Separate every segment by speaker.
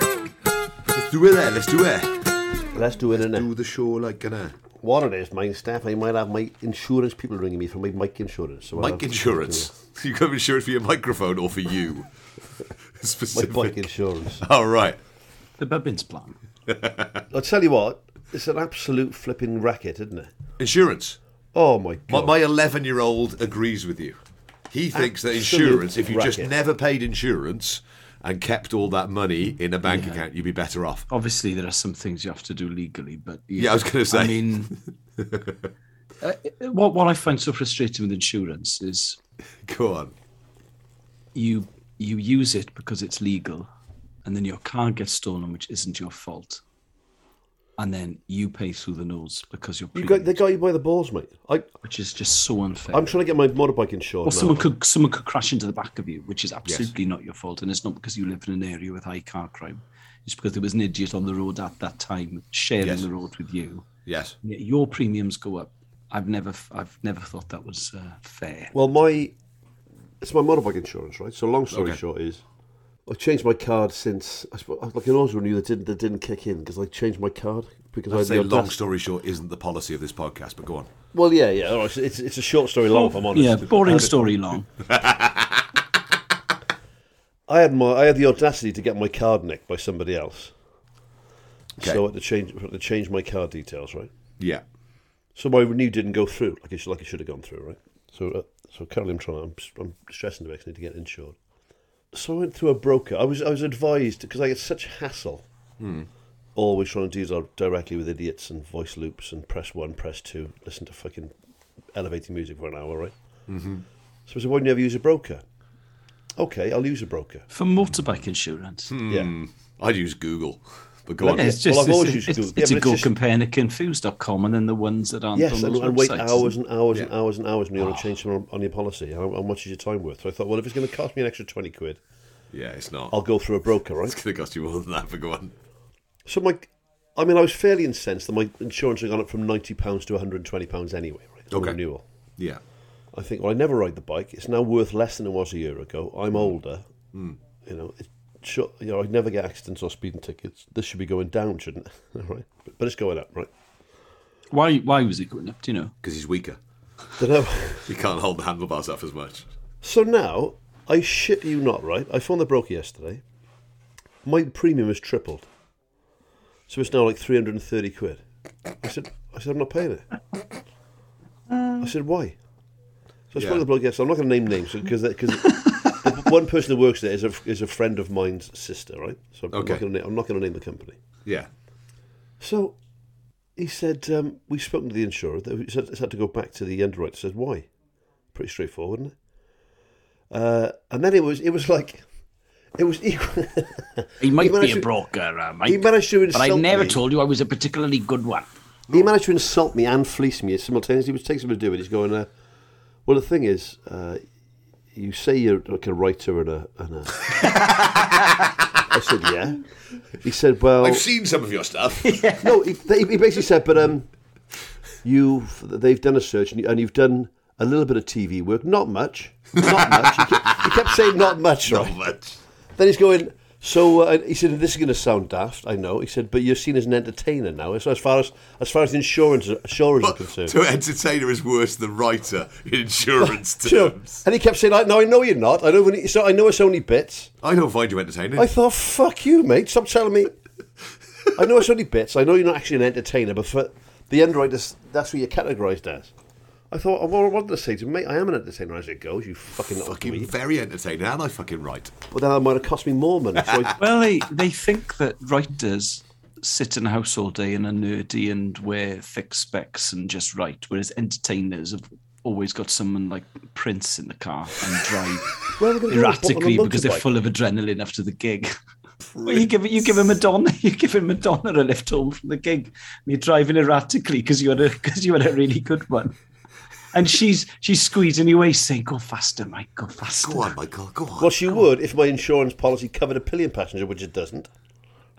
Speaker 1: do it there, let's do it.
Speaker 2: Let's do it,
Speaker 1: let's
Speaker 2: innit?
Speaker 1: Do the show like that.
Speaker 2: One of these, my staff, I might have my insurance people ringing me for my mic insurance.
Speaker 1: So mic insurance? You got insurance for your microphone or for you?
Speaker 2: Specific. My bike insurance.
Speaker 1: All oh, right.
Speaker 3: The Bubbins plan.
Speaker 2: I'll tell you what, it's an absolute flipping racket, isn't it?
Speaker 1: Insurance?
Speaker 2: Oh, my God.
Speaker 1: My 11 year old agrees with you. He thinks absolute that insurance, if you racket. just never paid insurance, and kept all that money in a bank yeah. account, you'd be better off.
Speaker 3: Obviously, there are some things you have to do legally, but
Speaker 1: yeah, yeah I was going to say. I
Speaker 3: mean, uh, what what I find so frustrating with insurance is,
Speaker 1: go on,
Speaker 3: you you use it because it's legal, and then your car gets stolen, which isn't your fault. And then you pay through the nose because you're.
Speaker 2: You got, they got you by the balls, mate. I,
Speaker 3: which is just so unfair.
Speaker 2: I'm trying to get my motorbike insured.
Speaker 3: Or someone now. could someone could crash into the back of you, which is absolutely yes. not your fault, and it's not because you live in an area with high car crime. It's because there was an idiot on the road at that time sharing yes. the road with you.
Speaker 1: Yes.
Speaker 3: Your premiums go up. I've never, I've never thought that was uh, fair.
Speaker 2: Well, my it's my motorbike insurance, right? So long story okay. short is, I've changed my card since I suppose, like an auto renew that didn't that didn't kick in because I changed my card because I'd I
Speaker 1: say long past. story short isn't the policy of this podcast, but go on.
Speaker 2: Well, yeah, yeah, all right. it's it's a short story long. If I'm honest,
Speaker 3: yeah, boring story long.
Speaker 2: I had my I had the audacity to get my card nicked by somebody else, okay. so I had to change had to change my card details, right?
Speaker 1: Yeah.
Speaker 2: So my renew didn't go through like it should, like it should have gone through, right? So uh, so currently I'm trying I'm I'm stressing the bit I need to get insured so I went through a broker. I was I was advised because I get such hassle. Mm. Always trying to deal directly with idiots and voice loops and press one, press two, listen to fucking elevating music for an hour, right? Mm-hmm. So I said, why do you never use a broker? Okay, I'll use a broker
Speaker 3: for motorbike insurance.
Speaker 2: Hmm.
Speaker 1: Mm. Yeah, I'd use Google. But go on.
Speaker 3: It's just, well, I've always it's, used Google. It's, it's yeah, a go just... compare and confuse.com and then the ones that aren't
Speaker 2: yes,
Speaker 3: on
Speaker 2: and,
Speaker 3: those
Speaker 2: and wait hours and hours yeah. and hours and hours and you want oh. to change something on your policy. How, how much is your time worth? So I thought, well, if it's going to cost me an extra 20 quid,
Speaker 1: yeah, it's not.
Speaker 2: I'll go through a broker, right?
Speaker 1: it's going to cost you more than that, but go on.
Speaker 2: So my, I mean, I was fairly incensed that my insurance had gone up from £90 to £120 anyway, right? It's okay. renewal.
Speaker 1: Yeah.
Speaker 2: I think, well, I never ride the bike. It's now worth less than it was a year ago. I'm older. Mm. You know, it, sure, you know, I'd never get accidents or speeding tickets. This should be going down, shouldn't it? right, but it's going up, right?
Speaker 3: Why? Why was it going up? Do you know?
Speaker 1: Because he's weaker.
Speaker 2: Don't know.
Speaker 1: he can't hold the handlebars up as much.
Speaker 2: So now, I shit you not, right? I phoned the broker yesterday. My premium has tripled, so it's now like three hundred and thirty quid. I said, I said, I'm not paying it. Um, I said, why? So I spoke yeah. to the bloke yesterday. I'm not going to name names because because. the one person who works there is a is a friend of mine's sister, right? So I'm
Speaker 1: Okay.
Speaker 2: not gonna name, I'm not going to name the company.
Speaker 1: Yeah.
Speaker 2: So he said, um, we've spoken to the insurer. They said it's had to go back to the underwriter. Said why? Pretty straightforward, isn't it? Uh, and then it was it was like it was equal.
Speaker 3: He might be
Speaker 2: managed
Speaker 3: a
Speaker 2: to-
Speaker 3: broker, uh, Mike.
Speaker 2: He managed to
Speaker 3: but I
Speaker 2: insult
Speaker 3: never
Speaker 2: me.
Speaker 3: told you I was a particularly good one.
Speaker 2: He managed to insult me and fleece me simultaneously, which takes him to do it. He's going, uh, well, the thing is, uh, you say you're like a writer and a. And a... I said, yeah. He said, well,
Speaker 1: I've seen some of your stuff.
Speaker 2: no. He, they, he basically said, but um, you, they've done a search and, you, and you've done a little bit of TV work, not much, not much. He kept, he kept saying not much, right?
Speaker 1: Not much.
Speaker 2: Then he's going. So uh, he said, "This is going to sound daft, I know." He said, "But you're seen as an entertainer now, so as far as as far as the insurance insurers are
Speaker 1: But
Speaker 2: concerned."
Speaker 1: to entertainer is worse than writer in insurance
Speaker 2: Sure.
Speaker 1: terms.
Speaker 2: And he kept saying, like, "No, I know you're not. I know. when- So I know it's only bits."
Speaker 1: I don't find you entertaining.
Speaker 2: I thought, "Fuck you, mate! Stop telling me. I know it's only bits. I know you're not actually an entertainer, but for the underwriters, that's what you're categorised as." I thought, "Oh, well, I wanted to say to him, mate, I am an entertainer as it goes. You fucking little
Speaker 1: fucking
Speaker 2: dweeb."
Speaker 1: very entertaining, and I fucking write.
Speaker 2: But then that might have cost me more money. So I,
Speaker 3: Well, they, they think that writers sit in a house all day and are nerdy and wear thick specs and just write, whereas entertainers have always got someone like Prince in the car and drive
Speaker 2: where are we going to
Speaker 3: erratically because they're full of adrenaline after the gig. Well, you give you give him Madonna, you give him Madonna a lift home from the gig, and you're driving erratically because you had a because you had a really good one, and she's she's squeezing your waist saying, "Go faster, Mike, go faster."
Speaker 1: Go on, Michael. Go on.
Speaker 2: Well, she would if my insurance policy covered a pillion passenger, which it doesn't.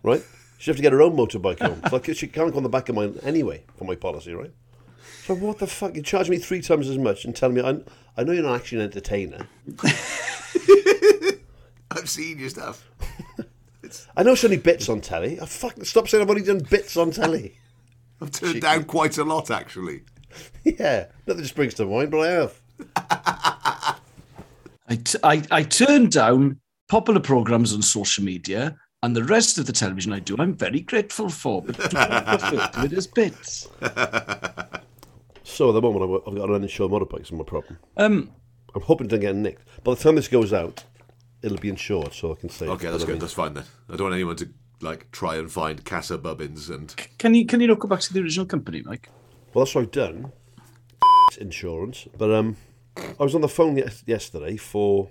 Speaker 2: Right? She'd have to get her own motorbike home. It's like she can't go on the back of mine anyway for my policy, right? So what the fuck? You charge me three times as much and tell me i I know you're not actually an entertainer.
Speaker 1: I've seen your stuff.
Speaker 2: I know it's only bits on telly. I fuck, stop saying I've only done bits on telly.
Speaker 1: I've turned down quite a lot, actually.
Speaker 2: yeah, nothing springs to mind, but I have.
Speaker 3: I, t- I, I turn down popular programs on social media and the rest of the television I do, I'm very grateful for, but do not refer to it as bits.
Speaker 2: So at the moment, I've- I've got an uninsured motorbike. It's my problem.
Speaker 3: Um,
Speaker 2: I'm hoping it doesn't get nicked. By the time this goes out, it'll be insured, so I can say.
Speaker 1: Okay, that's good. That's fine then. I don't want anyone to like try and find Casa Bubbins and
Speaker 3: can you can you not go back to the original company, Mike?
Speaker 2: Well, that's what I've done. Insurance, but um, I was on the phone yes- yesterday for.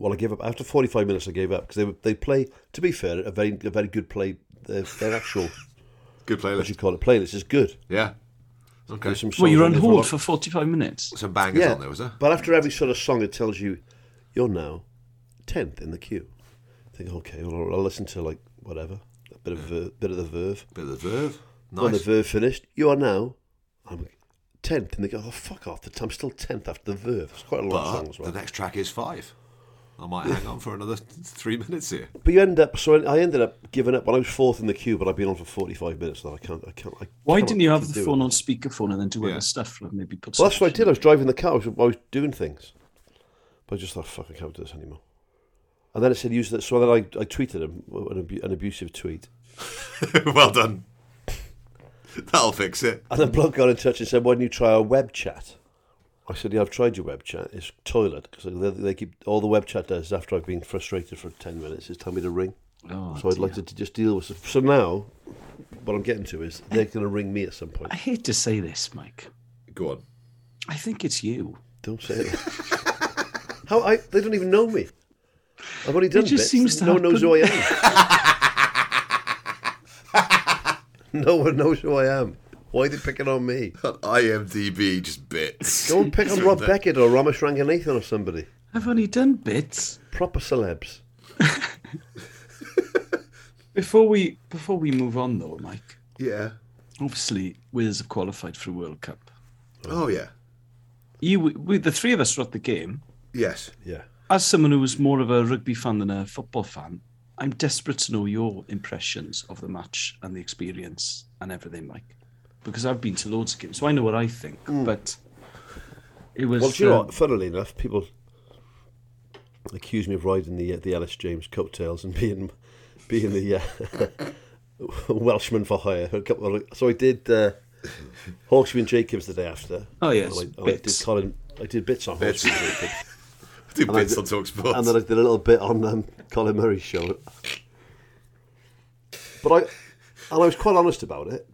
Speaker 2: Well, I gave up after forty-five minutes. I gave up because they were- they play. To be fair, a very a very good play. Their, their actual
Speaker 1: good
Speaker 2: what you
Speaker 1: playlist.
Speaker 2: call it playlist is good.
Speaker 1: Yeah. Okay.
Speaker 2: There's some
Speaker 3: Well,
Speaker 2: songs
Speaker 3: you're
Speaker 2: on
Speaker 3: on
Speaker 2: there for a
Speaker 3: hold
Speaker 2: lot-
Speaker 3: for 45 minutes.
Speaker 1: Some bangers
Speaker 2: yeah,
Speaker 1: on there, was there?
Speaker 2: but after every sort of song, it tells you you're now tenth in the queue. I think okay, well, I'll listen to like whatever a bit of ver- bit of the Verve.
Speaker 1: Bit of the verve.
Speaker 2: When the
Speaker 1: Nice.
Speaker 2: Verve finished, you are now I'm tenth, and they go, "Oh fuck off!" I'm still tenth after the Verve. It's quite a lot of
Speaker 1: but
Speaker 2: songs, right?
Speaker 1: the next track is five. I might hang on for another three minutes here.
Speaker 2: But you end up. So I ended up giving up when I was fourth in the queue, but I've been on for forty-five minutes now. I can't. I can't. I
Speaker 3: Why
Speaker 2: cannot
Speaker 3: didn't you have
Speaker 2: keep
Speaker 3: the
Speaker 2: doing
Speaker 3: phone
Speaker 2: it.
Speaker 3: on speakerphone and then do
Speaker 1: Yeah.
Speaker 3: other stuff? Like maybe put
Speaker 2: Well, that's
Speaker 3: some-
Speaker 2: what I did. I was driving the car. I was, I was doing things, but I just thought, fuck, I can't do this anymore. And then it said use that. So then I, I tweeted him an, abu- an abusive tweet,
Speaker 1: well done. That'll fix it.
Speaker 2: and the bloke got in touch and said, "Why don't you try our web chat?" I said, "Yeah, I've tried your web chat. It's toilet because they, they keep all the web chat does after I've been frustrated for ten minutes is tell me to ring."
Speaker 3: Oh,
Speaker 2: so I'd like to, to just deal with. So now, what I'm getting to is they're going to ring me at some point.
Speaker 3: I hate to say this, Mike.
Speaker 1: Go on.
Speaker 3: I think it's you.
Speaker 2: Don't say that. How I? They don't even know me. I've only done
Speaker 3: just
Speaker 2: bits.
Speaker 3: seems to
Speaker 2: no one knows who I
Speaker 3: happen.
Speaker 2: am. no one knows who I am. Why are they picking on me?
Speaker 1: On IMDb, just bits.
Speaker 2: Go and pick on Rob Beckett or Ramesh Ranganathan or somebody.
Speaker 3: I've only done bits.
Speaker 2: Proper celebs.
Speaker 3: Before we before we move on though, Mike.
Speaker 1: Yeah.
Speaker 3: Obviously, Wales have qualified for a World Cup.
Speaker 1: Oh yeah.
Speaker 3: You, we, the three of us were at the game.
Speaker 1: Yes.
Speaker 2: Yeah.
Speaker 3: As someone who was more of a rugby fan than a football fan, I'm desperate to know your impressions of the match and the experience and everything, Mike, because I've been to loads of games, so I know what I think. But it was
Speaker 2: Hmm. Well, do you know
Speaker 3: um,
Speaker 2: what? Funnily enough, people accuse me of riding the uh, the Alice James coattails and being being the uh, Welshman for hire. A couple of- so I did uh, Hawksby and Jacobs the day after.
Speaker 3: Oh, yes,
Speaker 2: And I, and I did
Speaker 3: bits.
Speaker 2: Colin. I did bits on
Speaker 1: Bits.
Speaker 2: Hawksby and Jacobs.
Speaker 1: Do
Speaker 2: And I
Speaker 1: bits
Speaker 2: did-
Speaker 1: on Talksport.
Speaker 2: And then I did a little bit on um, Colin Murray's show. But I, and I was quite honest about it.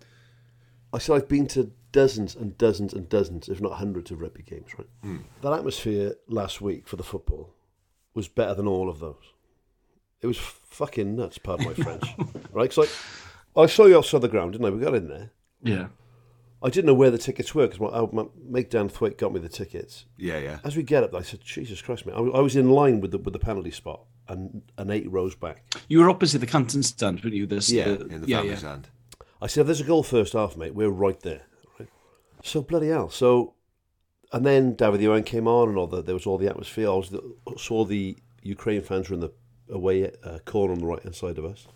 Speaker 2: I said I've been to dozens and dozens and dozens, if not hundreds, of rugby games. Right,
Speaker 1: Hmm.
Speaker 2: that atmosphere last week for the football was better than all of those. It was fucking nuts, pardon my French. right, because I, I saw you outside the ground, didn't I? We got in there.
Speaker 3: Yeah.
Speaker 2: I didn't know thwhere the tickets were because my, oh, my mate Dan Thwaite got me the tickets.
Speaker 1: Yeah, yeah.
Speaker 2: As we get up, I said, "Jesus Christ, mate!" I, was- I was in line with the with the penalty spot and and eight rows back.
Speaker 3: You were opposite the Canton stand, weren't you? This,
Speaker 2: Yeah,
Speaker 3: the-
Speaker 1: in the
Speaker 3: yeah,
Speaker 1: family
Speaker 3: yeah.
Speaker 1: stand.
Speaker 2: I said, if "There's a goal first half, mate. We're right there." Right? So bloody hell. So, and then David Owen came on, and all the, there was all the atmosphere. I was the, saw the Ukraine fans were in the away uh, corner on the right hand side of us,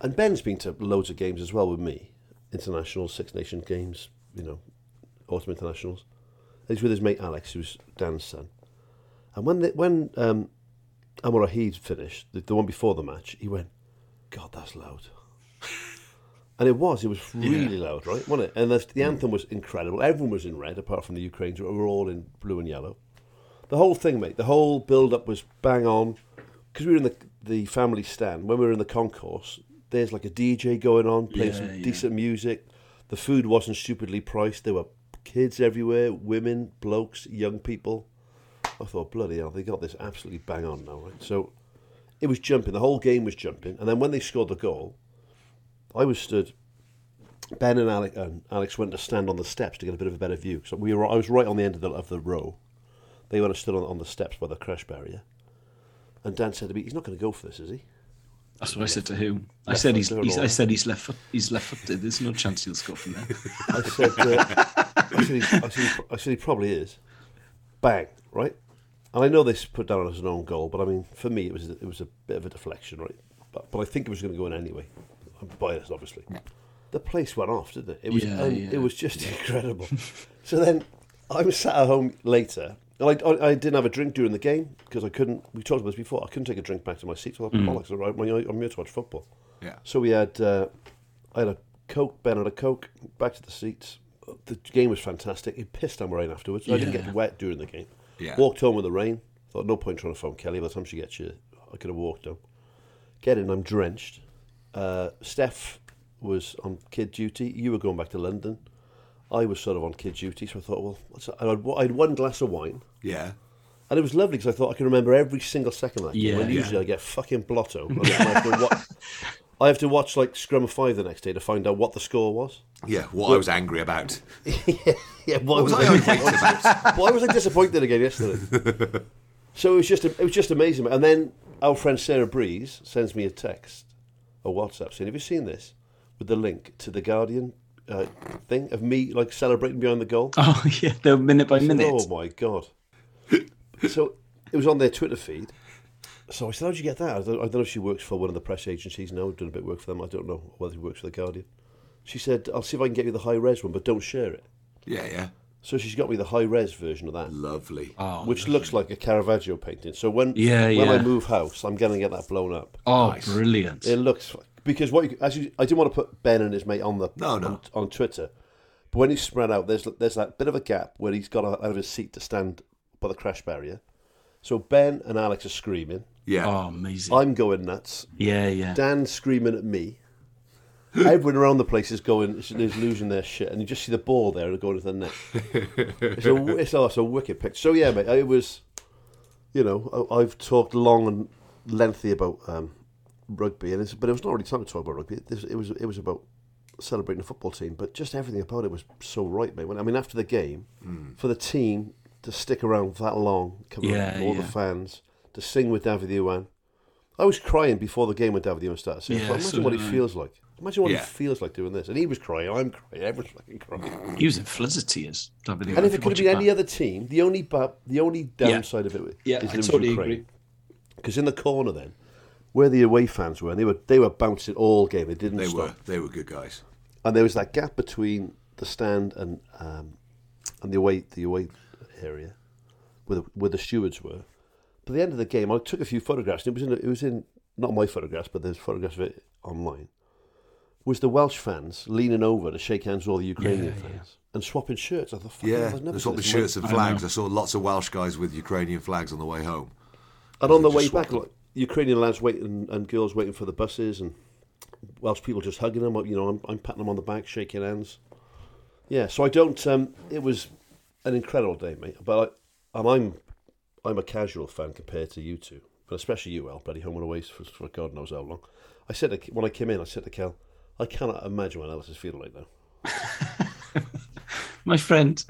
Speaker 2: and Ben's been to loads of games as well with me, international Six Nation games, you know, autumn internationals. He's with his mate Alex, who's Dan's son. And when they, when um, Amor Rahid finished, the, the one before the match, he went, God, that's loud. and it was, it was really loud, right? Wasn't it? And the,
Speaker 3: Mm.
Speaker 2: the anthem was incredible. Everyone was in red, apart from the Ukrainians, who were all in blue and yellow. The whole thing, mate, the whole build up was bang on. Because we were in the, the family stand, when we were in the concourse, there's like a DJ going on, playing
Speaker 3: Yeah,
Speaker 2: some
Speaker 3: yeah.
Speaker 2: decent music. The food wasn't stupidly priced. There were kids everywhere, women, blokes, young people. I thought, bloody hell, they got this absolutely bang on now, right? So it was jumping. The whole game was jumping. And then when they scored the goal, I was stood. Ben and Alex, and Alex went to stand on the steps to get a bit of a better view. So we were, I was right on the end of the, of the row. They went and stood on, on the steps by the crash barrier. And Dan said to me, he's not going to go for this, is he?
Speaker 3: That's what I said to him. I
Speaker 2: Left
Speaker 3: said
Speaker 2: foot
Speaker 3: he's,
Speaker 2: door
Speaker 3: he's. I
Speaker 2: or-
Speaker 3: said he's left. foot- He's left footed. There's no chance he'll score from there.
Speaker 2: I said, uh, I, said he, I, said he, I said he probably is. Bang, right? And I know this put down as an own goal, but I mean, for me, it was it was a bit of a deflection, right? But, but I think it was going to go in anyway. I'm biased, obviously. The place went off, didn't it? It was
Speaker 3: Yeah,
Speaker 2: un-
Speaker 3: yeah.
Speaker 2: it was just incredible. so then I'm sat at home later. And I, I, I didn't have a drink during the game because I couldn't. We talked about this before. I couldn't take a drink back to my seat. So I thought, bollocks, all right, I'm I'm here to watch football.
Speaker 1: Mm. Yeah.
Speaker 2: So we had, uh, I had a Coke, Ben had a Coke, back to the seats. The game was fantastic. It pissed down rain afterwards. I didn't
Speaker 3: Yeah.
Speaker 2: get wet during the game.
Speaker 1: Yeah.
Speaker 2: Walked home with the rain. Thought, no point trying to phone Kelly. By the time she gets here, I could have walked home. Get in, I'm drenched. Uh, Steph was on kid duty. You were going back to London. I was sort of on kid duty, so I thought, well, what's that? And I'd, I had one glass of wine.
Speaker 1: Yeah.
Speaker 2: And it was lovely because I thought I can remember every single second of that.
Speaker 3: Yeah.
Speaker 2: Yeah, when
Speaker 3: Yeah.
Speaker 2: usually I get fucking blotto. And I have, to watch, I have to watch like Scrum of Five the next day to find out what the score was.
Speaker 1: Yeah. What I was angry about.
Speaker 2: Yeah, why
Speaker 1: What was I angry about?
Speaker 2: why was I disappointed again yesterday? so it was just it was just amazing. And then our friend Sarah Breeze sends me a text, a WhatsApp saying, "Have you seen this?" With the link to the Guardian uh, thing of me like celebrating behind the goal.
Speaker 3: Oh yeah, they're minute by minute.
Speaker 2: Oh my god! so it was on their Twitter feed. So I said, "How'd you get that?" I don't, I don't know if she works for one of the press agencies now. Done a bit of work for them. I don't know whether she works for the Guardian. She said, "I'll see if I can get you the high res one, but don't share it."
Speaker 1: Yeah, yeah. Ah,
Speaker 2: So she's got me the high res version of that,
Speaker 3: Mm.
Speaker 1: Lovely.
Speaker 2: which looks like a Caravaggio painting. So when
Speaker 3: Yeah,
Speaker 2: when I
Speaker 3: yeah.
Speaker 2: move house, I'm going to get that blown up.
Speaker 3: Oh, brilliant!
Speaker 2: It looks because what you, as you, I didn't want to put Ben and his mate on the
Speaker 1: No, no.
Speaker 2: on, on Twitter, but when he's spread out, there's there's that bit of a gap where he's got out of his seat to stand by the crash barrier. So Ben and Alex are screaming.
Speaker 1: Yeah.
Speaker 3: Oh, amazing!
Speaker 2: I'm going nuts.
Speaker 3: yeah, yeah.
Speaker 2: Dan's screaming at me. Everyone around the place is going, is, is losing their shit, and you just see the ball there and going to the net. It's a, it's, oh, it's a wicked picture. So yeah, mate, it was. You know, I, I've talked long and lengthy about um, rugby, and it's, but it was not really time to talk about rugby. It, this- it was it was about celebrating the football team, but just everything about it was so right, mate. When, I mean, after the game,
Speaker 3: Hmm.
Speaker 2: for the team to stick around that long, cover
Speaker 3: Yeah,
Speaker 2: all
Speaker 3: yeah.
Speaker 2: the fans, to sing with David Ewan. I was crying before the game when David Ewan started. singing.
Speaker 3: Yeah,
Speaker 2: I thought, imagine
Speaker 3: so
Speaker 2: what
Speaker 3: did
Speaker 2: it
Speaker 3: I.
Speaker 2: feels like. Imagine what
Speaker 1: Yeah.
Speaker 2: it feels like doing this. And he was crying. I'm crying. Everyone's fucking crying.
Speaker 3: He was in floods of tears. David Ewan,
Speaker 2: And if
Speaker 3: you
Speaker 2: it could
Speaker 3: watch
Speaker 2: have been
Speaker 3: back.
Speaker 2: any other team, the only bu- the only downside of it
Speaker 3: Yeah,
Speaker 2: is
Speaker 3: I
Speaker 2: it was
Speaker 3: totally
Speaker 2: Ukraine.
Speaker 3: agree.
Speaker 2: Because in the corner then, where the away fans were, and they were they were bouncing all game. They didn't
Speaker 1: they
Speaker 2: stop.
Speaker 1: were. They were good guys.
Speaker 2: And there was that gap between the stand and um, and the away the away area, where the, where the stewards were. But at the end of the game, I took a few photographs. And it was in it was in not my photographs, but there's photographs of it online. was the Welsh fans leaning over to shake hands with all the Ukrainian fans and swapping shirts. I thought, fuck,
Speaker 1: Yeah,
Speaker 2: I've never
Speaker 1: they
Speaker 2: seen
Speaker 1: swapped the
Speaker 2: this in my-
Speaker 1: shirts and flags. I, saw lots of Welsh guys with Ukrainian flags on the way home.
Speaker 2: And on the
Speaker 1: They just
Speaker 2: way
Speaker 1: swapped
Speaker 2: back, like, Ukrainian lads waiting and girls waiting for the buses, and Welsh people just hugging them. You know, I'm, I'm patting them on the back, shaking hands. Yeah, so I don't. Um, it was an incredible day, mate. But I, and I'm I'm a casual fan compared to you two, but especially you, Al, Bloody Home and Away for, for God knows how long. I said to, when I came in, I said to Cal, I cannot imagine what Alice is feeling right now.
Speaker 3: My friend,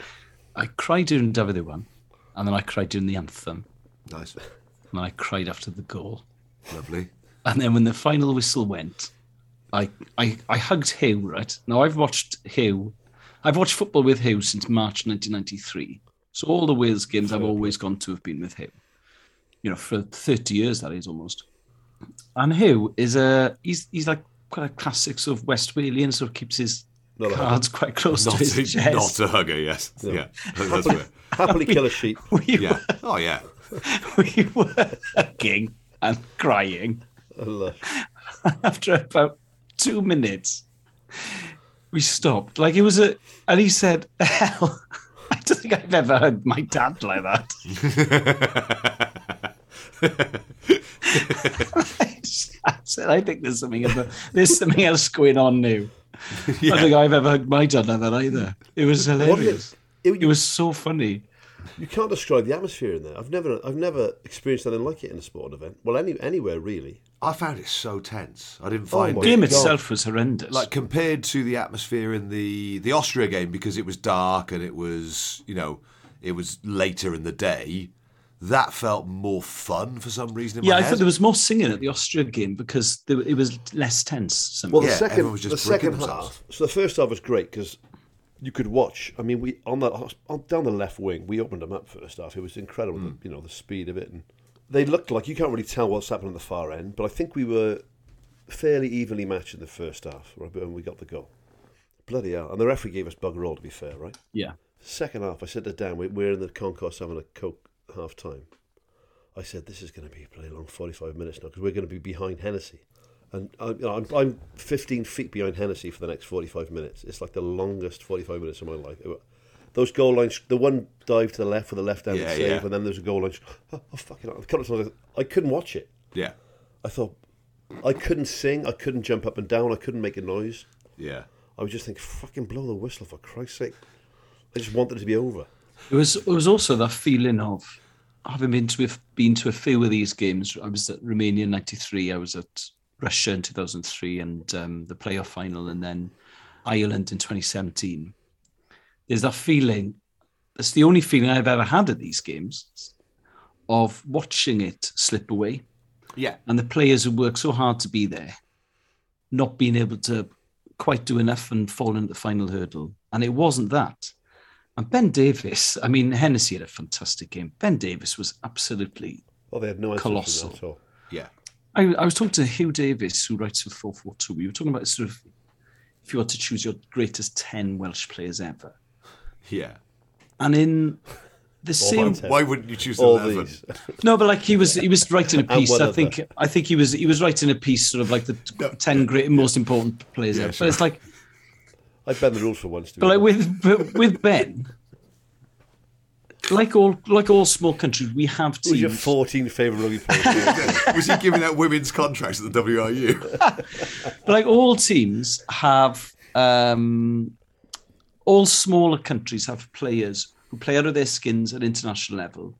Speaker 3: I cried during David one, and then I cried during the anthem,
Speaker 1: Nice,
Speaker 3: and then I cried after the goal.
Speaker 1: lovely.
Speaker 3: And then when the final whistle went, I I, I hugged Hugh, right? Now I've watched Hugh I've watched football with Hugh since March nineteen ninety three. So all the Wales games I've always gone to have been with Hugh. You know, for thirty years that is almost. And Hugh is a he's he's like quite a classic sort of West Walian, sort of keeps his
Speaker 2: Not a hugger.
Speaker 3: cards quite close
Speaker 1: Not
Speaker 3: to his
Speaker 1: a,
Speaker 3: chest.
Speaker 1: not a hugger, yes. Yeah, that's where.
Speaker 2: Happily kill a sheep.
Speaker 3: We
Speaker 1: Yeah. Oh, yeah.
Speaker 3: we were hugging and crying. After about two minutes, we stopped. Like it was a, and he said, "Hell, I don't think I've ever heard my dad like that." I said, "I think there's something, other, there's something else going on now." I don't think I've ever hugged my dad like that either. It was
Speaker 2: What is
Speaker 3: hilarious.
Speaker 2: it? It-
Speaker 3: It was so funny.
Speaker 2: You can't describe the atmosphere in there. I've never, I've never experienced anything like it in a sporting event. Well, any, anywhere really.
Speaker 1: I found it so tense. I didn't
Speaker 3: Oh,
Speaker 1: find
Speaker 2: my
Speaker 1: it.
Speaker 2: God.
Speaker 3: Game itself was horrendous.
Speaker 1: like compared to the atmosphere in the the Austria game because it was dark and it was you know it was later in the day that felt more fun for some reason in
Speaker 3: Yeah,
Speaker 1: my
Speaker 3: I
Speaker 1: head.
Speaker 3: thought there was more singing at the Austria game because there, it was less tense. Somehow.
Speaker 2: Well, the
Speaker 1: Yeah,
Speaker 2: second,
Speaker 1: everyone was just
Speaker 2: the
Speaker 1: bricking
Speaker 2: second
Speaker 1: themselves.
Speaker 2: half. So the first half was great because you could watch. I mean, we on that on, down the left wing, we opened them up first half. It was incredible.
Speaker 1: Mm.
Speaker 2: The, you know, the speed of it, and they looked like you can't really tell what's happening at the far end. But I think we were fairly evenly matched in the first half right, when we got the goal. Bloody hell! And the referee gave us bugger all. To be fair, right?
Speaker 3: yeah,
Speaker 2: Second half, I said to Dan, we- we're in the concourse having a coke half time. I said, this is going to be a bloody long 45 minutes now because we're going to be behind Hennessy. And I, you know, I'm, I'm 15 feet behind Hennessy for the next 45 minutes. It's like the longest 45 minutes of my life. It wa- Those goal lines, the one dive to the left for the left handed
Speaker 1: Yeah,
Speaker 2: save,
Speaker 1: yeah.
Speaker 2: and then there's a goal line. Oh, oh fucking hell. A couple of times I I couldn't watch it.
Speaker 1: yeah
Speaker 2: I thought, I couldn't sing, I couldn't jump up and down, I couldn't make a noise.
Speaker 1: yeah
Speaker 2: I was just thinking, fucking blow the whistle for Christ's sake. I just wanted it to be over.
Speaker 3: it was. It was also that feeling of having been to a, been to a few of these games. I was at Romania in '93. I was at Russia in 2003, and um, the playoff final, and then Ireland in 2017. There's that feeling. It's the only feeling I've ever had at these games of watching it slip away.
Speaker 1: yeah
Speaker 3: and the players who work so hard to be there not being able to quite do enough and falling at the final hurdle. And it wasn't that. And Ben Davis, I mean, Hennessy had a fantastic game. Ben Davis was absolutely.
Speaker 2: Oh, they had no answer for that
Speaker 3: Colossal.
Speaker 2: at all.
Speaker 1: yeah
Speaker 3: I, I was talking to Hugh Davis, who writes for 442. We were talking about sort of if you were to choose your greatest 10 Welsh players ever.
Speaker 1: yeah
Speaker 3: And in the
Speaker 2: mine
Speaker 3: same
Speaker 2: said-
Speaker 1: why wouldn't you choose
Speaker 2: All
Speaker 1: 11
Speaker 2: these.
Speaker 3: No, but like he was, he was writing a piece.
Speaker 2: one
Speaker 3: I
Speaker 2: other.
Speaker 3: think, I think he was, he was writing a piece, sort of like the ten great, most important players.
Speaker 1: Yeah,
Speaker 3: ever.
Speaker 1: sure.
Speaker 3: But it's like
Speaker 2: I'd bend the rules for once. To be
Speaker 3: But like
Speaker 2: honest.
Speaker 3: with but with Ben, like all like all small countries, we have
Speaker 2: Who's your
Speaker 3: teams.
Speaker 2: 14 favourite rugby player?
Speaker 1: was he giving out women's contracts at the WRU
Speaker 3: But like all teams have, um, all smaller countries have players who play out of their skins at international level,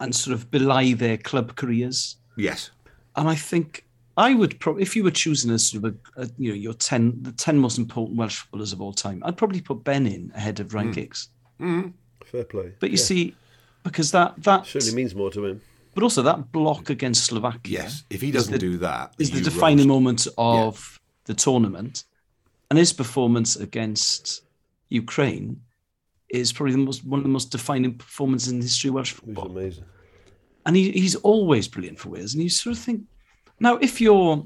Speaker 3: and sort of belie their club careers.
Speaker 1: yes
Speaker 3: And I think I would probably, if you were choosing a sort of a, a you know your ten the ten most important Welsh footballers of all time, I'd probably put Ben in ahead of Ryan Giggs.
Speaker 2: Fair play.
Speaker 3: But you see, because that that
Speaker 2: Certainly means more to him.
Speaker 3: But also that block against Slovakia.
Speaker 1: yes if he doesn't
Speaker 3: the-
Speaker 1: do that
Speaker 3: is the
Speaker 1: you
Speaker 3: defining
Speaker 1: roast.
Speaker 3: moment of the tournament, and his performance against Ukraine is probably the most one of the most defining performances in the history of Welsh
Speaker 2: It
Speaker 3: football.
Speaker 2: was amazing.
Speaker 3: And he, he's always brilliant for Wales. And you sort of think now if you're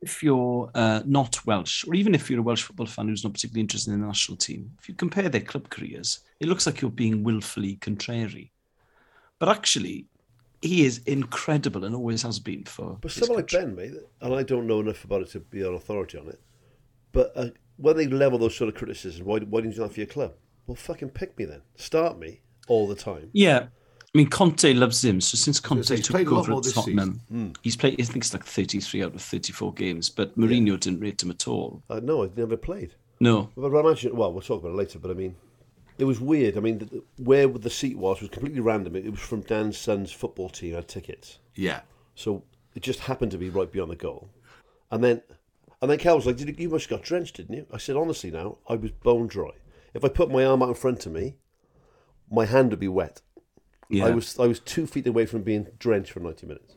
Speaker 3: if you're uh, not Welsh, or even if you're a Welsh football fan who's not particularly interested in the national team, if you compare their club careers, it looks like you're being willfully contrary. But actually, he is incredible and always has been for.
Speaker 2: But
Speaker 3: his
Speaker 2: someone like
Speaker 3: country.
Speaker 2: Ben, mate, and I don't know enough about it to be an authority on it, but uh, when they level those sort of criticisms, why, why didn't you do that for your club? Well, fucking pick me then. Start me all the time.
Speaker 3: Yeah. I mean, Conte loves him. So since Conte
Speaker 1: he's
Speaker 3: took
Speaker 1: played a lot
Speaker 3: over
Speaker 1: more
Speaker 3: at
Speaker 1: this
Speaker 3: Tottenham, he's played, I think it's like 33 out of 34 games, but Mourinho didn't rate him at all.
Speaker 2: Uh, no, I've never played.
Speaker 3: No.
Speaker 2: Well, I imagine, well, we'll talk about it later, but I mean, it was weird. I mean, the, the- where the seat was was completely random. It, it was from Dan's son's football team had tickets.
Speaker 1: Yeah.
Speaker 2: So it just happened to be right beyond the goal. And then and then Cal was like, Did you, you must have got drenched, didn't you? I said, Honestly now, I was bone dry. If I put my arm out in front of me, my hand would be wet.
Speaker 3: Yeah.
Speaker 2: I was I was two feet away from being drenched for ninety minutes.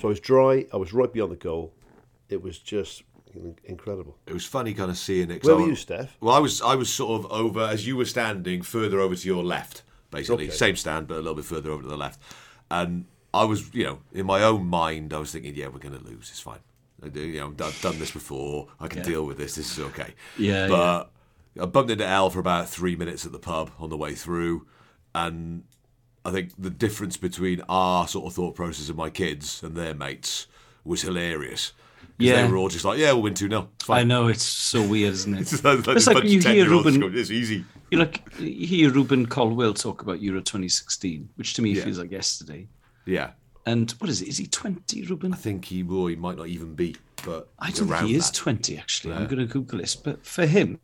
Speaker 2: So I was dry, I was right beyond the goal. It was just in- incredible.
Speaker 1: It was funny kind of seeing it. 'cause
Speaker 2: Where
Speaker 1: I
Speaker 2: were
Speaker 1: wa-
Speaker 2: you, Steph?
Speaker 1: Well, I was I was sort of over as you were standing further over to your left, basically
Speaker 2: Okay.
Speaker 1: same stand but a little bit further over to the left, and I was you know in my own mind I was thinking yeah we're gonna lose it's fine I do, you know I've done this before I can deal with this this is okay
Speaker 3: Yeah,
Speaker 1: but I bumped into Al for about three minutes at the pub on the way through, and I think the difference between our sort of thought process and my kids and their mates was hilarious. 'Cause
Speaker 3: Yeah.
Speaker 1: they were all just like yeah we'll win two 0 it's fine
Speaker 3: I know, it's so weird, isn't it?
Speaker 1: it's like,
Speaker 3: it's like when you hear Ruben,
Speaker 1: It's easy.
Speaker 3: you like you hear Ruben Colwell talk about Euro 2016, which to me
Speaker 1: Yeah.
Speaker 3: feels like yesterday.
Speaker 1: Yeah,
Speaker 3: And what is it? Is he 20, Ruben?
Speaker 1: I think he will. He might not even be, but
Speaker 3: I
Speaker 1: he's
Speaker 3: don't think
Speaker 1: around
Speaker 3: he is
Speaker 1: that.
Speaker 3: 20, actually. I'm going to Google this. But for him,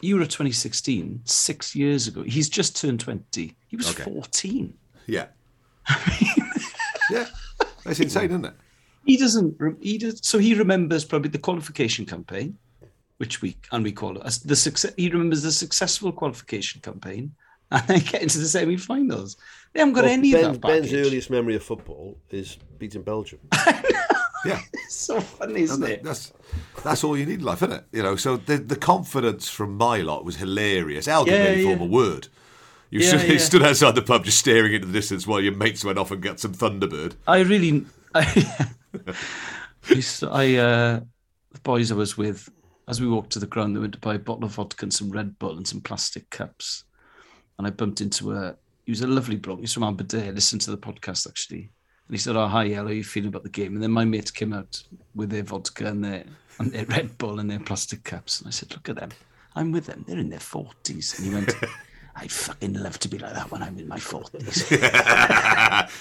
Speaker 3: Euro 2016, six years ago, he's just turned 20. He was
Speaker 1: Okay.
Speaker 3: 14.
Speaker 1: Yeah, yeah, that's insane, isn't it?
Speaker 3: He doesn't, re- he does, so he remembers probably the qualification campaign, which we, and we call it, as the success, he remembers the successful qualification campaign and then getting to the semi finals. They haven't got
Speaker 2: Well,
Speaker 3: any
Speaker 2: Ben-
Speaker 3: of that
Speaker 2: Ben's
Speaker 3: baggage.
Speaker 2: earliest memory of football is beating Belgium.
Speaker 1: Yeah,
Speaker 3: It's so funny, isn't
Speaker 1: that-
Speaker 3: it?
Speaker 1: that's that's all you need in life, isn't it? You know. So the the confidence from my lot was hilarious. Al didn't
Speaker 3: Yeah,
Speaker 1: really form
Speaker 3: yeah.
Speaker 1: a word. You
Speaker 3: Yeah,
Speaker 1: stood, you
Speaker 3: yeah.
Speaker 1: stood outside the pub, just staring into the distance while your mates went off and got some Thunderbird.
Speaker 3: I really, I, I s- I, uh, the boys I was with, as we walked to the ground, they went to buy a bottle of vodka and some Red Bull and some plastic cups, and I bumped into a. He was a lovely bloke. He's from Aberdeen. Listened to the podcast actually, and he said, "Oh hi, Al, how are you feeling about the game?" And then my mates came out with their vodka and their and their Red Bull and their plastic cups, and I said, "Look at them. I'm with them. They're in their forties. And he went. I'd fucking love to be like that when I'm in my 40s.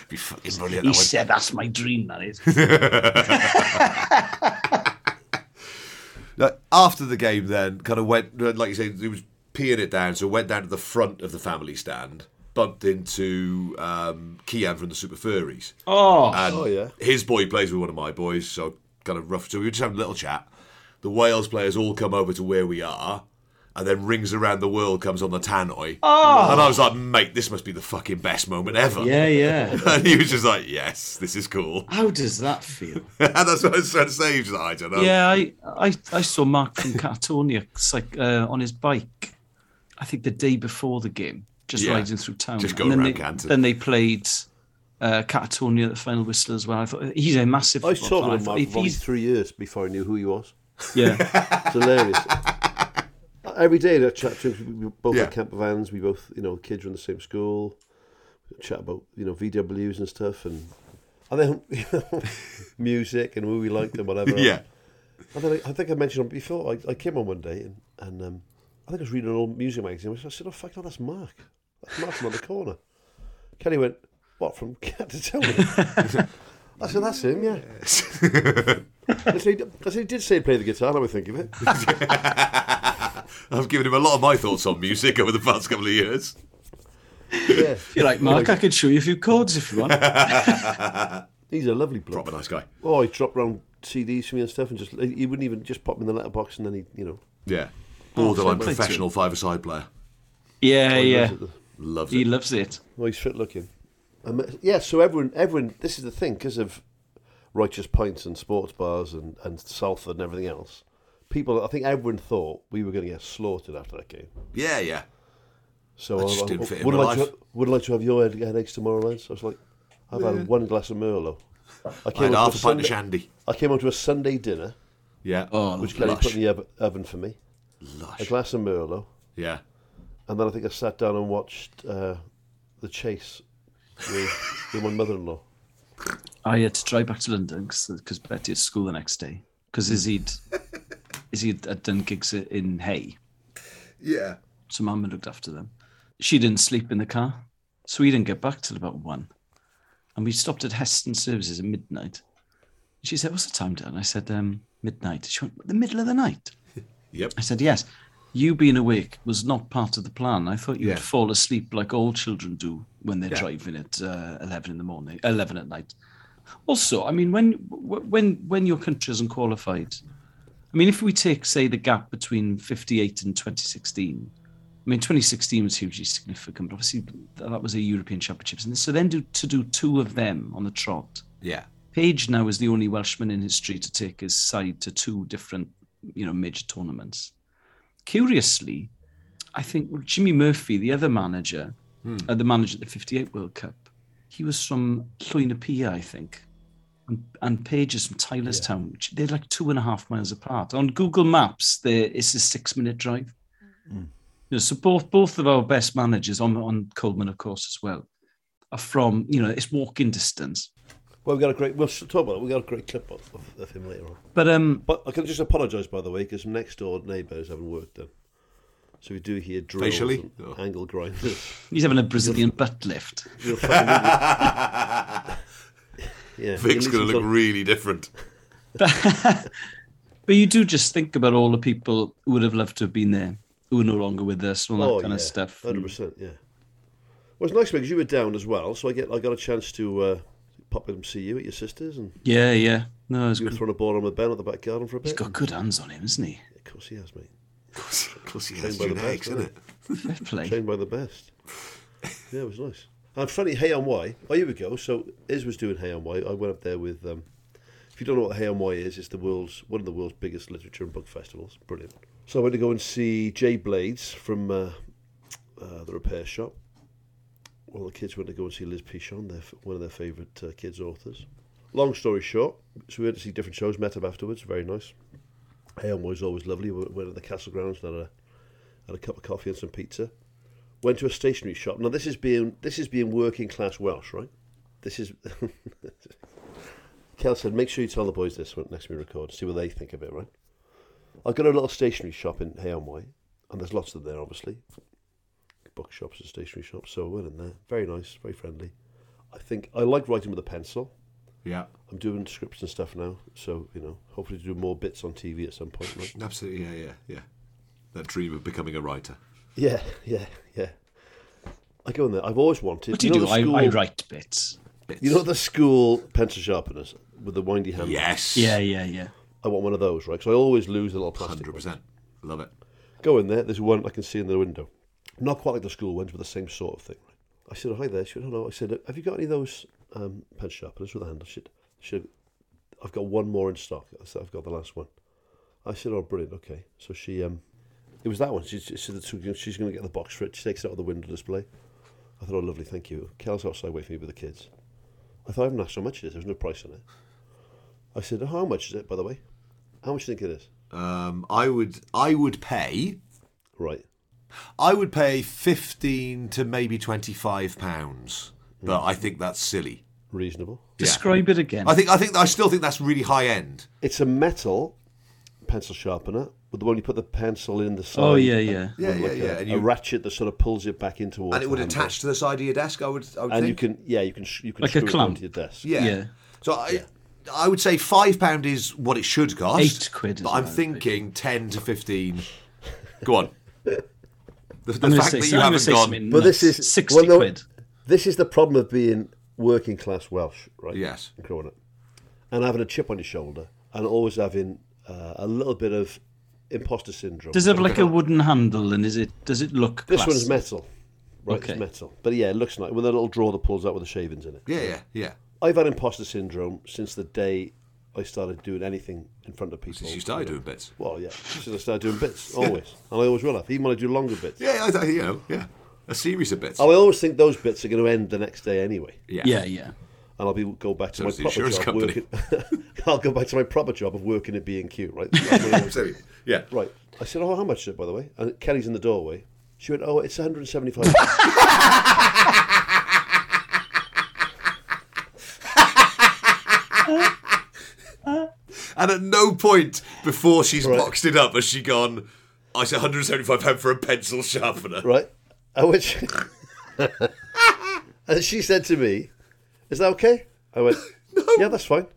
Speaker 1: Be fucking brilliant.
Speaker 3: He
Speaker 1: that one.
Speaker 3: said, That's my dream, that is.
Speaker 1: Like, after the game, then kind of went like you say, it was peeing it down, so went down to the front of the family stand, bumped into um, Kian from the Super Furries.
Speaker 3: Oh,
Speaker 1: And
Speaker 2: Oh, yeah.
Speaker 1: His boy plays with one of my boys, so kind of rough. So we were just having a little chat. The Wales players all come over to where we are, and then Rings Around the World comes on the tannoy. Oh. And I was like, mate, this must be the fucking best moment ever.
Speaker 3: yeah, yeah.
Speaker 1: And he was just like, yes, this is cool.
Speaker 3: How does that feel?
Speaker 1: and that's what I was trying to say. He was like, I don't know.
Speaker 3: Yeah, I, I, I saw Mark from Catatonia it's like, uh, on his bike, I think the day before the game, just
Speaker 1: Yeah.
Speaker 3: riding through town.
Speaker 1: Just
Speaker 3: and
Speaker 1: going
Speaker 3: then
Speaker 1: round
Speaker 3: they,
Speaker 1: Canton.
Speaker 3: Then they played uh, Catatonia at the final whistle as well. I thought he's a massive.
Speaker 2: I was
Speaker 3: football
Speaker 2: talking
Speaker 3: fan.
Speaker 2: to
Speaker 3: thought,
Speaker 2: Mark
Speaker 3: if
Speaker 2: for probably
Speaker 3: he's-
Speaker 2: three years before I knew who he was.
Speaker 3: Yeah,
Speaker 2: It's hilarious. Every day that chat to him, we both
Speaker 1: Yeah.
Speaker 2: had camper vans, we both, you know, kids were in the same school, chat about, you know, VWs and stuff and and then you know, music and who we liked and whatever.
Speaker 1: Yeah.
Speaker 2: And then I, I think I mentioned on before, I, I came on one day and, and um, I think I was reading an old music magazine. I said, oh, fuck, no, that's Mark. That's Mark from on the corner. Kelly went, what, from Cat to Tell Me? I said, that's him, yeah. I said, he- I said, he did say he played the guitar, now I think of it.
Speaker 1: I've given him a lot of my thoughts on music over the past couple of years.
Speaker 2: Yeah.
Speaker 3: you're like Mark. I could show you a few chords if you want.
Speaker 2: He's a lovely bloke.
Speaker 1: Proper nice guy.
Speaker 2: Oh, he dropped round CDs for me and stuff, and just he wouldn't even just pop them in the letterbox, and then he, you know,
Speaker 1: Yeah.
Speaker 3: Oh,
Speaker 1: Borderline
Speaker 3: fair play to
Speaker 1: professional five-a-side player.
Speaker 3: Yeah,
Speaker 2: he
Speaker 3: yeah.
Speaker 2: loves it.
Speaker 1: Loves
Speaker 3: He
Speaker 1: it.
Speaker 3: loves it.
Speaker 2: well, he's fit looking. Um, yeah, so everyone, everyone, this is the thing because of righteous pints and sports bars and and Salford and everything else. People, I think everyone thought we were going to get slaughtered after that game.
Speaker 1: Yeah, yeah.
Speaker 2: So
Speaker 1: That just didn't fit in
Speaker 2: would
Speaker 1: my
Speaker 2: like
Speaker 1: life.
Speaker 2: to, would like to have your head- headaches tomorrow, lads. I was like, I've had one glass of Merlot. I
Speaker 1: I had
Speaker 2: onto
Speaker 1: half a pint
Speaker 2: Sunday,
Speaker 1: of shandy.
Speaker 2: I came onto a Sunday dinner,
Speaker 1: Yeah.
Speaker 3: Oh,
Speaker 2: which Kelly put
Speaker 1: lush.
Speaker 2: in the ov- oven for me. A
Speaker 1: Lush.
Speaker 2: glass of Merlot.
Speaker 1: Yeah.
Speaker 2: And then I think I sat down and watched uh, The Chase with, with my mother in law.
Speaker 3: I had to drive back to London because Betty had school the next day. Because is he'd is he had done gigs in Hay,
Speaker 1: Yeah.
Speaker 3: so Mum had looked after them. She didn't sleep in the car, so we didn't get back till about one, and we stopped at Heston Services at midnight. She said, "What's the time, Dan?" I said, um, "Midnight." She went, "The middle of the night."
Speaker 1: Yep.
Speaker 3: I said, "Yes." You being awake was not part of the plan. I thought you
Speaker 1: Yeah.
Speaker 3: would fall asleep like all children do when they're driving at uh, eleven in the morning, eleven at night. Also, I mean, when wh- when when your country isn't qualified, I mean, if we take say the gap between fifty eight and twenty sixteen, I mean, twenty sixteen was hugely significant. But obviously, th- that was a European Championships, and so then do, to do two of them on the trot.
Speaker 1: Yeah.
Speaker 3: Page now is the only Welshman in history to take his side to two different, you know, major tournaments. Curiously, I think Jimmy Murphy, the other manager, uh, the manager at the 58 World Cup, he was from Llwynapia, I think. And, and Page is from Tylerstown, which they're like two and a half miles apart. On Google Maps, there it's a six minute drive. You know, so both, both of our best managers on, on Coleman, of course, as well, are from, you know, it's walking distance.
Speaker 2: Well, we got a great. We'll talk about it. We got a great clip of, of, of him later on.
Speaker 3: But um,
Speaker 2: But I can just apologise, by the way, because next door neighbours haven't worked them, so we do hear drills,
Speaker 1: Facially?
Speaker 2: and
Speaker 1: Oh.
Speaker 2: angle grinders.
Speaker 3: He's having a Brazilian butt lift.
Speaker 2: You're fucking idiot. yeah, At
Speaker 1: Vic's
Speaker 2: least
Speaker 1: going to
Speaker 2: he's
Speaker 1: look
Speaker 2: not-
Speaker 1: really different.
Speaker 3: But you do just think about all the people who would have loved to have been there, who are no longer with us, all that kind of stuff.
Speaker 2: Oh, Hundred percent, yeah. Well, it's nice because you were down as well, so I get I got a chance to uh, pop in and see you at your sister's, and
Speaker 3: Yeah, yeah. No, it's
Speaker 2: you were
Speaker 3: good.
Speaker 2: throwing a ball on with Ben at the back garden for a bit.
Speaker 3: he's got good hands on him, isn't he?
Speaker 2: Of course he has, mate.
Speaker 1: Of course, he has
Speaker 2: by
Speaker 1: two
Speaker 2: the best,
Speaker 1: legs,
Speaker 2: doesn't
Speaker 1: isn't it?
Speaker 3: Fair play.
Speaker 2: Trained by the best. Yeah, it was nice. And funny, Hey on Why. Oh, here we go. So Iz was doing Hey on Why. I went up there with. Um, if you don't know what Hey on Why is, it's the world's one of the world's biggest literature and book festivals. Brilliant. So I went to go and see Jay Blades from uh, uh, the Repair Shop. Well, the kids went to go and see Liz Pichon, their, f- one of their favourite uh, kids' authors. Long story short, so we went to see different shows, met up afterwards, very nice. Hey on Why is always lovely. We went to the Castle Grounds and had a, had a cup of coffee and some pizza went to a stationery shop. Now this is being this is being working class Welsh, right? This is. Kel said, make sure you tell the boys this when next we record, see what they think of it, right? I've got a little stationery shop in Hayonway, and there's lots of them there, obviously. Bookshops and stationery shops, so I went in there. Very nice, very friendly. I think I like writing with a pencil.
Speaker 1: Yeah.
Speaker 2: I'm doing scripts and stuff now, so, you know, hopefully to do more bits on TV at some point, right?
Speaker 1: Absolutely. Yeah, yeah, yeah. That dream of becoming a writer.
Speaker 2: yeah, yeah, yeah. I go in there. I've always wanted.
Speaker 3: What do you
Speaker 2: know
Speaker 3: do?
Speaker 2: the
Speaker 3: I,
Speaker 2: school-
Speaker 3: I write bits.
Speaker 2: You know the school pencil sharpeners with the windy handle?
Speaker 1: Yes.
Speaker 3: Yeah, yeah, yeah.
Speaker 2: I want one of those, right? So I always lose the little plastic.
Speaker 1: Hundred
Speaker 2: one.
Speaker 1: percent. Love it.
Speaker 2: Go in there, there's one I can see in the window. Not quite like the school ones, but the same sort of thing. right? I said, oh, hi there. She went, hello. I said, have you got any of those um, pencil sharpeners with a handle? She, she, I've got one more in stock. I said, I've got the last one. I said, oh, brilliant, okay. So she, um, it was that one. She, she said, that she's going to get the box for it. She takes it out of the window display. I thought, oh, lovely, thank you. Cal's outside waiting for me with the kids. I thought, I haven't asked how much it is. There's no price on it. I said, oh, how much is it, by the way? How much do you think it is?
Speaker 1: Um, I would. I would pay.
Speaker 2: Right.
Speaker 1: I would pay fifteen to maybe twenty-five pounds, but I think that's silly.
Speaker 2: Reasonable.
Speaker 3: Describe it again.
Speaker 1: I think. I think. I still think that's really high end.
Speaker 2: It's a metal pencil sharpener with the one you put the pencil in the side.
Speaker 3: oh, yeah, yeah.
Speaker 1: Yeah,
Speaker 2: with
Speaker 1: yeah,
Speaker 2: like
Speaker 1: yeah.
Speaker 2: A,
Speaker 1: and
Speaker 2: a
Speaker 1: you,
Speaker 2: ratchet that sort of pulls it back in towards.
Speaker 1: and it
Speaker 2: the
Speaker 1: would
Speaker 2: handle.
Speaker 1: attach to the side of your desk. I would. I would
Speaker 2: And you
Speaker 1: think.
Speaker 2: can, yeah, you can, sh- you can
Speaker 3: Like a
Speaker 2: screw it
Speaker 3: clamp.
Speaker 2: onto your desk.
Speaker 1: Yeah.
Speaker 3: Yeah.
Speaker 1: So I, I would say five pound is what it should cost.
Speaker 3: Eight quid is
Speaker 1: But I'm
Speaker 3: what I would
Speaker 1: thinking ten to fifteen. Go on. The, the
Speaker 3: I'm going to
Speaker 1: fact
Speaker 3: say, I'm
Speaker 1: that you
Speaker 3: gonna
Speaker 1: haven't
Speaker 3: say
Speaker 1: gone.
Speaker 3: something.
Speaker 2: But this
Speaker 3: nuts.
Speaker 2: is
Speaker 3: 60
Speaker 2: well, no,
Speaker 3: quid.
Speaker 2: This is the problem of being working class Welsh, right?
Speaker 1: Yes.
Speaker 2: growing up, and having a chip on your shoulder, and always having uh, a little bit of imposter syndrome.
Speaker 3: Does it have like a wooden handle and is it, does it look
Speaker 2: this
Speaker 3: classy?
Speaker 2: one's metal, right?
Speaker 3: Okay.
Speaker 2: It's metal, but yeah, it looks nice with a little drawer that pulls out with the shavings in it.
Speaker 1: Yeah, yeah, yeah.
Speaker 2: I've had imposter syndrome since the day I started doing anything in front of people.
Speaker 1: Since you started doing bits.
Speaker 2: Well, yeah, since I started doing bits, always, and I always will have, even when I do longer bits.
Speaker 1: Yeah, I, I- you know, yeah. A series of bits.
Speaker 2: And I always think those bits are going to end the next day anyway,
Speaker 1: yeah.
Speaker 3: Oh, Yeah, yeah.
Speaker 2: and I'll be go back to
Speaker 1: So
Speaker 2: my
Speaker 1: does the
Speaker 2: proper
Speaker 1: insurance
Speaker 2: job.
Speaker 1: company.
Speaker 2: Working, I'll go back to my proper job of working at B and Q, right? That's what I always do.
Speaker 1: Absolutely. Yeah.
Speaker 2: right. I said, "Oh, how much is it, by the way?" And Kelly's in the doorway. She went, "Oh, it's 175."
Speaker 1: And at no point before she's boxed it up has she gone, I said 175 pound for a pencil sharpener.
Speaker 2: right? I which, and she said to me, "Is that okay?" I went, "Yeah, that's fine,"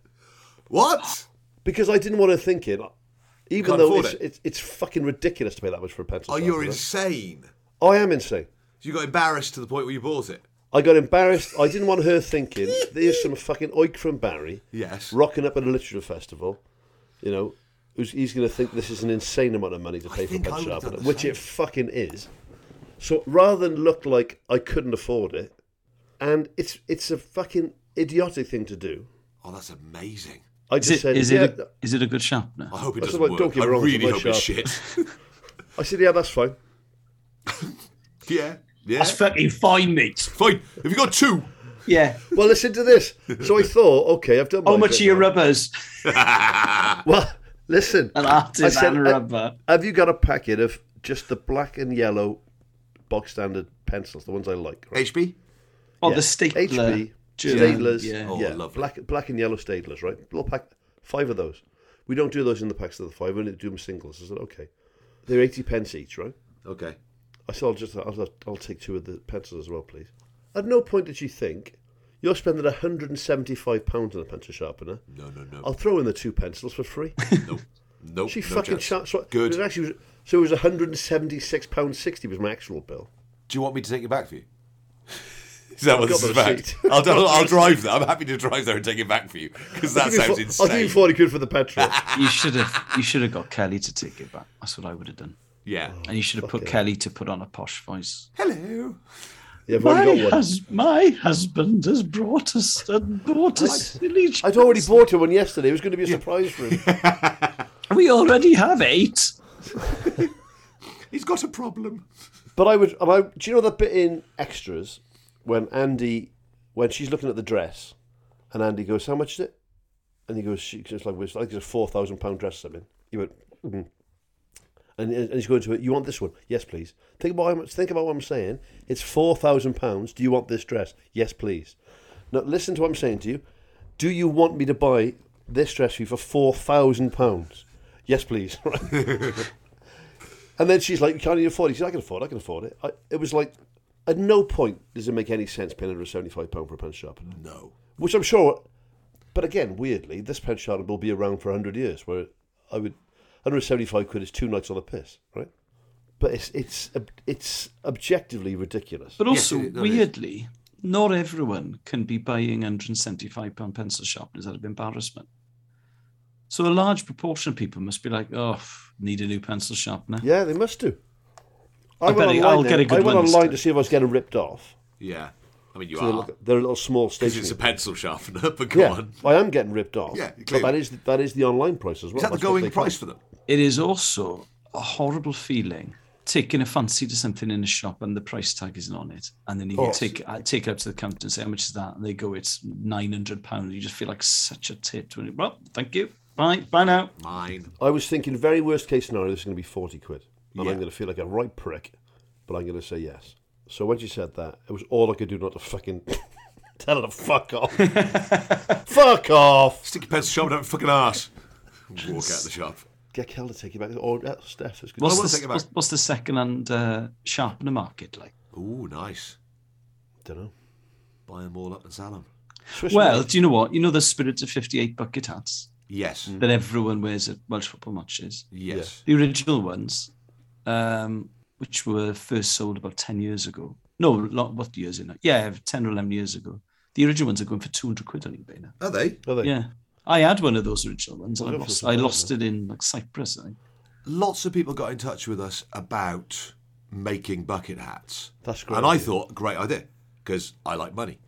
Speaker 1: What?
Speaker 2: because I didn't want her thinking, even
Speaker 1: can't
Speaker 2: though
Speaker 1: afford
Speaker 2: it's,
Speaker 1: it.
Speaker 2: it's it's fucking ridiculous to pay that much for a pencil.
Speaker 1: Oh, you're
Speaker 2: sharpener.
Speaker 1: insane.
Speaker 2: I am insane.
Speaker 1: You got embarrassed to the point where you bought it.
Speaker 2: I got embarrassed. I didn't want her thinking there's some fucking oik from Barry
Speaker 1: Yes.
Speaker 2: rocking up at a literature festival. You know, who's, he's going to think this is an insane amount of money to pay for a
Speaker 1: think I
Speaker 2: punch
Speaker 1: would've done
Speaker 2: sharpener,
Speaker 1: the
Speaker 2: which
Speaker 1: same.
Speaker 2: it fucking is. So rather than look like I couldn't afford it, and it's it's a fucking idiotic thing to do.
Speaker 1: Oh, that's amazing.
Speaker 2: I
Speaker 3: Is
Speaker 2: just
Speaker 3: it,
Speaker 2: said,
Speaker 3: is,
Speaker 2: yeah, Oh,
Speaker 3: it a, is it a good sharpener?
Speaker 1: I hope it
Speaker 2: That's
Speaker 1: doesn't
Speaker 2: what-
Speaker 1: work.
Speaker 2: don't get
Speaker 1: I
Speaker 2: me wrong, it's
Speaker 1: really
Speaker 2: my
Speaker 1: hope it's shit.
Speaker 2: I said, yeah, that's fine.
Speaker 1: yeah. Yeah.
Speaker 3: That's fucking fine, mate.
Speaker 1: Fine. Have you got two?
Speaker 3: Yeah.
Speaker 2: Well, listen to this. So I thought, okay, I've done.
Speaker 3: How
Speaker 2: my
Speaker 3: much
Speaker 2: bit
Speaker 3: are your
Speaker 2: now.
Speaker 3: rubbers?
Speaker 2: Well, listen.
Speaker 3: An
Speaker 2: I
Speaker 3: artisan
Speaker 2: said, uh,
Speaker 3: rubber.
Speaker 2: Have you got a packet of just the black and yellow bog standard pencils, the ones I like? Right?
Speaker 1: HB?
Speaker 3: Oh,
Speaker 2: Yeah.
Speaker 3: the stapler.
Speaker 2: HB,
Speaker 3: German,
Speaker 2: staplers, yeah,
Speaker 3: Yeah.
Speaker 1: Oh, lovely.
Speaker 2: black black and yellow staplers, right? Little pack, five of those. We don't do those in the packs of the five. We only do them singles. I said, okay, they're eighty pence each, right?
Speaker 1: Okay.
Speaker 2: I said, I'll just, I'll, I'll take two of the pencils as well, please. At no point did she think you're spending hundred and seventy-five pounds on a pencil sharpener.
Speaker 1: No, no, no.
Speaker 2: I'll throw in the two pencils for free.
Speaker 1: Nope. Nope.
Speaker 2: She
Speaker 1: no
Speaker 2: fucking
Speaker 1: chance.
Speaker 2: char- so
Speaker 1: Good.
Speaker 2: It was actually so it was one hundred and seventy six pounds sixty was my actual bill.
Speaker 1: Do you want me to take it back for you? Is that what
Speaker 2: got
Speaker 1: this is
Speaker 2: the
Speaker 1: about?
Speaker 2: receipt.
Speaker 1: I'll, I'll, I'll drive there. I'm happy to drive there and take it back for you because that
Speaker 2: Give you
Speaker 1: sounds
Speaker 2: fo-
Speaker 1: insane.
Speaker 2: I'll give you forty quid for the petrol.
Speaker 3: You should have. You should have got Kelly to take it back. That's what I would have done.
Speaker 1: Yeah.
Speaker 3: And you should have put Kelly to put on a posh voice.
Speaker 1: Hello.
Speaker 2: yeah, I've already got one.
Speaker 3: my husband has brought us and bought us village.
Speaker 2: I'd already bought her one yesterday. It was going to be a surprise for him.
Speaker 3: We already have eight.
Speaker 1: He's got a problem.
Speaker 2: But I would. And I, do you know that bit in extras when Andy, when she's looking at the dress, and Andy goes, "How much is it?" And he goes, "She it's like it's like it's a four thousand pound dress or something." He went, mm. and and he's going to it. You want this one? Yes, please. Think about what I'm, think about what I'm saying. It's four thousand pounds. Do you want this dress? Yes, please. Now listen to what I'm saying to you. Do you want me to buy this dress for you for four thousand pounds? Yes, please. Right. And then she's like, "Can you afford it?" She's, "I can afford. it, I can afford it." I, it was like, at no point does it make any sense paying under seventy-five pound for a pen sharpener,
Speaker 1: No.
Speaker 2: which I'm sure. But again, weirdly, this pen sharpener will be around for hundred years. Where I would, under seventy-five quid is two nights on the piss, right? But it's it's ob- it's objectively ridiculous.
Speaker 3: But
Speaker 1: Yes,
Speaker 3: also,
Speaker 1: it- that is.
Speaker 3: weirdly, not everyone can be buying £175 pencil sharpeners out of embarrassment. So a large proportion of people must be like, oh, f- need a new pencil sharpener.
Speaker 2: yeah, they must do. I,
Speaker 3: I
Speaker 2: went
Speaker 3: bet
Speaker 2: online.
Speaker 3: it- I'll get a
Speaker 2: then-
Speaker 3: good
Speaker 2: I went
Speaker 3: one this
Speaker 2: online
Speaker 3: time.
Speaker 2: to see if I was getting ripped off.
Speaker 1: Yeah. I mean, you
Speaker 2: So they're,
Speaker 1: are.
Speaker 2: like, they're a little small
Speaker 1: Because
Speaker 2: station.
Speaker 1: it's a pencil sharpener, but go
Speaker 2: yeah,
Speaker 1: on.
Speaker 2: I am getting ripped off.
Speaker 1: Yeah,
Speaker 2: but
Speaker 1: clearly.
Speaker 2: that is that is the online price as well.
Speaker 1: Is that the
Speaker 2: That's what
Speaker 1: going
Speaker 2: they
Speaker 1: price
Speaker 2: cost.
Speaker 1: for them?
Speaker 3: It is also a horrible feeling taking a fancy to something in a shop and the price tag isn't on it. And then you
Speaker 2: course.
Speaker 3: take I take it up to the counter and say, how much is that? And they go, it's £900. You just feel like such a tit. When you, well, thank you. Bye. Bye now.
Speaker 1: Mine.
Speaker 2: I was thinking, very worst case scenario, this is going to be 40 quid. And
Speaker 1: Yeah.
Speaker 2: I'm going to feel like a right prick, but I'm going to say yes. So when she said that, it was all I could do not to fucking tell her to fuck off. fuck off!
Speaker 1: Stick your pencil sharpener up your fucking arse. Walk out the shop.
Speaker 2: Get Kel to take you back. Or uh, Steph, it's good.
Speaker 3: What's
Speaker 1: will
Speaker 3: the,
Speaker 1: take it back.
Speaker 3: what's, what's the second-hand uh, sharpener market like?
Speaker 1: Ooh, nice.
Speaker 2: don't know.
Speaker 1: Buy them all up and sell them.
Speaker 2: Swiss
Speaker 3: Well,
Speaker 2: Made.
Speaker 3: do you know what? You know the spirit of 58 bucket hats
Speaker 1: Yes.
Speaker 3: that everyone wears at Welsh football matches?
Speaker 1: Yes.
Speaker 3: The original ones, um, which were first sold about 10 years ago. No, lot, what years in it? Yeah, 10 or 11 years ago. The original ones are going for 200 quid on eBay now.
Speaker 1: Are they?
Speaker 2: Are they?
Speaker 3: Yeah. I had one of those original ones and I
Speaker 2: Well, that's
Speaker 3: lost,
Speaker 2: not
Speaker 3: I
Speaker 2: bad,
Speaker 3: lost it in like Cyprus. I think.
Speaker 1: Lots of people got in touch with us about making bucket hats.
Speaker 2: That's great.
Speaker 1: And I thought, great idea, because I like money.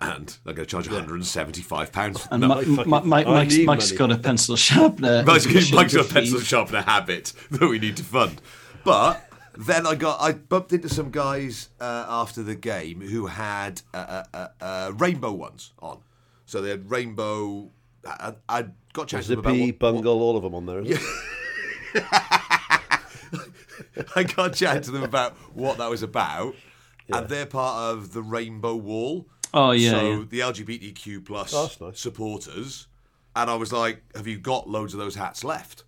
Speaker 1: And I'm going to charge £175 for
Speaker 3: And
Speaker 1: no,
Speaker 3: Mi- Mi- Mi-
Speaker 2: I
Speaker 3: Mike's,
Speaker 2: need
Speaker 3: Mike's
Speaker 2: money.
Speaker 3: got a pencil sharpener.
Speaker 1: Mike's,
Speaker 3: edition
Speaker 1: Mike's got a
Speaker 3: defeat.
Speaker 1: pencil sharpener habit that we need to fund. But then I got I bumped into some guys uh, after the game who had uh, uh, uh, uh, rainbow ones on. So they had rainbow. I, I I got chatting to them about
Speaker 2: Zippy,
Speaker 1: what,
Speaker 2: Bungle, all of them on there. Isn't it?
Speaker 1: I got chatting to them about what that was about, and they're part of the Rainbow Wall.
Speaker 3: Oh, yeah,
Speaker 1: So
Speaker 3: yeah.
Speaker 1: the LGBTQ plus
Speaker 2: Oh, that's nice.
Speaker 1: supporters And I was like, Have you got loads of those hats left?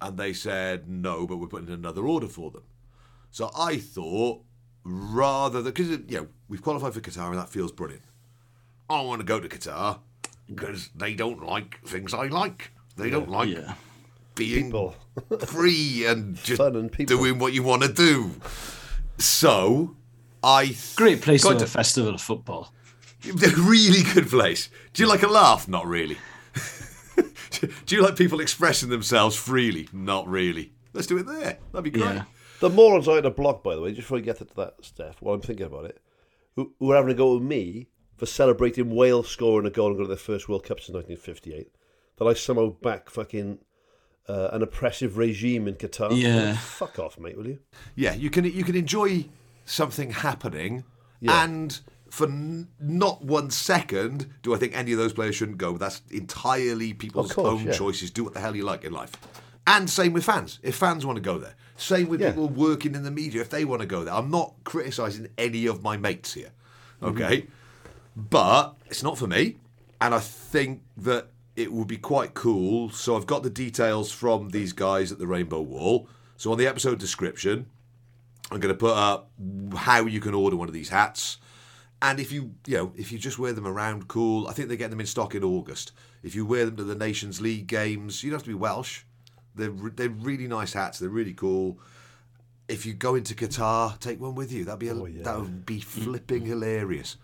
Speaker 1: And they said, No, but we're putting in another order for them. So I thought, rather than, because, you know, we've qualified for Qatar and that feels brilliant. I want to go to Qatar because they don't like things I like. They don't like
Speaker 3: yeah.
Speaker 1: being
Speaker 2: People.
Speaker 1: free and just
Speaker 2: Fun and people.
Speaker 1: doing what you want to do. So I th-
Speaker 3: Great place
Speaker 1: Got
Speaker 3: for
Speaker 1: to-
Speaker 3: a festival of football.
Speaker 1: really good place. Do you like a laugh? Not really. do you like people expressing themselves freely? Not really. Let's do it there. That'd be great.
Speaker 3: Yeah.
Speaker 2: The morons out the block, by the way, just before I get to that, Steph, while I'm thinking about it, who, who are having a go at me for celebrating Wales scoring a goal and going to their first World Cup since 1958, that I somehow back fucking uh, an oppressive regime in Qatar.
Speaker 3: Yeah.
Speaker 2: Well, fuck off, mate, will you?
Speaker 1: Yeah, you can you can enjoy something happening,
Speaker 2: Yeah.
Speaker 1: and for n- not one second do I think any of those players shouldn't go. That's entirely people's
Speaker 2: Of course,
Speaker 1: own
Speaker 2: yeah.
Speaker 1: choices. Do what the hell you like in life. And same with fans. If fans want to go there, same with
Speaker 2: Yeah.
Speaker 1: people working in the media if they want to go there. I'm not criticising any of my mates here, okay? But it's not for me, and I think that it would be quite cool. So I've got the details from these guys at the Rainbow Wall. So on the episode description, I'm going to put up how you can order one of these hats. And if you, you know, if you just wear them around, cool. I think they get them in stock in August. If you wear them to the Nations League games, you don't have to be Welsh. They're re- they're really nice hats. They're really cool. If you go into Qatar, take one with you. That'd be a,
Speaker 2: Oh,
Speaker 1: that would be flipping hilarious.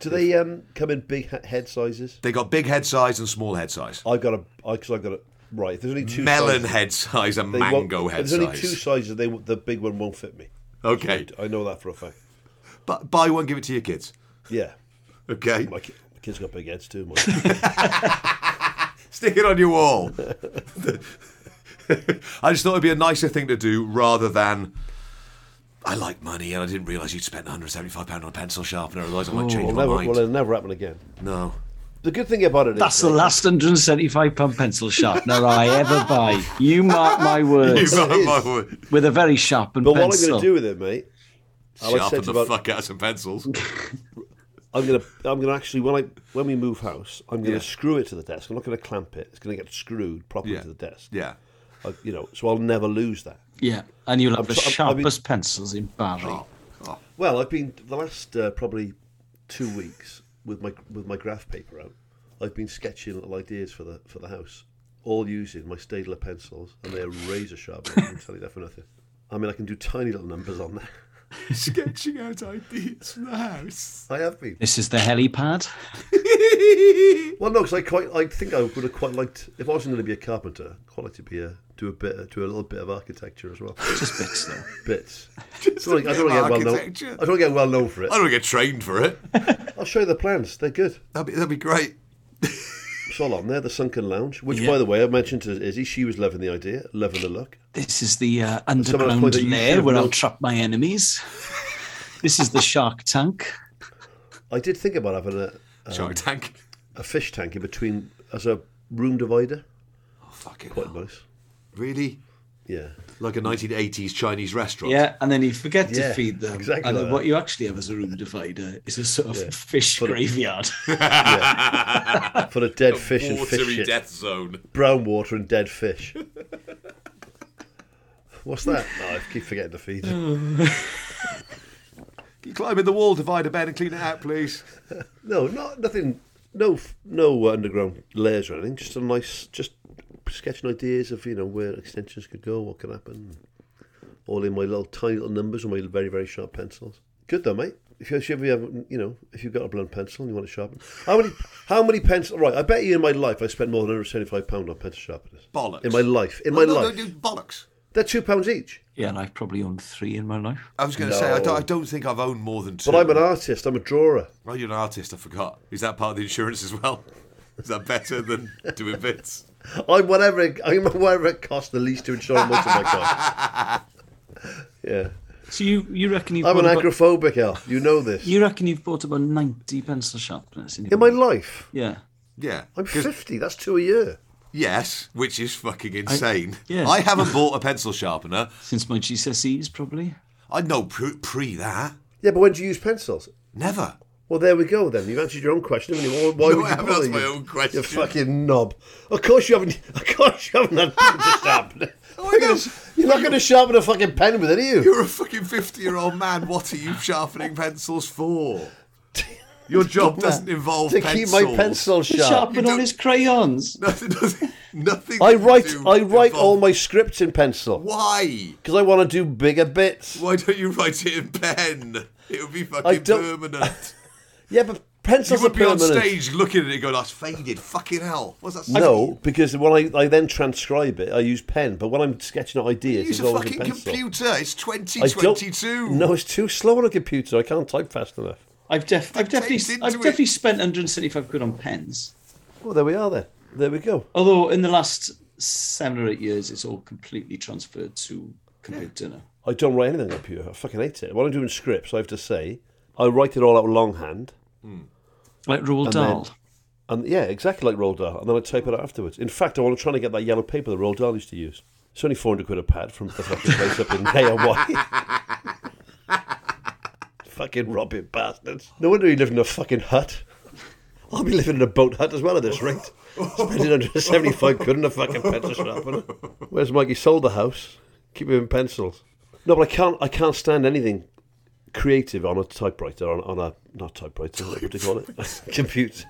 Speaker 2: Do they um, come in big he- head sizes?
Speaker 1: They got big head size and small head size.
Speaker 2: I've got a, because I've got a, right, if there's only two
Speaker 1: Melon
Speaker 2: sizes,
Speaker 1: head size and
Speaker 2: they won't-
Speaker 1: mango
Speaker 2: if
Speaker 1: head
Speaker 2: There's only two
Speaker 1: size.
Speaker 2: sizes, they, won't- the big one won't fit me.
Speaker 1: Okay,
Speaker 2: I know that for a fact.
Speaker 1: but buy one, give it to your kids.
Speaker 2: Yeah.
Speaker 1: Okay,
Speaker 2: My, ki- my kid's got big heads too, mate.
Speaker 1: stick it on your wall. I just thought it'd be a nicer thing to do rather than. I like money, and I didn't realise you'd spent 175 pound on a pencil sharpener. Otherwise, I might change
Speaker 2: It'll
Speaker 1: my
Speaker 2: never,
Speaker 1: mind.
Speaker 2: well, it'll never happen again.
Speaker 1: no,
Speaker 2: The good thing about it is
Speaker 3: That's the
Speaker 2: mate,
Speaker 3: last 175 pound pencil sharpener I ever buy. You mark my words.
Speaker 1: You've got
Speaker 2: is.
Speaker 1: my word.
Speaker 3: With a very sharpened
Speaker 2: But what I'm
Speaker 3: pencil.
Speaker 2: going to do with it, mate, I like
Speaker 1: Sharpen
Speaker 2: said
Speaker 1: the
Speaker 2: about,
Speaker 1: fuck out of some pencils.
Speaker 2: I'm going to, I'm going to actually when I when we move house, I'm going to screw it to the desk. I'm not going to clamp it. It's going to get screwed properly
Speaker 1: Yeah.
Speaker 2: to the desk.
Speaker 1: yeah,
Speaker 2: I- you know, so I'll never lose that.
Speaker 3: Yeah, and you'll have
Speaker 2: I'm
Speaker 3: the
Speaker 2: so- I'm- I mean-
Speaker 3: sharpest pencils in Barry.
Speaker 2: Well, I've been the last uh, probably two weeks with my with my graph paper out. I've been sketching little ideas for the for the house, all using my Staedtler pencils, and they're razor sharp. I can tell you that for nothing. I mean, I can do tiny little numbers on there.
Speaker 1: sketching out ideas for the house.
Speaker 2: I have been.
Speaker 3: This is the helipad.
Speaker 2: Well, no, because I quite, I think I would have quite liked, if I wasn't going to be a carpenter, I'd quite like to be a, do a bit, do a little bit of architecture as well.
Speaker 3: Just bits though.
Speaker 2: Bits.
Speaker 1: Just
Speaker 2: I don't, I don't
Speaker 1: a bit of
Speaker 2: get well known.
Speaker 1: architecture.
Speaker 2: I don't get well known for it.
Speaker 1: I don't get trained for it.
Speaker 2: I'll show you the plans. They're good.
Speaker 1: That'd be, that'd be great.
Speaker 2: It's all on there. The sunken lounge, which,
Speaker 3: Yeah.
Speaker 2: by the way, I mentioned to Izzy, she was loving the idea, loving the look.
Speaker 3: This is the uh,
Speaker 2: someone
Speaker 3: underground
Speaker 2: point that you should
Speaker 3: lair
Speaker 2: have
Speaker 3: where I'll
Speaker 2: known.
Speaker 3: trap my enemies. this is the shark tank.
Speaker 2: I did think about having a,
Speaker 1: Shark Tank.
Speaker 2: a fish tank in between as a room divider.
Speaker 1: Oh, fucking
Speaker 2: Quite
Speaker 1: hell.
Speaker 2: nice.
Speaker 1: Really?
Speaker 2: Yeah.
Speaker 1: Like a 1980s Chinese restaurant.
Speaker 3: Yeah, and then you forget
Speaker 2: Yeah,
Speaker 3: to feed them.
Speaker 2: exactly
Speaker 3: And then
Speaker 2: like
Speaker 3: what
Speaker 2: that.
Speaker 3: you actually have as a room divider is a sort of fish graveyard.
Speaker 2: Full of dead fish and fish
Speaker 1: Watery
Speaker 2: shit.
Speaker 1: death zone.
Speaker 2: brown water and dead fish. What's that? No, I keep forgetting to feed you.
Speaker 1: Can you climb in the wall, divide a bed, and clean it out, please?
Speaker 2: No, not nothing. No, f- no underground layers or anything. Just a nice, just sketching ideas of you know where extensions could go, what could happen. All in my little tiny little numbers with my very very sharp pencils. Good though, mate. If you if you ever have, you know if you've got a blunt pencil and you want to sharpen, how many how many pencils? Right, I bet you in my life I spent more than hundred seventy five pound on pencil sharpeners.
Speaker 1: Bollocks. Oh,
Speaker 2: In my life, in my
Speaker 1: No, no,
Speaker 2: life,
Speaker 1: no, bollocks.
Speaker 2: they're two pounds each.
Speaker 3: yeah, and I've probably owned three in my life.
Speaker 1: I was going to say, I don't,
Speaker 2: No.
Speaker 1: I don't think I've owned more than two.
Speaker 2: But I'm an artist. I'm a drawer.
Speaker 1: Oh, you're an artist, I forgot. Is that part of the insurance as well? Is that better than doing bits?
Speaker 2: I'm whatever. It, I'm whatever it costs the least to insure a motorbike. yeah,
Speaker 3: So you, you reckon you've
Speaker 2: I'm an
Speaker 3: bought about,
Speaker 2: agoraphobic, Al. You know this.
Speaker 3: you reckon you've bought about ninety pencil sharpeners in your
Speaker 2: In my life,
Speaker 3: life? Yeah.
Speaker 1: Yeah.
Speaker 2: I'm
Speaker 1: 'Cause-
Speaker 2: fifty. That's two a year.
Speaker 1: Yes, which is fucking insane. I,
Speaker 3: yeah.
Speaker 1: haven't bought a pencil sharpener.
Speaker 3: Since my GCSEs probably.
Speaker 1: I know pre, pre that.
Speaker 2: Yeah, but when do you use pencils?
Speaker 1: Never.
Speaker 2: Well, there we go then. You've answered your own question, haven't you? Why, why
Speaker 1: No,
Speaker 2: would
Speaker 1: I
Speaker 2: you
Speaker 1: haven't
Speaker 2: bother,
Speaker 1: asked my
Speaker 2: you-
Speaker 1: own question.
Speaker 2: You fucking knob. Of course you haven't. Of course you haven't had time to sharpen it.
Speaker 1: I know.
Speaker 2: You're not going to sharpen a fucking pen with it, are you?
Speaker 1: Oh You're a fucking 50 year old man. What are you sharpening pencils for? Your job doesn't involve
Speaker 2: to keep
Speaker 1: pencils.
Speaker 2: my pencil
Speaker 3: He's
Speaker 2: sharp.
Speaker 3: sharpening all his crayons.
Speaker 1: Nothing. nothing, nothing
Speaker 2: I
Speaker 1: to
Speaker 2: write.
Speaker 1: do
Speaker 2: I write all
Speaker 1: involve-
Speaker 2: my scripts in pencil
Speaker 1: Why?
Speaker 2: because I want to do bigger bits.
Speaker 1: Why don't you write it in pen? It would be
Speaker 2: I
Speaker 1: fucking
Speaker 2: don't-
Speaker 1: permanent.
Speaker 2: Yeah, but
Speaker 1: You
Speaker 2: pencils
Speaker 1: would
Speaker 2: are
Speaker 1: be on
Speaker 2: permanent.
Speaker 1: stage looking at it going, that's faded. Fucking hell. What's that?
Speaker 2: No, because when I, I then transcribe it, I use pen. But when I'm sketching out ideas, it's
Speaker 1: Use a
Speaker 2: always
Speaker 1: fucking
Speaker 2: in pencil.
Speaker 1: computer. It's
Speaker 2: I don't-
Speaker 1: 2022.
Speaker 2: No, it's too slow on a computer. I can't type fast enough.
Speaker 3: I've, def- I've definitely,
Speaker 1: Takes into
Speaker 3: I've
Speaker 1: it.
Speaker 3: definitely spent 175 quid on pens.
Speaker 2: Well, there we are. Then there we go.
Speaker 3: Although in the last seven or eight years, it's all completely transferred to computer now.
Speaker 2: I don't write anything on a computer. I fucking hate it. When I'm doing scripts, I have to say I write it all out longhand,
Speaker 3: Like Roald
Speaker 2: And then-
Speaker 3: Dahl.
Speaker 2: and yeah, exactly like Roald Dahl, and then I type it out afterwards. In fact, I want to try and get that yellow paper that Roald Dahl used to use. It's only four hundred quid a pad from the fucking place up in Hawaii. fucking robbing bastards. No wonder he lived in a fucking hut. I'll be living in a boat hut as well at this rate. Spending 175 quid on a fucking pencil sharpener. Where's Mikey sold the house? Keep him in pencils. No, but I can't. I can't stand anything creative on a typewriter on, on a not typewriter. What do you call it? Computer.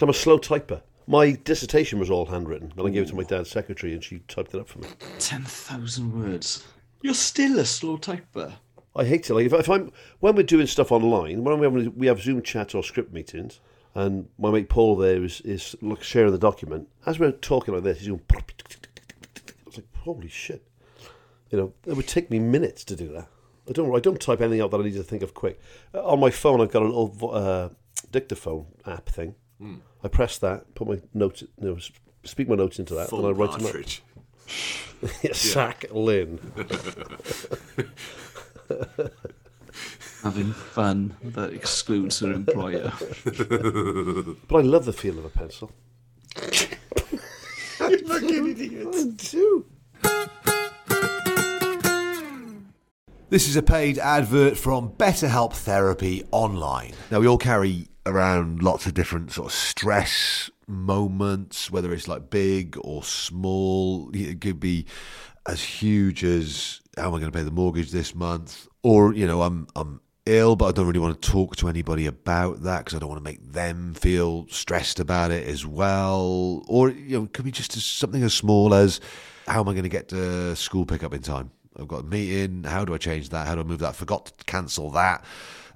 Speaker 2: I'm a slow typer. My dissertation was all handwritten, and I gave it to my dad's secretary, and she typed it up for me.
Speaker 3: 10,000 words. You're still a slow typer.
Speaker 2: I hate it. Like if, if I'm when we're doing stuff online, when we have, we have Zoom chats or script meetings, and my mate Paul there is is look sharing the document. As we're talking like this, he's doing. I was like, holy shit! You know, it would take me minutes to do that. I don't. I don't type anything out that I need to think of quick. Uh, on my phone, I've got a little vo- uh, dictaphone app thing. I press that, put my notes, you know, s- speak my notes into that,
Speaker 1: Full
Speaker 2: and I write them up.
Speaker 1: partridge.
Speaker 2: Sack Lynn.
Speaker 3: Having fun that excludes her employer.
Speaker 2: But I love the feel of a pencil.
Speaker 1: This is a paid advert from BetterHelp Therapy Online. Now, we all carry around lots of different sort of stress moments, whether it's like big or small. It could be as huge as how am I going to pay the mortgage this month? Or, you know, I'm, I'm ill, but I don't really want to talk to anybody about that because I don't want to make them feel stressed about it as well. Or, you know, it could be just as, something as small as how am I going to get to school pickup in time? I've got a meeting. How do I change that? How do I move that? Forgot to cancel that.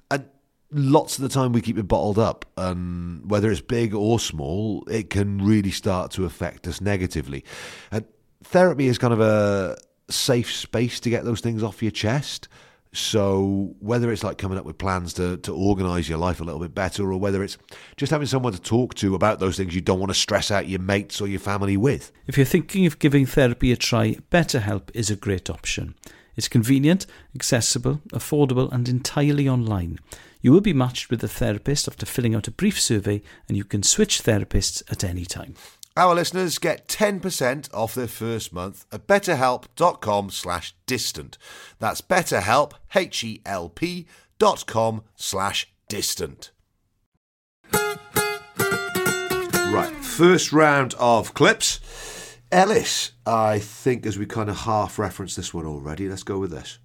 Speaker 1: And lots of the time we keep it bottled up. And whether it's big or small, it can really start to affect us negatively. And therapy is kind of a safe space to get those things off your chest. So whether it's like coming up with plans to to organise your life a little bit better, or whether it's just having someone to talk to about those things you don't want to stress out your mates or your family with.
Speaker 4: If you're thinking of giving therapy a try, BetterHelp is a great option. It's convenient, accessible, affordable, and entirely online. You will be matched with a therapist after filling out a brief survey, and you can switch therapists at any time.
Speaker 1: Our listeners get 10% off their first month at betterhelp.com slash distant. That's betterhelp, H-E-L-P dot com slash distant. Right, first round of clips. Ellis, I think as we kind of half referenced this one already, let's go with this.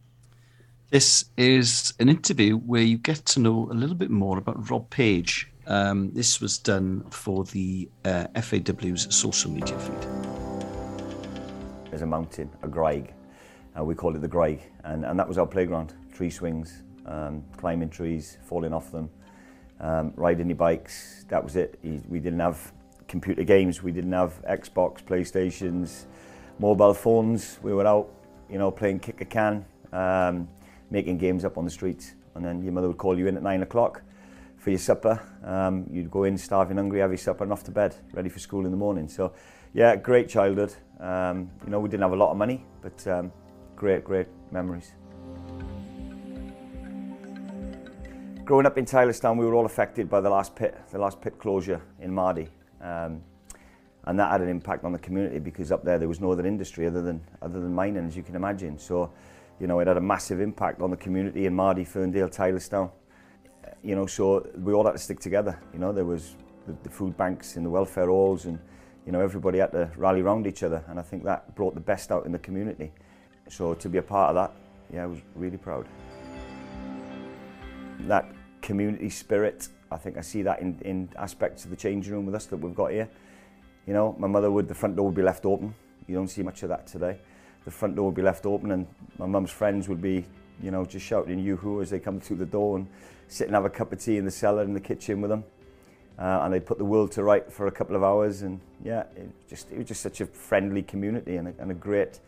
Speaker 3: This is an interview where you get to know a little bit more about Rob Page. Um, this was done for the uh, FAW's social media feed.
Speaker 4: There's a mountain, a Graig. Uh, we call it the Graig, and, and that was our playground. Tree swings, um, climbing trees, falling off them, um, riding your bikes. That was it. You- We didn't have computer games, we didn't have Xbox, PlayStations, mobile phones. We were out, you know, playing kick a can, um, making games up on the streets. And then your mother would call you in at nine o'clock for your supper. Um, you'd go in starving, hungry, have your supper, and off to bed, ready for school in the morning. So, yeah, great childhood. Um, you know, we didn't have a lot of money, but um, great, great memories. Growing up in Tylerstown, we were all affected by the last pit, the last pit closure in Mardy. Um, and that had an impact on the community because up there there was no other industry other than other than mining, as you can imagine. So, you know, it had a massive impact on the community in Mardy, Ferndale, Tylerstown. you know, so we all had to stick together. You know, there was the, the food banks and the welfare halls, and you know, everybody had to rally round each other, and I think that brought the best out in the community. So to be a part of that, yeah, I was really proud. That community spirit, I think I see that in, in aspects of the changing room with us that we've got here. You know, my mother would, the front door would be left open. You don't see much of that today. The front door would be left open and my mum's friends would be, you know, just shouting yoo-hoo as they come through the door and sit and have a cup of tea in the cellar in the kitchen with them. Uh, and they'd put the world to right for a couple of hours and yeah, it just it was just such a friendly community and a, and a great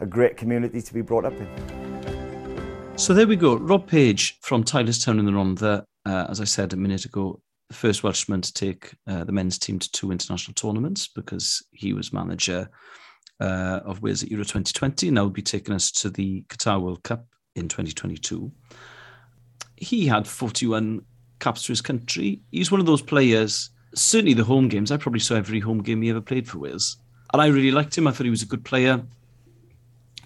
Speaker 4: a great community to be brought up in.
Speaker 3: So there we go. Rob Page from Tylerstown in the Rhondda, uh, as I said a minute ago, the first Welshman to take uh, the men's team to two international tournaments because he was manager uh, of Wales at Euro 2020 and now will be taking us to the Qatar World Cup in 2022. He had 41 caps for his country. He's one of those players, certainly the home games. I probably saw every home game he ever played for Wales. And I really liked him. I thought he was a good player,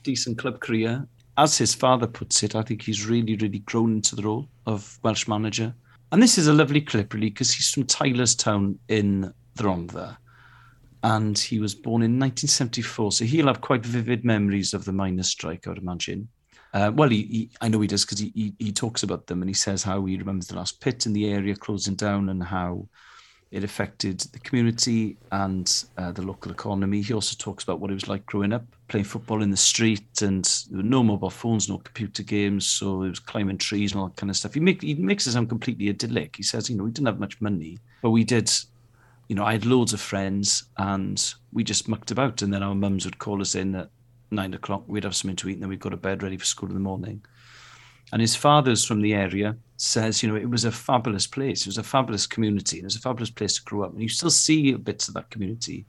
Speaker 3: decent club career as his father puts it, I think he's really, really grown into the role of Welsh manager. And this is a lovely clip, really, because he's from Tylerstown in Dromda. And he was born in 1974. So he'll have quite vivid memories of the miners' strike, I would imagine. Uh, well, he, he, I know he does because he, he, he talks about them and he says how he remembers the last pit in the area closing down and how it affected the community and uh, the local economy. He also talks about what it was like growing up, playing football in the street, and there were no mobile phones, no computer games, so it was climbing trees and all that kind of stuff. He, make, he makes it sound completely idyllic. He says, you know, we didn't have much money, but we did. You know, I had loads of friends, and we just mucked about. And then our mums would call us in at nine o'clock. We'd have something to eat, and then we'd go to bed ready for school in the morning. And his father's from the area, says, you know, it was a fabulous place. It was a fabulous community. It was a fabulous place to grow up. And you still see bits of that community.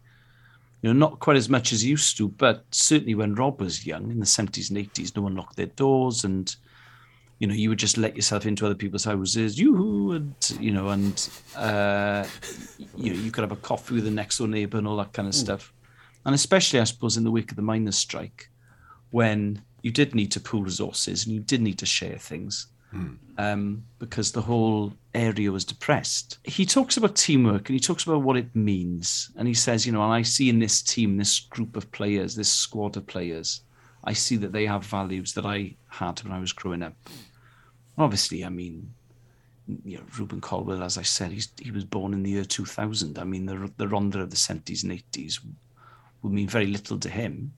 Speaker 3: You know, not quite as much as used to, but certainly when Rob was young in the 70s and 80s, no one locked their doors and, you know, you would just let yourself into other people's houses, you and, you know, and, uh, you know, you could have a coffee with the next door neighbor and all that kind of stuff. And especially, I suppose, in the wake of the miners' strike, when you did need to pool resources and you did need to share things. Mm. Um, because the whole area was depressed. He talks about teamwork and he talks about what it means. And he says, you know, and I see in this team, this group of players, this squad of players, I see that they have values that I had when I was growing up. Obviously, I mean, you know, Ruben Colwell, as I said, he was born in the year 2000. I mean, the, the Ronda of the 70s and 80s would mean very little to him.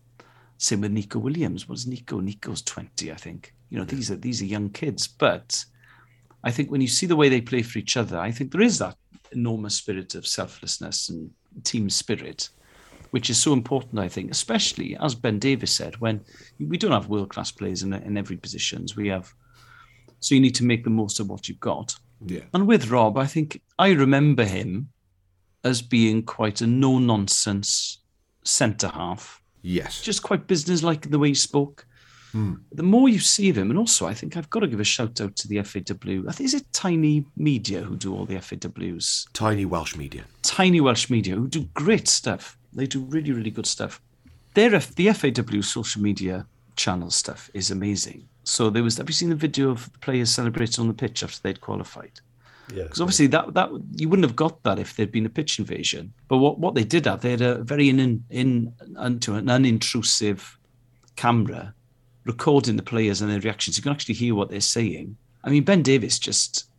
Speaker 3: Same with Nico Williams. What's Nico? Nico's 20, I think you know these are these are young kids but i think when you see the way they play for each other i think there is that enormous spirit of selflessness and team spirit which is so important i think especially as ben davis said when we don't have world class players in, in every positions we have so you need to make the most of what you've got
Speaker 1: yeah
Speaker 3: and with rob i think i remember him as being quite a no nonsense centre half
Speaker 1: yes
Speaker 3: just quite business like in the way he spoke Hmm. The more you see of him, and also I think I've got to give a shout out to the FAW. I think is it Tiny Media who do all the FAWs?
Speaker 1: Tiny Welsh Media.
Speaker 3: Tiny Welsh Media who do great stuff. They do really really good stuff. Their F- the FAW social media channel stuff is amazing. So there was have you seen the video of the players celebrating on the pitch after they'd qualified? Yeah. Because obviously that that you wouldn't have got that if there'd been a pitch invasion. But what, what they did have, they had a very in in into an unintrusive camera recording the players and their reactions. You can actually hear what they're saying. I mean, Ben Davis just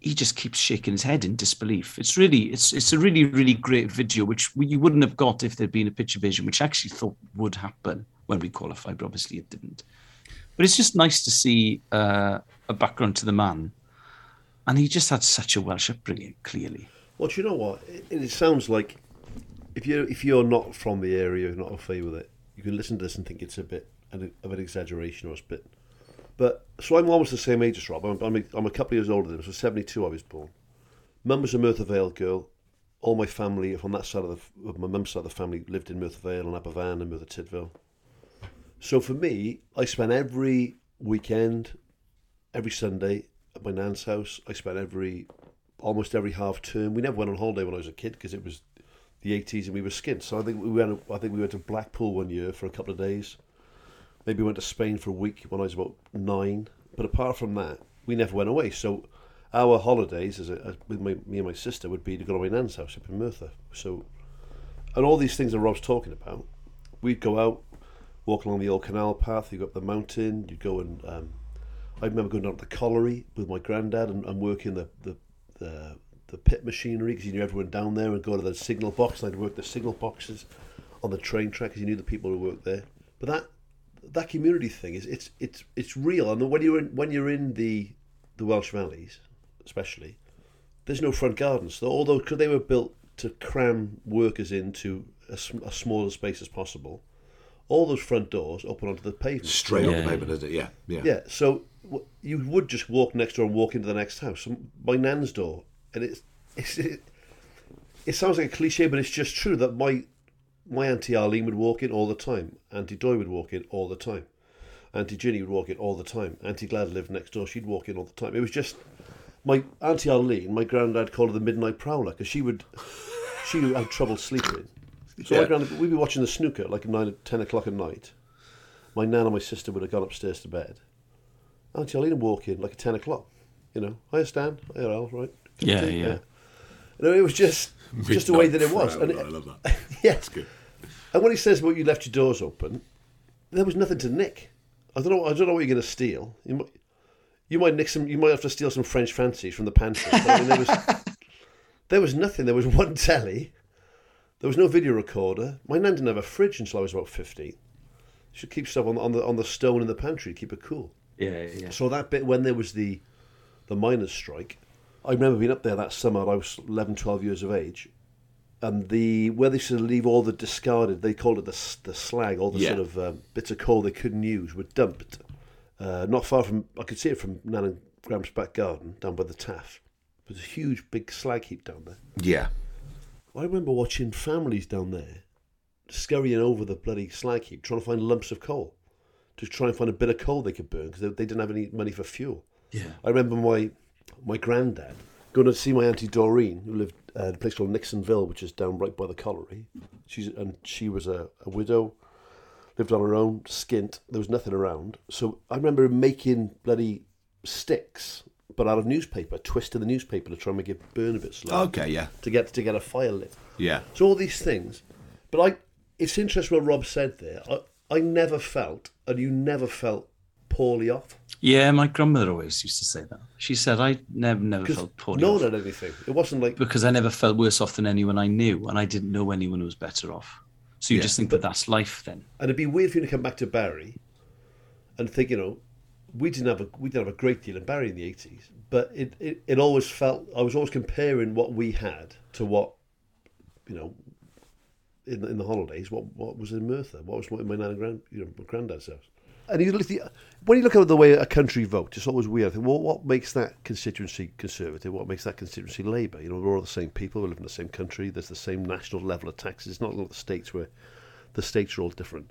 Speaker 3: he just keeps shaking his head in disbelief. It's really it's it's a really really great video which we, you wouldn't have got if there'd been a pitch invasion, which I actually thought would happen when we qualified, but obviously it didn't. But it's just nice to see uh, a background to the man, and he just had such a Welsh upbringing. Clearly,
Speaker 2: well, do you know what? It, it sounds like if you if you're not from the area, you're not au fait with it, you can listen to this and think it's a bit of an exaggeration or a bit. But so I'm almost the same age as Rob. I'm, I'm, a, I'm a couple of years older than him, so 72 I was born. Mum was a Merthyr Vale girl. All my family from that side of, the, of my mum's side of the family lived in Merthyr Vale and Aberfan and Merthyr Tydfil. So for me, I spent every weekend, every Sunday at my nan's house. I spent every almost every half term. We never went on holiday when I was a kid because it was the 80s and we were skint. So I think we went. I think we went to Blackpool one year for a couple of days maybe went to Spain for a week when I was about nine. But apart from that, we never went away. So our holidays as, a, as with my, me and my sister would be to go to my nan's house up in Merthyr. So, and all these things that Rob's talking about, we'd go out, walk along the old canal path, you go up the mountain, you'd go and um, I remember going down to the colliery with my granddad and, and working the the, the the pit machinery because you knew everyone down there and go to the signal box and I'd work the signal boxes on the train track because you knew the people who worked there. But that that community thing is it's it's it's real and when you're in when you're in the the Welsh valleys especially there's no front gardens so although cause they were built to cram workers into a, sm- a smaller space as possible all those front doors open onto the pavement
Speaker 1: Straight on the pavement, isn't it? Yeah, yeah.
Speaker 2: yeah so w- you would just walk next door and walk into the next house my nan's door and it's, it's it, it sounds like a cliche but it's just true that my my auntie Arlene would walk in all the time. Auntie Doy would walk in all the time. Auntie Ginny would walk in all the time. Auntie Glad lived next door. She'd walk in all the time. It was just my auntie Arlene. My granddad called her the midnight prowler because she would she would have trouble sleeping. So my
Speaker 1: Yeah.
Speaker 2: granddad, we'd be watching the snooker at like nine, ten o'clock at night. My nan and my sister would have gone upstairs to bed. Auntie Arlene would walk in like at ten o'clock. You know, hiya Stan, hiya Al, right?
Speaker 3: Yeah,
Speaker 2: Tea,
Speaker 3: yeah.
Speaker 2: You know, it was just just the way that it was,
Speaker 1: Midnight
Speaker 2: and it,
Speaker 1: Prowler, I love that.
Speaker 2: yeah. And when he says, "Well, you left your doors open," there was nothing to nick. I don't know. I don't know what you're going to steal. You might, you might nick some. You might have to steal some French fancies from the pantry. But I mean, there was there was nothing. There was one telly. There was no video recorder. My nan didn't have a fridge until I was about fifteen. She keep stuff on, on the on the stone in the pantry to keep it cool.
Speaker 3: Yeah, yeah.
Speaker 2: So that bit when there was the the miners' strike, I remember being up there that summer. I was 11, 12 years of age, and the where they used to leave all the discarded, they called it the s- the slag, all the
Speaker 1: Yeah.
Speaker 2: sort of um, bits of coal they couldn't use were dumped. Uh, not far from, I could see it from Nan and Gram's back garden down by the Taff. There's a huge big slag heap down there.
Speaker 1: Yeah.
Speaker 2: I remember watching families down there scurrying over the bloody slag heap, trying to find lumps of coal, to try and find a bit of coal they could burn because they, they didn't have any money for fuel.
Speaker 3: Yeah.
Speaker 2: I remember my my granddad going to see my auntie Doreen, who lived uh, at a place called Nixonville, which is down right by the colliery. She's and she was a, a widow, lived on her own, skint. There was nothing around, so I remember making bloody sticks, but out of newspaper, twisting the newspaper to try and make it burn a bit slower.
Speaker 1: Okay, yeah.
Speaker 2: To get to get a fire lit.
Speaker 1: Yeah.
Speaker 2: So all these things, but I, it's interesting what Rob said there. I, I never felt, and you never felt poorly off
Speaker 3: Yeah, my grandmother always used to say that. She said I never never
Speaker 2: because
Speaker 3: felt poorly
Speaker 2: no
Speaker 3: off
Speaker 2: one had anything. It wasn't like
Speaker 3: because I never felt worse off than anyone I knew, and I didn't know anyone who was better off. So you just think that that's life then.
Speaker 2: And it'd be weird for you to come back to Barry and think, you know, we didn't have a we didn't have a great deal in Barry in the eighties, but it, it, it always felt I was always comparing what we had to what you know in the, in the holidays, what what was in Merthyr, what was in my nan and grand you know my granddad's house. And you look at the, when you look at the way a country votes, it's always weird. I think, well, what makes that constituency conservative? What makes that constituency Labour? You know, we're all the same people. We live in the same country. There's the same national level of taxes. It's not like the states where the states are all different.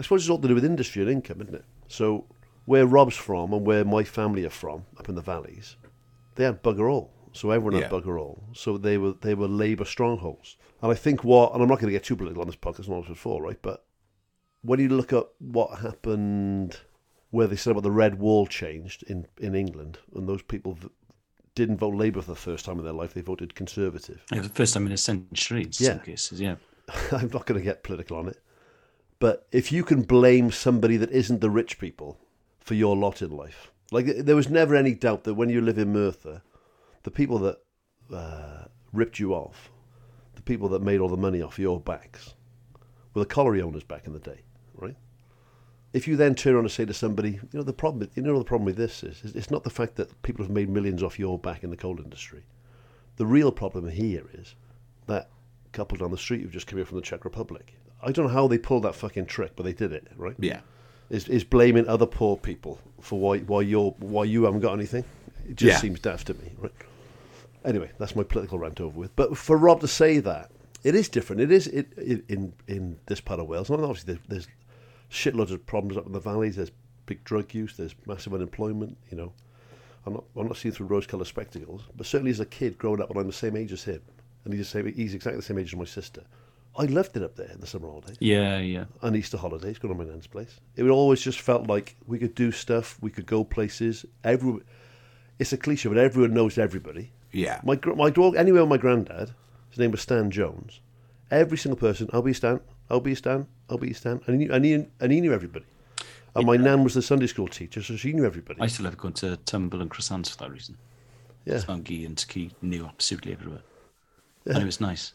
Speaker 2: I suppose it's all to do with industry and income, isn't it? So where Rob's from and where my family are from, up in the valleys, they had bugger all. So everyone had
Speaker 1: Yeah.
Speaker 2: bugger all. So they were they were Labour strongholds. And I think what and I'm not going to get too political on this podcast, not before, right? But when you look at what happened, where they said about the red wall changed in in England, and those people v- didn't vote Labour for the first time in their life, they voted Conservative.
Speaker 3: Yeah, the first time in a century in
Speaker 2: Yeah.
Speaker 3: some cases, yeah.
Speaker 2: I'm not going to get political on it, but if you can blame somebody that isn't the rich people for your lot in life, like th- there was never any doubt that when you live in Merthyr, the people that uh, ripped you off, the people that made all the money off your backs, were the colliery owners back in the day, right? If you then turn around and say to somebody, you know, the problem, you know, the problem with this is, is it's not the fact that people have made millions off your back in the coal industry. The real problem here is that couple down the street who've just come here from the Czech Republic. I don't know how they pulled that fucking trick, but they did it, right?
Speaker 1: Yeah.
Speaker 2: Is, is blaming other poor people for why why you're why you haven't got anything? It just
Speaker 1: Yeah.
Speaker 2: seems daft to me, right? Anyway, that's my political rant over with. But for Rob to say that, it is different. It is it, it in in this part of Wales. And obviously, there's, there's shitloads of problems up in the valleys. There's big drug use. There's massive unemployment. You know, I'm not I'm not seeing through rose-colored spectacles, but certainly as a kid growing up when I'm the same age as him, and he's the same, he's exactly the same age as my sister. I loved it up there in the summer holidays
Speaker 3: Yeah, yeah.
Speaker 2: and Easter holidays, going to my nan's place. It always just felt like we could do stuff, we could go places. Every, it's a cliche, but everyone knows everybody.
Speaker 1: Yeah.
Speaker 2: My gr- my dog anyway, my granddad, his name was Stan Jones. Every single person, I'll be Stan, I'll be Stan, I'll be Stan, and he knew, and he, and he knew everybody. And my nan was the Sunday school teacher, so she knew everybody.
Speaker 3: I used to love going to Tumble and Croissants for that reason.
Speaker 2: Yeah.
Speaker 3: Spunky and Ski knew absolutely everywhere. And it was nice.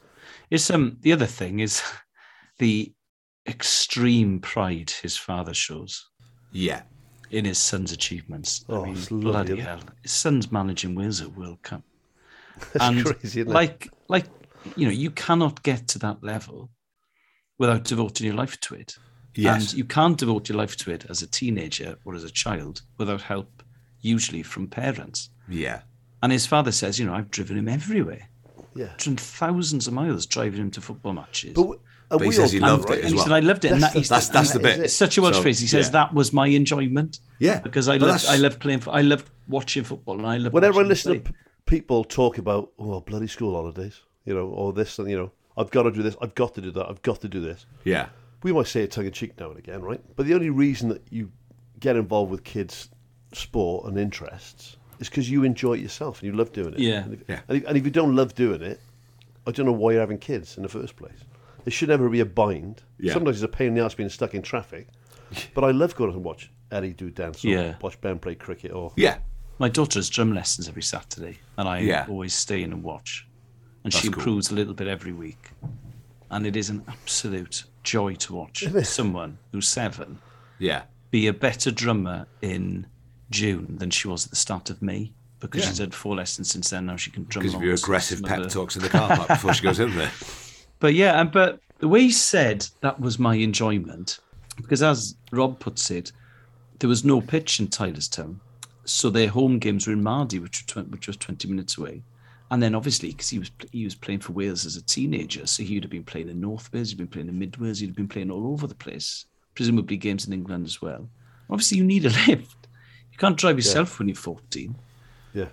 Speaker 3: It's um the other thing is the extreme pride his father shows
Speaker 1: Yeah.
Speaker 3: in his son's achievements.
Speaker 2: Oh,
Speaker 3: I mean,
Speaker 2: it's lovely,
Speaker 3: bloody
Speaker 2: isn't it?
Speaker 3: hell. His son's managing Wales at World Cup.
Speaker 2: That's crazy, isn't it?
Speaker 3: like like you know, you cannot get to that level without devoting your life to it.
Speaker 1: Yes.
Speaker 3: And you can't devote your life to it as a teenager or as a child without help, usually from parents.
Speaker 1: Yeah.
Speaker 3: And his father says, you know, I've driven him everywhere.
Speaker 2: Yeah.
Speaker 3: Driven thousands of miles driving him to football matches.
Speaker 2: But,
Speaker 1: But he says he loved it
Speaker 3: and
Speaker 1: as
Speaker 3: he
Speaker 1: well.
Speaker 3: said, I loved it. And
Speaker 2: That's
Speaker 3: that, he
Speaker 2: the-
Speaker 3: said-
Speaker 1: That's that's the
Speaker 2: That is
Speaker 1: bit.
Speaker 2: it.
Speaker 3: It's such a Welsh
Speaker 1: So,
Speaker 3: phrase. He says,
Speaker 1: yeah.
Speaker 3: that was my enjoyment.
Speaker 1: Yeah.
Speaker 3: Because I
Speaker 1: But
Speaker 3: loved,
Speaker 1: that's-
Speaker 3: I loved playing, for, I loved watching football and I loved
Speaker 2: Whenever I
Speaker 3: watching him
Speaker 2: listen to
Speaker 3: play.
Speaker 2: p- people talk about, oh, bloody school holidays, you know, or this and, you know, I've got to do this, I've got to do that, I've got to do this.
Speaker 1: Yeah.
Speaker 2: We might say it tongue in cheek now and again, right? But the only reason that you get involved with kids' sport and interests is because you enjoy it yourself and you love doing it.
Speaker 3: Yeah.
Speaker 2: And if,
Speaker 1: Yeah.
Speaker 2: And, if, and if you don't love doing it, I don't know why you're having kids in the first place. There should never be a bind.
Speaker 1: Yeah.
Speaker 2: Sometimes it's a pain in the ass being stuck in traffic, but I love going and watch Ellie do dance or
Speaker 3: Yeah.
Speaker 2: watch Ben play cricket or
Speaker 1: Yeah.
Speaker 3: My daughter has drum lessons every Saturday, and I
Speaker 1: Yeah.
Speaker 3: always stay in and watch. And she
Speaker 1: That's cool.
Speaker 3: improves a little bit every week. And it is an absolute joy to watch someone who's seven
Speaker 1: Yeah.
Speaker 3: be a better drummer in June than she was at the start of May because she's had four lessons since then. Now she can drum.
Speaker 1: Because of
Speaker 3: along
Speaker 1: your
Speaker 3: with some-
Speaker 1: aggressive
Speaker 3: some
Speaker 1: pep
Speaker 3: other-
Speaker 1: talks in the car park before she goes in there.
Speaker 3: But yeah, and but the way he said that was my enjoyment, because as Rob puts it, there was no pitch in Tylerstown, so their home games were in Mardy, which were tw- which was twenty minutes away. And then obviously, because he was he was playing for Wales as a teenager, so he'd have been playing in North Wales, he'd been playing in Mid Wales, he'd have been playing all over the place, presumably games in England as well. Obviously, you need a lift. You can't drive yourself when you're fourteen.
Speaker 2: yeah.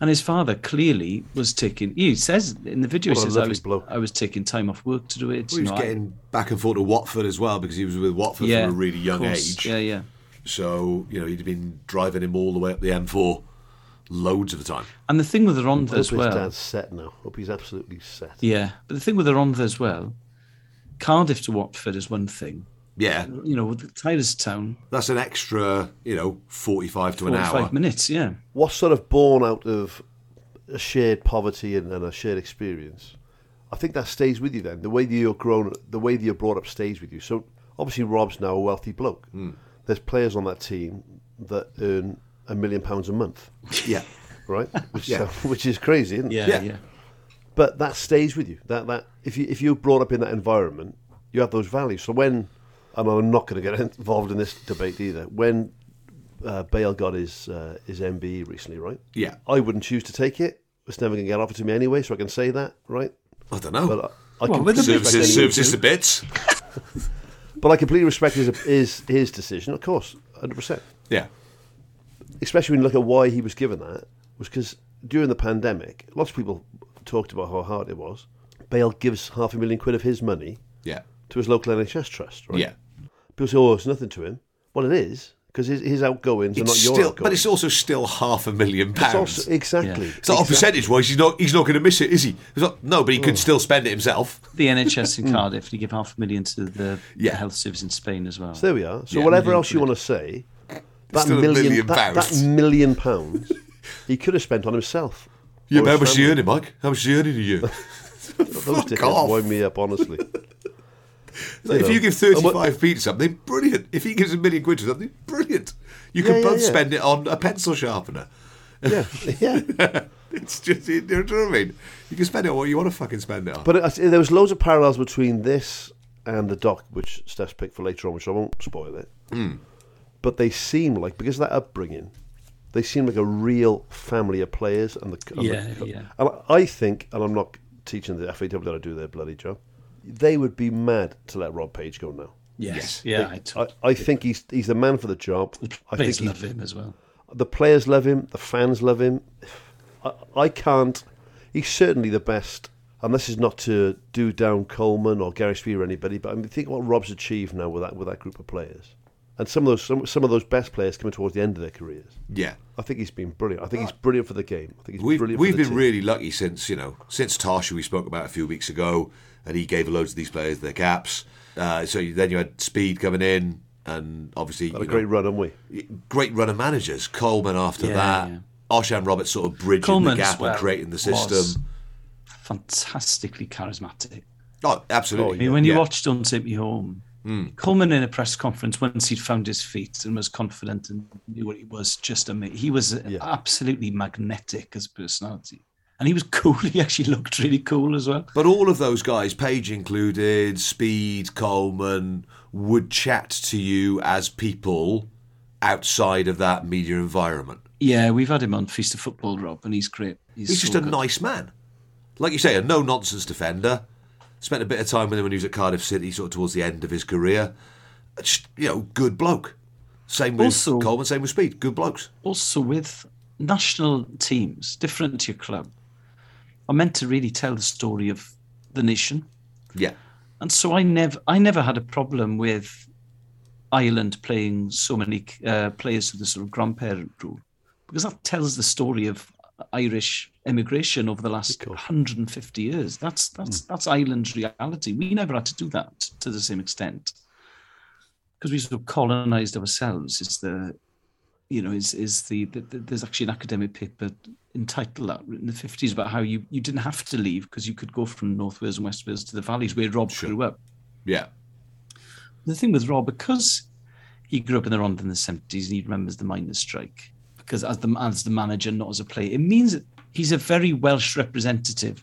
Speaker 3: And his father clearly was taking. He says in the video,
Speaker 2: What a
Speaker 3: he says I
Speaker 2: lovely
Speaker 3: was,
Speaker 2: bloke."
Speaker 3: I was taking time off work to do it.
Speaker 1: Well, he
Speaker 3: you
Speaker 1: was
Speaker 3: know, I-
Speaker 1: getting back and forth to Watford as well because he was with Watford from a really
Speaker 3: of
Speaker 1: young
Speaker 3: course.
Speaker 1: age.
Speaker 3: Yeah, yeah.
Speaker 1: So, you know, he'd been driving him all the way up the M4 loads of the time.
Speaker 3: And the thing with
Speaker 2: I
Speaker 3: Aronda
Speaker 2: hope
Speaker 3: as
Speaker 2: his
Speaker 3: well.
Speaker 2: dad's set now. hope he's absolutely set.
Speaker 3: Yeah, but the thing with Aronda as well, Cardiff to Watford is one thing.
Speaker 1: Yeah.
Speaker 3: You know, with Tylerstown,
Speaker 1: That's an extra, you know, 45 to an hour.
Speaker 3: forty-five minutes. Yeah,
Speaker 2: what's sort of born out of a shared poverty and, and a shared experience, I think that stays with you then. The way that you're grown, the way that you're brought up stays with you. So obviously, Rob's now a wealthy bloke. There's players on that team that earn a million pounds a month,
Speaker 1: Yeah.
Speaker 2: right? Which,
Speaker 1: Yeah.
Speaker 2: sound- which is crazy, isn't
Speaker 3: yeah,
Speaker 2: it?
Speaker 3: yeah.
Speaker 1: Yeah.
Speaker 2: But that stays with you. That that if you if you're brought up in that environment, you have those values. So when and I'm not going to get involved in this debate either. When uh, Bale got his uh, his MBE recently, right?
Speaker 1: Yeah.
Speaker 2: I wouldn't choose to take it. It's never going to get offered to me anyway, so I can say that, right?
Speaker 1: I don't know.
Speaker 2: But I, I,
Speaker 3: Well, with
Speaker 2: completely,
Speaker 3: the big
Speaker 2: respect
Speaker 1: services,
Speaker 3: But-
Speaker 1: services to bits.
Speaker 2: but I completely respect his, his his decision, of course, hundred percent.
Speaker 1: Yeah.
Speaker 2: Especially when you look at why he was given that, was because during the pandemic, lots of people talked about how hard it was. Bale gives half a million quid of his money
Speaker 1: Yeah.
Speaker 2: to his local NHS trust, right?
Speaker 1: Yeah.
Speaker 2: People say, "Oh, it's nothing to him." Well, it is because his, his outgoings are not
Speaker 1: It's
Speaker 2: your
Speaker 1: still,
Speaker 2: outgoings.
Speaker 1: but it's also still half a million
Speaker 2: It's
Speaker 1: pounds.
Speaker 2: also- exactly.
Speaker 3: Yeah.
Speaker 1: So on percentage wise, he's not he's not going to miss it, is he? He's not- no, but he
Speaker 2: Mm.
Speaker 1: could still spend it himself.
Speaker 3: The NHS in Cardiff, they give half a million to the,
Speaker 1: Yeah.
Speaker 3: the health service in Spain as well.
Speaker 2: So there we are. So
Speaker 1: Yeah,
Speaker 2: whatever
Speaker 3: million
Speaker 2: else you
Speaker 3: quid.
Speaker 2: want to say, that
Speaker 1: still a
Speaker 2: million,
Speaker 1: million
Speaker 2: that, that
Speaker 1: pounds.
Speaker 2: million pounds, he could have spent on himself.
Speaker 1: Yeah,
Speaker 2: Or
Speaker 1: but how
Speaker 2: his
Speaker 1: much are you
Speaker 2: family.
Speaker 1: earning, Mike? How much are you earning a year?
Speaker 2: Those
Speaker 1: Fuck
Speaker 2: dickheads
Speaker 1: off.
Speaker 2: wind me up, honestly.
Speaker 1: if
Speaker 2: know.
Speaker 1: you give
Speaker 2: And what-
Speaker 1: thirty-five p to something, brilliant. If he gives a million quid to something, brilliant. You can
Speaker 2: Yeah, yeah,
Speaker 1: both
Speaker 2: yeah.
Speaker 1: spend it on a pencil sharpener.
Speaker 2: yeah, yeah.
Speaker 1: It's just you know what I mean. You can spend it on what you want to fucking spend it on.
Speaker 2: But it, there was loads of parallels between this and the doc, which Steph's picked for later on, which I won't spoil it.
Speaker 1: Hmm.
Speaker 2: But they seem like because of that upbringing, they seem like a real family of players, and the and
Speaker 3: Yeah,
Speaker 2: the,
Speaker 3: yeah.
Speaker 2: And I think, and I'm not teaching the FAW how to do their bloody job. They would be mad to let Rob Page go now.
Speaker 3: yes, yeah. I,
Speaker 2: I,
Speaker 3: totally-
Speaker 2: I think he's he's the man for the job. I think
Speaker 3: players
Speaker 2: he,
Speaker 3: love him as well.
Speaker 2: the players love him, the fans love him. I, I can't. He's certainly the best, and this is not to do down Coleman or Gary Spear or anybody, but I mean, think what Rob's achieved now with that with that group of players. And some of those some, some of those best players coming towards the end of their careers.
Speaker 1: Yeah.
Speaker 2: I think he's been brilliant. I think he's brilliant for the game. I think he's
Speaker 1: We've,
Speaker 2: brilliant.
Speaker 1: we've
Speaker 2: for the
Speaker 1: been
Speaker 2: team.
Speaker 1: really lucky since, you know, since Tarsha we spoke about a few weeks ago, and he gave loads of these players their caps. Uh, so you- then you had Speed coming in, and obviously.
Speaker 2: Had
Speaker 1: you
Speaker 2: a great run, haven't we?
Speaker 1: Great run of managers. Coleman after
Speaker 2: Yeah,
Speaker 1: that. Osham Roberts sort of bridging
Speaker 3: Coleman
Speaker 1: the
Speaker 3: as
Speaker 1: gap
Speaker 3: well
Speaker 1: and creating the
Speaker 3: was
Speaker 1: system.
Speaker 3: Fantastically charismatic.
Speaker 1: Oh, absolutely.
Speaker 3: I mean, when you
Speaker 1: Yeah. Hmm.
Speaker 3: watch Don't Take Me Home, Coleman in a press conference once he'd found his feet and was confident and knew what he was, just amazing. He was absolutely magnetic as a personality. And he was cool. He actually looked really cool as well.
Speaker 1: But all of those guys, Page included, Speed, Coleman, would chat to you as people outside of that media environment.
Speaker 3: Yeah, we've had him on Feast of Football, Rob, and he's great. He's,
Speaker 1: He's just
Speaker 3: so
Speaker 1: a
Speaker 3: good.
Speaker 1: nice man. Like you say, a no nonsense defender. Spent a bit of time with him when he was at Cardiff City, sort of towards the end of his career. Just, you know, good bloke. Same with
Speaker 3: Also-
Speaker 1: Coleman, same with Speed. Good blokes.
Speaker 3: also with national teams, different to your club, are meant to really tell the story of the nation.
Speaker 1: Yeah.
Speaker 3: And so I never, I never had a problem with Ireland playing so many uh, players with the sort of grandparent rule, because that tells the story of uh, Irish immigration over the last 150 years. That's that's that's Ireland's reality. We never had to do that to the same extent, because we sort of colonised ourselves. Is the you know, is is the, the, the- there's actually an academic paper entitled that written in the 50s about how you, you didn't have to leave because you could go from North Wales and West Wales to the valleys where Rob grew up.
Speaker 1: Yeah.
Speaker 3: The thing with Rob, because he grew up in the Rhondda in the 70s and he remembers the miners' strike, because as the as the manager, not as a player, it means that he's a very Welsh representative,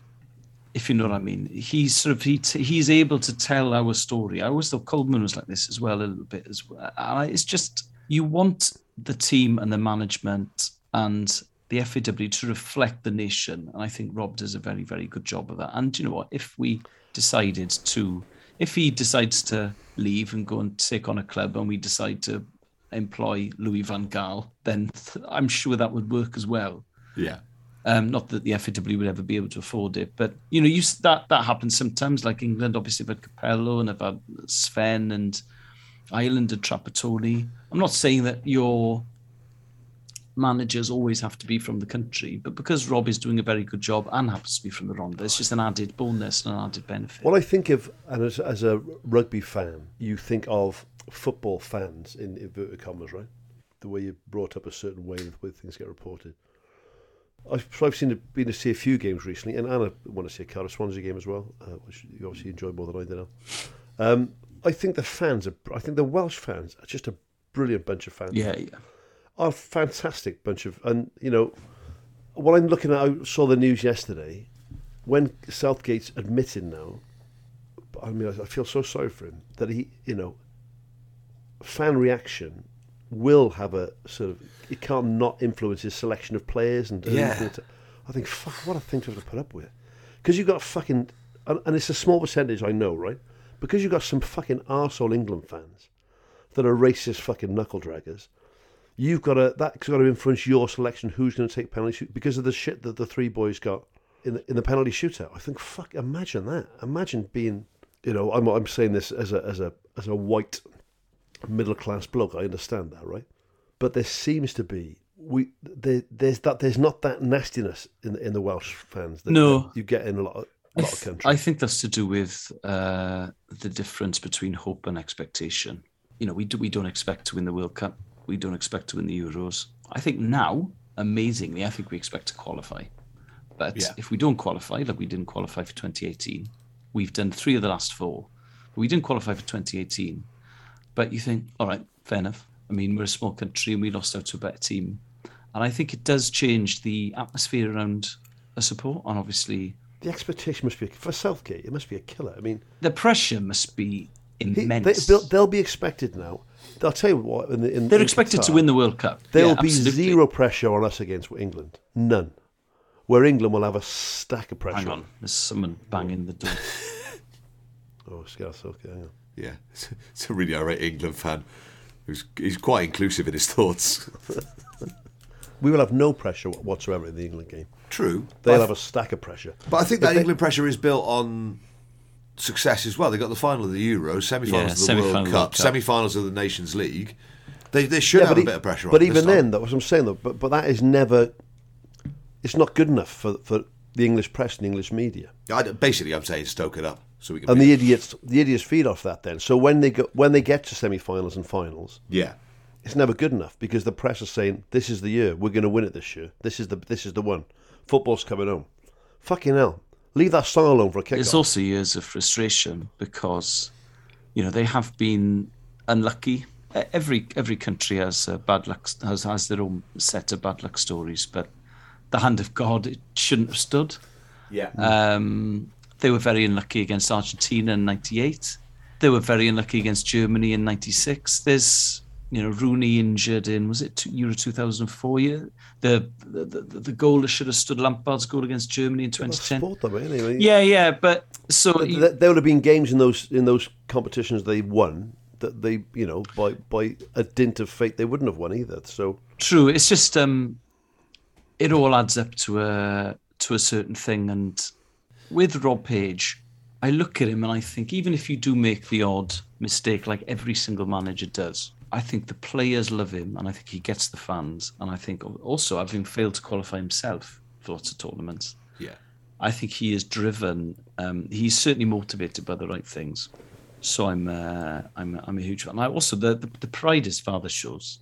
Speaker 3: if you know what I mean. He's sort of he t- he's able to tell our story. I always thought Coleman was like this as well a little bit as well. And I, it's just you want the team and the management and the FAW to reflect the nation, and I think Rob does a very very good job of that. And you know what? If we decided to if he decides to leave and go and take on a club and we decide to employ Louis van Gaal, then th- I'm sure that would work as well.
Speaker 1: Yeah.
Speaker 3: Um, not that the FAW would ever be able to afford it, but you know, you s- that that happens sometimes. Like England, obviously, have had Capello and have had Sven and Ireland had Trapattoni. I'm not saying that your managers always have to be from the country, but because Rob is doing a very good job and happens to be from the Rhondda, it's just an added bonus and an added benefit.
Speaker 2: What I think of, and as, as a rugby fan, you think of football fans in inverted commas, right? The way you're brought up a certain way with, with things get reported. I've, so I've seen been to see a few games recently, and Anna want to see a Cardiff Swansea game as well, uh, which you obviously enjoy more than I do now. Um, I think the fans are, I think the Welsh fans are just a brilliant bunch of fans.
Speaker 3: Yeah, yeah.
Speaker 2: Are a fantastic bunch of, and you know, what I'm looking at, I saw the news yesterday when Southgate's admitting now. I mean, I I feel so sorry for him that he, you know, fan reaction will have a sort of it can't not influence his selection of players and
Speaker 1: Yeah.
Speaker 2: influence- I think fuck what a thing to have to put up with because you've got fucking and, and it's a small percentage I know right because you've got some fucking arsehole England fans that are racist fucking knuckle draggers you've got to that's got to influence your selection who's going to take penalty shoot because of the shit that the three boys got in the, in the penalty shootout. I think fuck, imagine that. Imagine being, you know, I'm I'm saying this as a as a as a white middle class bloke. I understand that, right? But there seems to be we there, there's that there's not that nastiness in in the Welsh fans that,
Speaker 3: No.
Speaker 2: that you get in a lot of,
Speaker 3: I
Speaker 2: lot of
Speaker 3: th-
Speaker 2: countries.
Speaker 3: I think that's to do with uh, the difference between hope and expectation. You know, we do, we don't expect to win the World Cup. We don't expect to win the Euros. I think now, amazingly, I think we expect to qualify. But
Speaker 1: Yeah.
Speaker 3: if we don't qualify, like we didn't qualify for 2018, we've done three of the last four. But we didn't qualify for 2018. But you think, all right, fair enough. I mean, we're a small country and we lost out to a better team. And I think it does change the atmosphere around a support. And obviously,
Speaker 2: the expectation must be for Southgate. It must be a killer. I mean,
Speaker 3: the pressure must be
Speaker 2: he-
Speaker 3: immense.
Speaker 2: they, they'll, they'll be expected now. I'll tell you what. In the, in,
Speaker 3: They're
Speaker 2: in
Speaker 3: expected to
Speaker 2: Qatar,
Speaker 3: win the World Cup.
Speaker 2: There'll
Speaker 3: Yeah,
Speaker 2: be
Speaker 3: absolutely.
Speaker 2: zero pressure on us against England. None. Where England will have a stack of pressure.
Speaker 3: Hang on, there's someone banging the door.
Speaker 2: Oh, Scarce, okay, hang on.
Speaker 1: Yeah. It's, a really irate England fan. Who's, he's quite inclusive in his thoughts.
Speaker 2: We will have no pressure wh- whatsoever in the England game.
Speaker 1: True.
Speaker 2: They'll
Speaker 1: But I-
Speaker 2: have a stack of pressure.
Speaker 1: But I think
Speaker 2: If
Speaker 1: that
Speaker 2: they-
Speaker 1: England pressure is built on success as well. They got the final of the Euro,
Speaker 2: Yeah,
Speaker 1: semi-finals of the
Speaker 2: semi-final
Speaker 1: World
Speaker 2: World
Speaker 1: Cup,
Speaker 2: Cup.
Speaker 1: semi-finals of the Nations League. They, they should have
Speaker 2: but
Speaker 1: a
Speaker 2: e-
Speaker 1: bit of pressure on.
Speaker 2: But
Speaker 1: them this
Speaker 2: even
Speaker 1: time.
Speaker 2: then, that was what I'm saying though. But but that is never. It's not good enough for for the English press and the English media.
Speaker 1: I d basically, I'm saying stoke it up so we can.
Speaker 2: And
Speaker 1: beat
Speaker 2: the
Speaker 1: them.
Speaker 2: idiots, the idiots feed off that. Then, so when they go, when they get to semi-finals and finals,
Speaker 1: Yeah.
Speaker 2: it's never good enough because the press is saying, "This is the year. We're going to win it this year. This is the this is the one. Football's coming home." Fucking hell! Leave that song alone for a kick.
Speaker 3: It's also years of frustration because, you know, they have been unlucky. E- Every every country has uh, bad luck has has their own set of bad luck stories, but the hand of God it shouldn't have stood.
Speaker 1: Yeah.
Speaker 3: Um, they were very unlucky against Argentina in '98. They were very unlucky against Germany in '96. There's, you know, Rooney injured in was it two, Euro 2004? Yeah, the the, the the goal that should have stood Lampard's goal against Germany in 2010. Yeah, yeah, but so
Speaker 2: there, there would have been games in those in those competitions they won that they you know by by a dint of fate they wouldn't have won either. So
Speaker 3: True. It's just um, it all adds up to a to a certain thing. And with Rob Page, I look at him and I think even if you do make the odd mistake, like every single manager does, I think the players love him and I think he gets the fans. And I think also having failed to qualify himself for lots of tournaments,
Speaker 1: Yeah.
Speaker 3: I think he is driven. Um, he's certainly motivated by the right things. So I'm uh, I'm I'm a huge fan. I also the, the the pride his father shows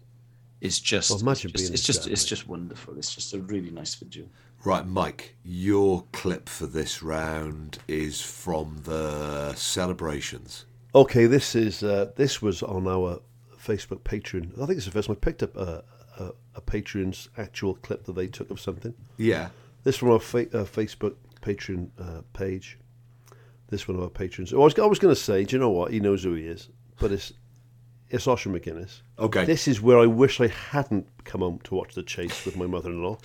Speaker 3: is just
Speaker 2: Well, imagine
Speaker 3: it's just
Speaker 2: being his
Speaker 3: it's just,
Speaker 2: dad,
Speaker 3: it's just wonderful. It's just a really nice video.
Speaker 1: Right, Mike, your clip for this round is from the celebrations.
Speaker 2: okay, this is uh, this was on our Facebook Patreon. I think it's the first time I picked up a, a, a Patreon's actual clip that they took of something.
Speaker 1: Yeah.
Speaker 2: This from our fa- uh, Facebook Patreon uh, page. This one of our patrons. Oh, I was, I was going to say, do you know what? He knows who he is, but it's it's Osher McGuinness.
Speaker 1: Okay.
Speaker 2: This is where I wish I hadn't come home to watch the chase with my mother-in-law.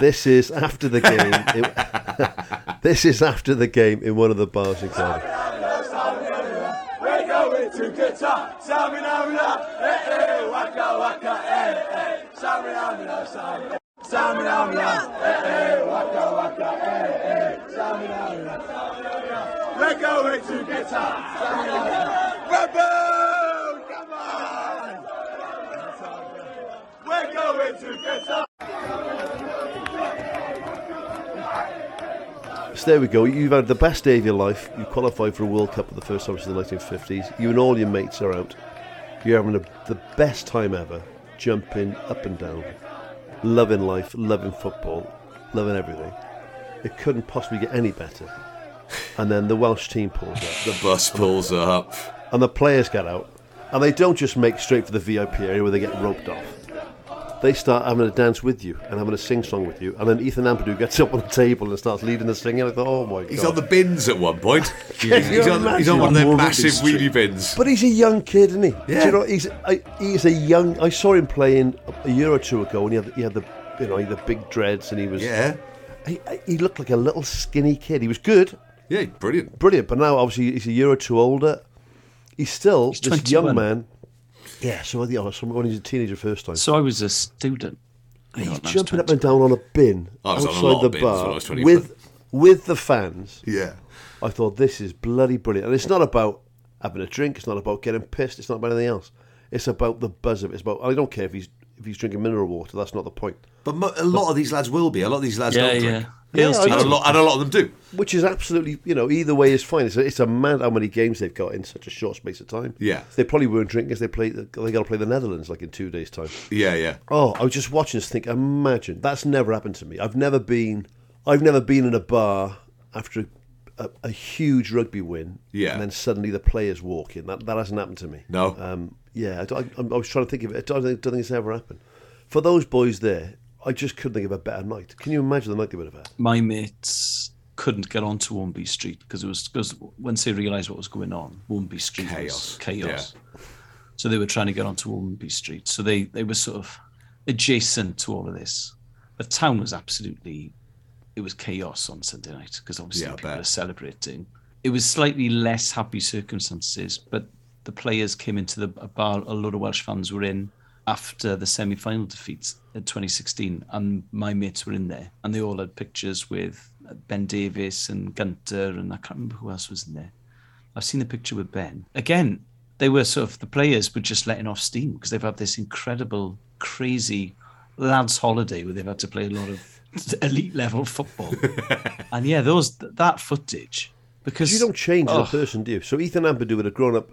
Speaker 2: this is after the game. in- this is after the game in one of the bars in Cardiff.
Speaker 5: We're going to Qatar. Salmonella. Eh, eh, waka, waka, eh, eh. Salmonella, salmonella. Salmonella. Eh, eh, waka, waka, eh, eh. Salmonella. Salmonella. We're going to Qatar. Salmonella. Rebel! Oh, Come on! We're going to Qatar.
Speaker 2: So there we go. You've had the best day of your life. You qualified for a World Cup for the first time since the 1950s. You and all your mates are out. You're having a, the best time ever, jumping up and down, loving life, loving football, loving everything. It couldn't possibly get any better. And then the Welsh team pulls up.
Speaker 1: The bus pulls up.
Speaker 2: And the players get out. And they don't just make straight for the VIP area where they get roped off. They start having a dance with you and having a sing song with you. And then Ethan Ampadu gets up on the table and starts leading the singing. I thought, oh my God.
Speaker 1: He's on the bins at one point.
Speaker 2: Can
Speaker 1: he's,
Speaker 2: you
Speaker 1: he's on, he's on
Speaker 2: imagine?
Speaker 1: one of their
Speaker 2: More
Speaker 1: massive
Speaker 2: industry.
Speaker 1: wheelie bins.
Speaker 2: But he's a young kid, isn't he?
Speaker 1: Yeah.
Speaker 2: Do you know, he's I, he's a young. I saw him playing a, a year or two ago, and he had he had the you know he had the big dreads, and he was
Speaker 1: Yeah.
Speaker 2: He, he looked like a little skinny kid. He was good,
Speaker 1: Yeah, brilliant.
Speaker 2: brilliant. But now obviously he's a year or two older. He's still this
Speaker 3: 21.
Speaker 2: young man. Yeah. So the so when he's a teenager first time,
Speaker 3: So I was a student. You
Speaker 2: he's
Speaker 3: know, when I was
Speaker 2: jumping up and down on a bin
Speaker 3: I was on a
Speaker 2: outside
Speaker 3: lot of
Speaker 2: the
Speaker 3: bins
Speaker 2: bar
Speaker 3: when I was 20,
Speaker 2: with with the fans.
Speaker 1: Yeah.
Speaker 2: I thought this is bloody brilliant, and it's not about having a drink. It's not about getting pissed. It's not about anything else. It's about the buzz of it. It's about. I don't care if he's if he's drinking mineral water. That's not the point.
Speaker 1: But mo- a lot of these lads will be. A lot of these lads
Speaker 2: Yeah,
Speaker 1: don't drink.
Speaker 2: yeah. Hales
Speaker 1: and,
Speaker 2: do.
Speaker 1: a lot, and a lot of them do.
Speaker 2: Which is absolutely, you know, either way is fine. It's a, it's a mad how many games they've got in such a short space of time.
Speaker 1: Yeah.
Speaker 2: they probably weren't drinking because they play. They got to play the Netherlands like in two days' time.
Speaker 1: Yeah, yeah.
Speaker 2: Oh, I was just watching this. Think, imagine that's never happened to me. I've never been, I've never been in a bar after a, a, a huge rugby win.
Speaker 1: Yeah.
Speaker 2: and then suddenly the players walk in. That that hasn't happened to me.
Speaker 1: No.
Speaker 2: Um, yeah, I, don't- I, I was trying to think of it. I don't, think- don't think it's ever happened. For those boys there, I just couldn't think of a better night. Can you imagine the night they would have had?
Speaker 3: my mates couldn't get onto Wombe Street because it was because once they realised what was going on, Wombe Street was
Speaker 1: Chaos.
Speaker 3: chaos. So they were trying to get onto Wombe Street. So they they were sort of adjacent to all of this. The town was absolutely it was chaos on Sunday night because obviously
Speaker 1: Yeah, I
Speaker 3: people
Speaker 1: bet.
Speaker 3: were celebrating. It was slightly less happy circumstances, but the players came into the a bar. A lot of Welsh fans were in after the semi-final defeat in 2016, and my mates were in there, and they all had pictures with Ben Davis and Gunter, and I can't remember who else was in there. I've seen the picture with Ben. Again, they were sort of the players were just letting off steam because they've had this incredible, crazy lads' holiday where they've had to play a lot of elite level football. and yeah, those th- that footage because
Speaker 2: you don't change
Speaker 3: Oh.
Speaker 2: as a person, do you? So Ethan Ampadu would have grown up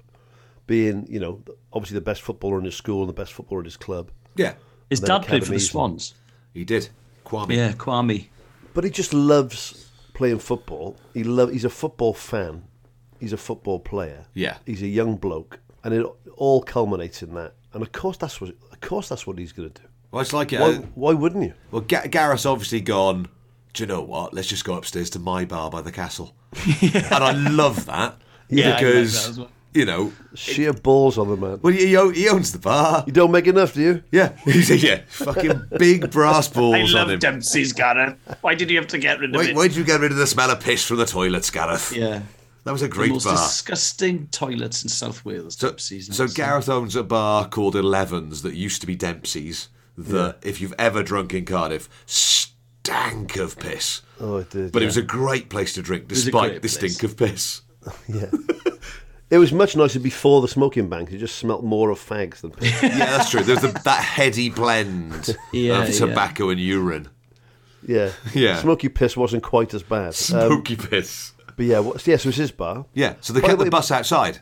Speaker 2: being, you know, obviously the best footballer in his school and the best footballer in his club.
Speaker 1: Yeah.
Speaker 3: His
Speaker 2: And then
Speaker 3: dad played for the
Speaker 2: academies and-
Speaker 3: Swans.
Speaker 1: He did. Kwame.
Speaker 3: Yeah, Kwame.
Speaker 2: But he just loves playing football. He love. He's a football fan. He's a football player.
Speaker 1: Yeah.
Speaker 2: He's a young bloke, and it all culminates in that. And of course, that's what. Of course, that's what he's going to do.
Speaker 1: Well, it's like uh,
Speaker 2: Why, why wouldn't you?
Speaker 1: Well, Ga- Gareth's obviously gone. Do you know what? Let's just go upstairs to my bar by the castle. And I love that
Speaker 2: Yeah, I like
Speaker 1: because
Speaker 2: that as well.
Speaker 1: you know,
Speaker 2: Sheer balls on the man.
Speaker 1: well, he, o- he owns the bar.
Speaker 2: You don't make enough, do you?
Speaker 1: Yeah, he's a- yeah, fucking big brass balls
Speaker 3: I
Speaker 1: on
Speaker 3: love
Speaker 1: him.
Speaker 3: Dempsey's Gareth. Why did you have to get rid of
Speaker 1: Wait,
Speaker 3: it?
Speaker 1: why did you get rid of the smell of piss from the toilets, Gareth?
Speaker 3: Yeah.
Speaker 1: that was a
Speaker 3: the
Speaker 1: great
Speaker 3: most
Speaker 1: bar.
Speaker 3: disgusting toilets in South Wales.
Speaker 1: So,
Speaker 3: Dempsey's
Speaker 1: so Gareth owns a bar called Elevens that used to be Dempsey's. That if you've ever drunk in Cardiff, stank of piss.
Speaker 2: Oh, it did.
Speaker 1: But it
Speaker 2: yeah.
Speaker 1: was a great place to drink,
Speaker 3: It was a
Speaker 1: despite
Speaker 3: great
Speaker 1: the
Speaker 3: place.
Speaker 1: stink of piss.
Speaker 2: Yeah. It was much nicer before the smoking ban 'cause it just smelt more of fags than
Speaker 1: Yeah, that's true. There's the, that heady blend
Speaker 3: Yeah,
Speaker 1: of
Speaker 3: yeah.
Speaker 1: tobacco and urine.
Speaker 2: yeah.
Speaker 1: Yeah.
Speaker 2: Smoky piss wasn't quite as bad. Um,
Speaker 1: Smoky piss.
Speaker 2: but yeah, what, yeah, so it's his bar.
Speaker 1: Yeah, so they
Speaker 2: By
Speaker 1: kept
Speaker 2: the
Speaker 1: the
Speaker 2: way-
Speaker 1: bus outside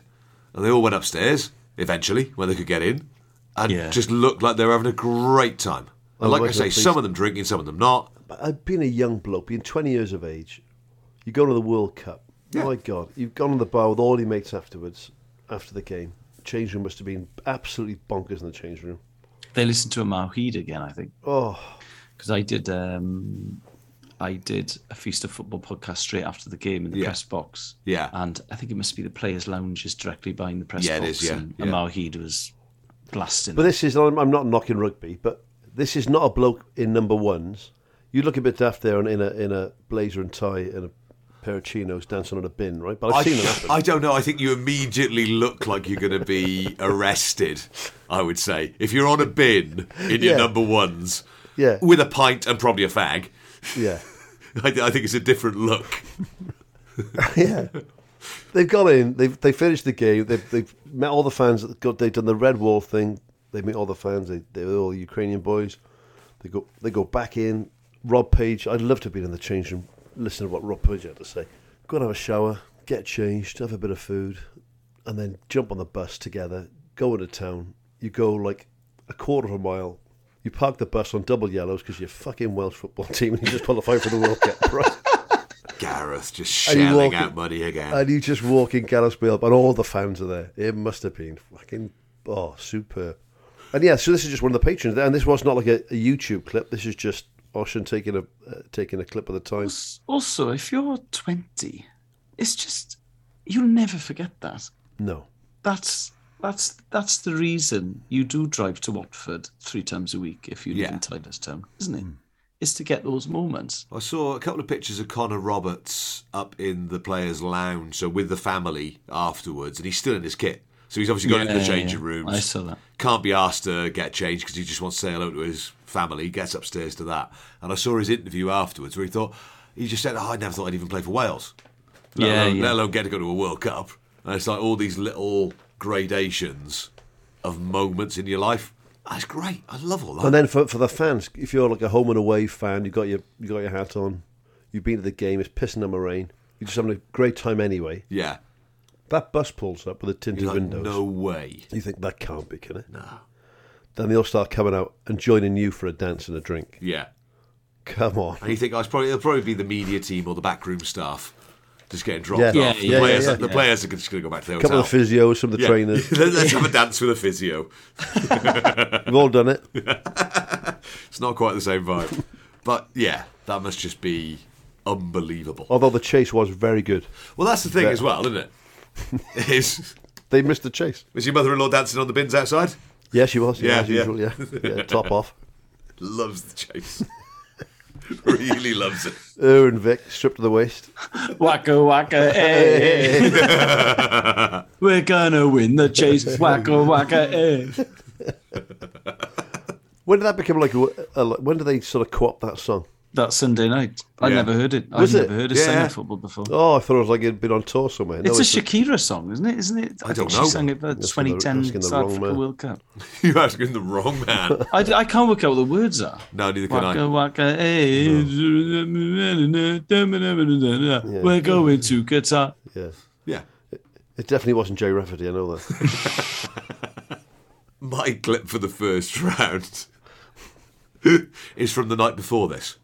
Speaker 1: and they all went upstairs eventually when they could get in and
Speaker 3: Yeah.
Speaker 1: just looked like they were having a great time.
Speaker 2: I
Speaker 1: And like I
Speaker 2: like
Speaker 1: say,
Speaker 2: that place.
Speaker 1: some of them drinking, some of them not.
Speaker 2: But I've been a young bloke, being 20 years of age. You go to the World Cup.
Speaker 1: Yeah.
Speaker 2: My God, you've gone to the bar with all your mates afterwards, after the game. Change room must have been absolutely bonkers in the change room.
Speaker 3: They listened to a Mawheed again, I think.
Speaker 2: Oh,
Speaker 3: because I did um, I did a Feast of Football podcast straight after the game in the
Speaker 1: Yeah.
Speaker 3: press box.
Speaker 1: Yeah.
Speaker 3: and I think it must be the players' lounge is directly behind the press
Speaker 1: Yeah, it
Speaker 3: box.
Speaker 1: is, yeah,
Speaker 3: and
Speaker 1: yeah.
Speaker 3: Mawheed was blasting.
Speaker 2: but this is, I'm I'm not knocking rugby, but this is not a bloke in number ones. You look a bit daft there in- in a, in a blazer and tie and a pair of chinos dancing on a bin, right? But I've seen that
Speaker 1: I,
Speaker 2: happen.
Speaker 1: I don't know. I think you immediately look like you're going to be arrested, I would say. If you're on a bin in your
Speaker 2: Yeah.
Speaker 1: number ones
Speaker 2: Yeah.
Speaker 1: with a pint and probably a fag,
Speaker 2: Yeah.
Speaker 1: I, I think it's a different look.
Speaker 2: yeah. They've got in. They've they finished the game. They've they've met all the fans. that Got they've done the red wall thing. They meet all the fans. They they're all Ukrainian boys. They go they go back in. Rob Page. I'd love to have been in the change room. Listen to what Rob Page had to say. Go and have a shower. Get changed. Have a bit of food, and then jump on the bus together. Go into town. You go like a quarter of a mile. You park the bus on double yellows because you're fucking Welsh football team and you just qualified for the World Cup. Right?
Speaker 1: Gareth just
Speaker 2: And you
Speaker 1: shelling
Speaker 2: walk
Speaker 1: out
Speaker 2: in-
Speaker 1: money again.
Speaker 2: And you just walk in Gareth's Bill, and all the fans are there. It must have been fucking oh superb. And yeah, so this is just one of the patrons there, and this was not like a, a YouTube clip. This is just Oshin taking a uh, taking a clip of the time.
Speaker 3: also, if you're twenty, it's just you'll never forget that.
Speaker 2: No,
Speaker 3: That's that's that's the reason you do drive to Watford three times a week if you live
Speaker 1: Yeah. Hmm.
Speaker 3: in Tylerstown, isn't it? It's to get those moments.
Speaker 1: I saw a couple of pictures of Connor Roberts up in the players' lounge, so with the family afterwards, and he's still in his kit. So he's obviously gone into the
Speaker 3: Yeah,
Speaker 1: changing
Speaker 3: yeah.
Speaker 1: rooms.
Speaker 3: I saw that.
Speaker 1: Can't be asked to get changed because he just wants to say hello to his family. Gets upstairs to that, and I saw his interview afterwards where he thought he just said, "Oh, I never thought I'd even play for Wales, let,
Speaker 3: Yeah,
Speaker 1: alone,
Speaker 3: yeah.
Speaker 1: let alone get to go to a World Cup." And it's like all these little gradations of moments in your life. That's great. I love all that.
Speaker 2: and then for for the fans, if you're like a home and away fan, you got your you got your hat on, you've been to the game, it's pissing down the rain, you're just having a great time anyway.
Speaker 1: yeah,
Speaker 2: That bus pulls up with the tinted
Speaker 1: You're like,
Speaker 2: windows.
Speaker 1: no way.
Speaker 2: You think that can't be, can it? No. Then they all start coming out and joining you for a dance and a drink.
Speaker 1: Yeah.
Speaker 2: Come on.
Speaker 1: And you think, oh, it's probably, it'll probably be the media team or the backroom staff just getting dropped
Speaker 2: Yeah.
Speaker 1: off. The,
Speaker 2: Yeah, yeah,
Speaker 1: players,
Speaker 2: yeah,
Speaker 1: the
Speaker 2: yeah.
Speaker 1: players are just going to go back to their
Speaker 2: A couple
Speaker 1: hotel.
Speaker 2: of physios, some of the
Speaker 1: Yeah.
Speaker 2: trainers.
Speaker 1: Let- Let's have a dance with a physio.
Speaker 2: We've all done it.
Speaker 1: It's not quite the same vibe. but yeah, that must just be unbelievable.
Speaker 2: Although the chase was very good.
Speaker 1: Well, that's the thing
Speaker 2: Yeah.
Speaker 1: as well, isn't it? Is,
Speaker 2: They missed the chase.
Speaker 1: was your mother in law dancing on the bins outside?
Speaker 2: Yeah, she was. Yeah,
Speaker 1: Yeah,
Speaker 2: as
Speaker 1: yeah.
Speaker 2: usual. Yeah. yeah. Top off.
Speaker 1: Loves the chase. really loves it.
Speaker 2: Her and Vic stripped to the waist.
Speaker 3: Waka waka, eh. We're gonna win the chase. Waka waka, eh.
Speaker 2: When did that become like? A, a, when did they sort of co-opt that song?
Speaker 3: that Sunday night. I
Speaker 2: Yeah.
Speaker 3: never heard it.
Speaker 2: Was
Speaker 3: I've
Speaker 2: it?
Speaker 3: never heard a
Speaker 2: Yeah.
Speaker 3: summer football before.
Speaker 2: Oh, I thought it was like it'd been on tour somewhere.
Speaker 3: it's, a Shakira song, isn't it? Isn't it?
Speaker 2: I don't
Speaker 3: think
Speaker 2: know.
Speaker 3: She sang it for
Speaker 2: Asking the-
Speaker 3: 2010
Speaker 2: asking the
Speaker 3: South
Speaker 2: wrong
Speaker 3: Africa
Speaker 2: man.
Speaker 3: World Cup.
Speaker 1: You're asking the wrong man.
Speaker 3: I, I can't work out what the words are.
Speaker 1: No, neither can
Speaker 3: Waka
Speaker 1: I.
Speaker 3: waka, eh. hey, we're going to Qatar.
Speaker 2: Yeah.
Speaker 1: Yeah.
Speaker 2: It, it definitely wasn't Jay Rafferty, I know that.
Speaker 1: My clip for the first round is from the night before this.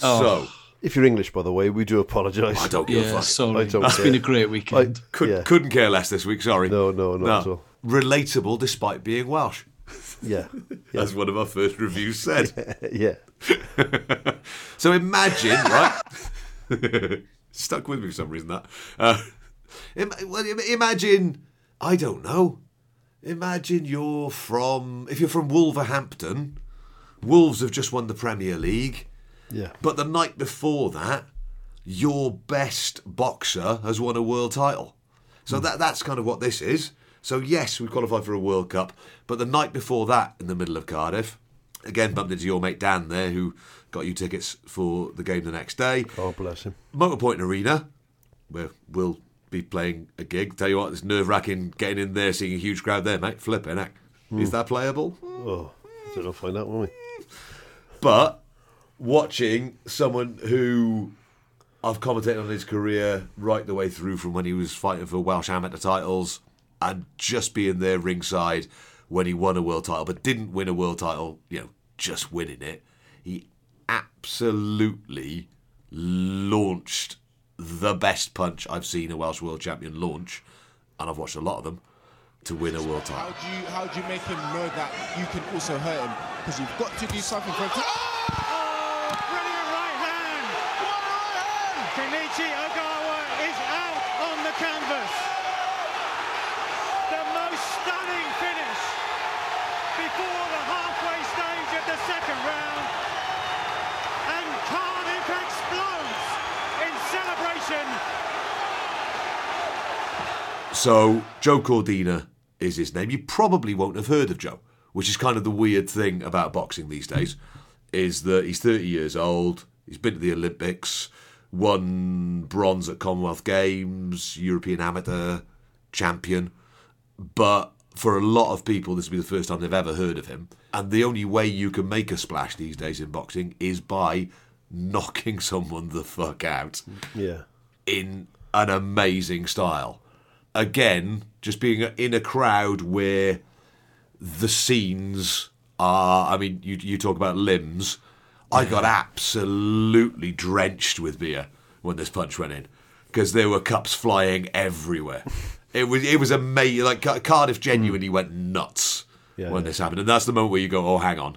Speaker 1: So.
Speaker 2: If you're English, by the way, we do apologise.
Speaker 1: I don't give a fuck.
Speaker 2: I don't care. I-
Speaker 1: Could,
Speaker 2: yeah.
Speaker 1: Couldn't care less this week, sorry.
Speaker 2: No, no, not at all.
Speaker 1: Relatable despite being Welsh.
Speaker 2: Yeah.
Speaker 1: As one of our first reviews said.
Speaker 2: yeah.
Speaker 1: so imagine, right? Stuck with me for some reason, that. Uh, im- well, im- imagine, I don't know. Imagine you're from, if you're from Wolverhampton, Wolves have just won the Premier League.
Speaker 2: Yeah.
Speaker 1: But the night before that, your best boxer has won a world title. So that that's kind of what this is. So yes, we qualified for a World Cup, but the night before that, in the middle of Cardiff, again bumped into your mate Dan there, who got you tickets for the game the next day.
Speaker 2: God Oh, bless him.
Speaker 1: Motorpoint Arena, where we'll be playing a gig. Tell you what, it's nerve wracking getting in there, seeing a huge crowd there, mate. Flipping heck. Is
Speaker 2: Mm.
Speaker 1: that playable?
Speaker 2: Oh, I don't know, find out, will we?
Speaker 1: But watching someone who I've commentated on his career right the way through from when he was fighting for Welsh amateur titles and just being there ringside when he won a world title, but didn't win a world title, you know, just winning it. He absolutely launched the best punch I've seen a Welsh world champion launch, and I've watched a lot of them, to win a world
Speaker 6: How
Speaker 1: title.
Speaker 6: do you how do you make him know that you can also hurt him? Because you've got to do something for him. To... Oh, brilliant right hand! What right hand! Kenichi Ogawa is out on the canvas. The most stunning finish before the halfway stage of the second round, and Cardiff explodes in celebration.
Speaker 1: So Joe Cordina is his name. You probably won't have heard of Joe, which is kind of the weird thing about boxing these days, is that he's 30 years old. He's been to the Olympics, won bronze at Commonwealth Games, European amateur champion, but for a lot of people, this will be the first time they've ever heard of him. And the only way you can make a splash these days in boxing is by knocking someone the fuck out
Speaker 2: Yeah.
Speaker 1: in an amazing style. Again, just being in a crowd where the scenes are. I mean, you you talk about limbs. I got absolutely drenched with beer when this punch went in because there were cups flying everywhere. it was it was amazing. Like Ca- Cardiff genuinely went
Speaker 2: Hmm.
Speaker 1: nuts
Speaker 2: Yeah,
Speaker 1: when
Speaker 2: yeah.
Speaker 1: this happened, and that's the moment where you go, "Oh, hang on,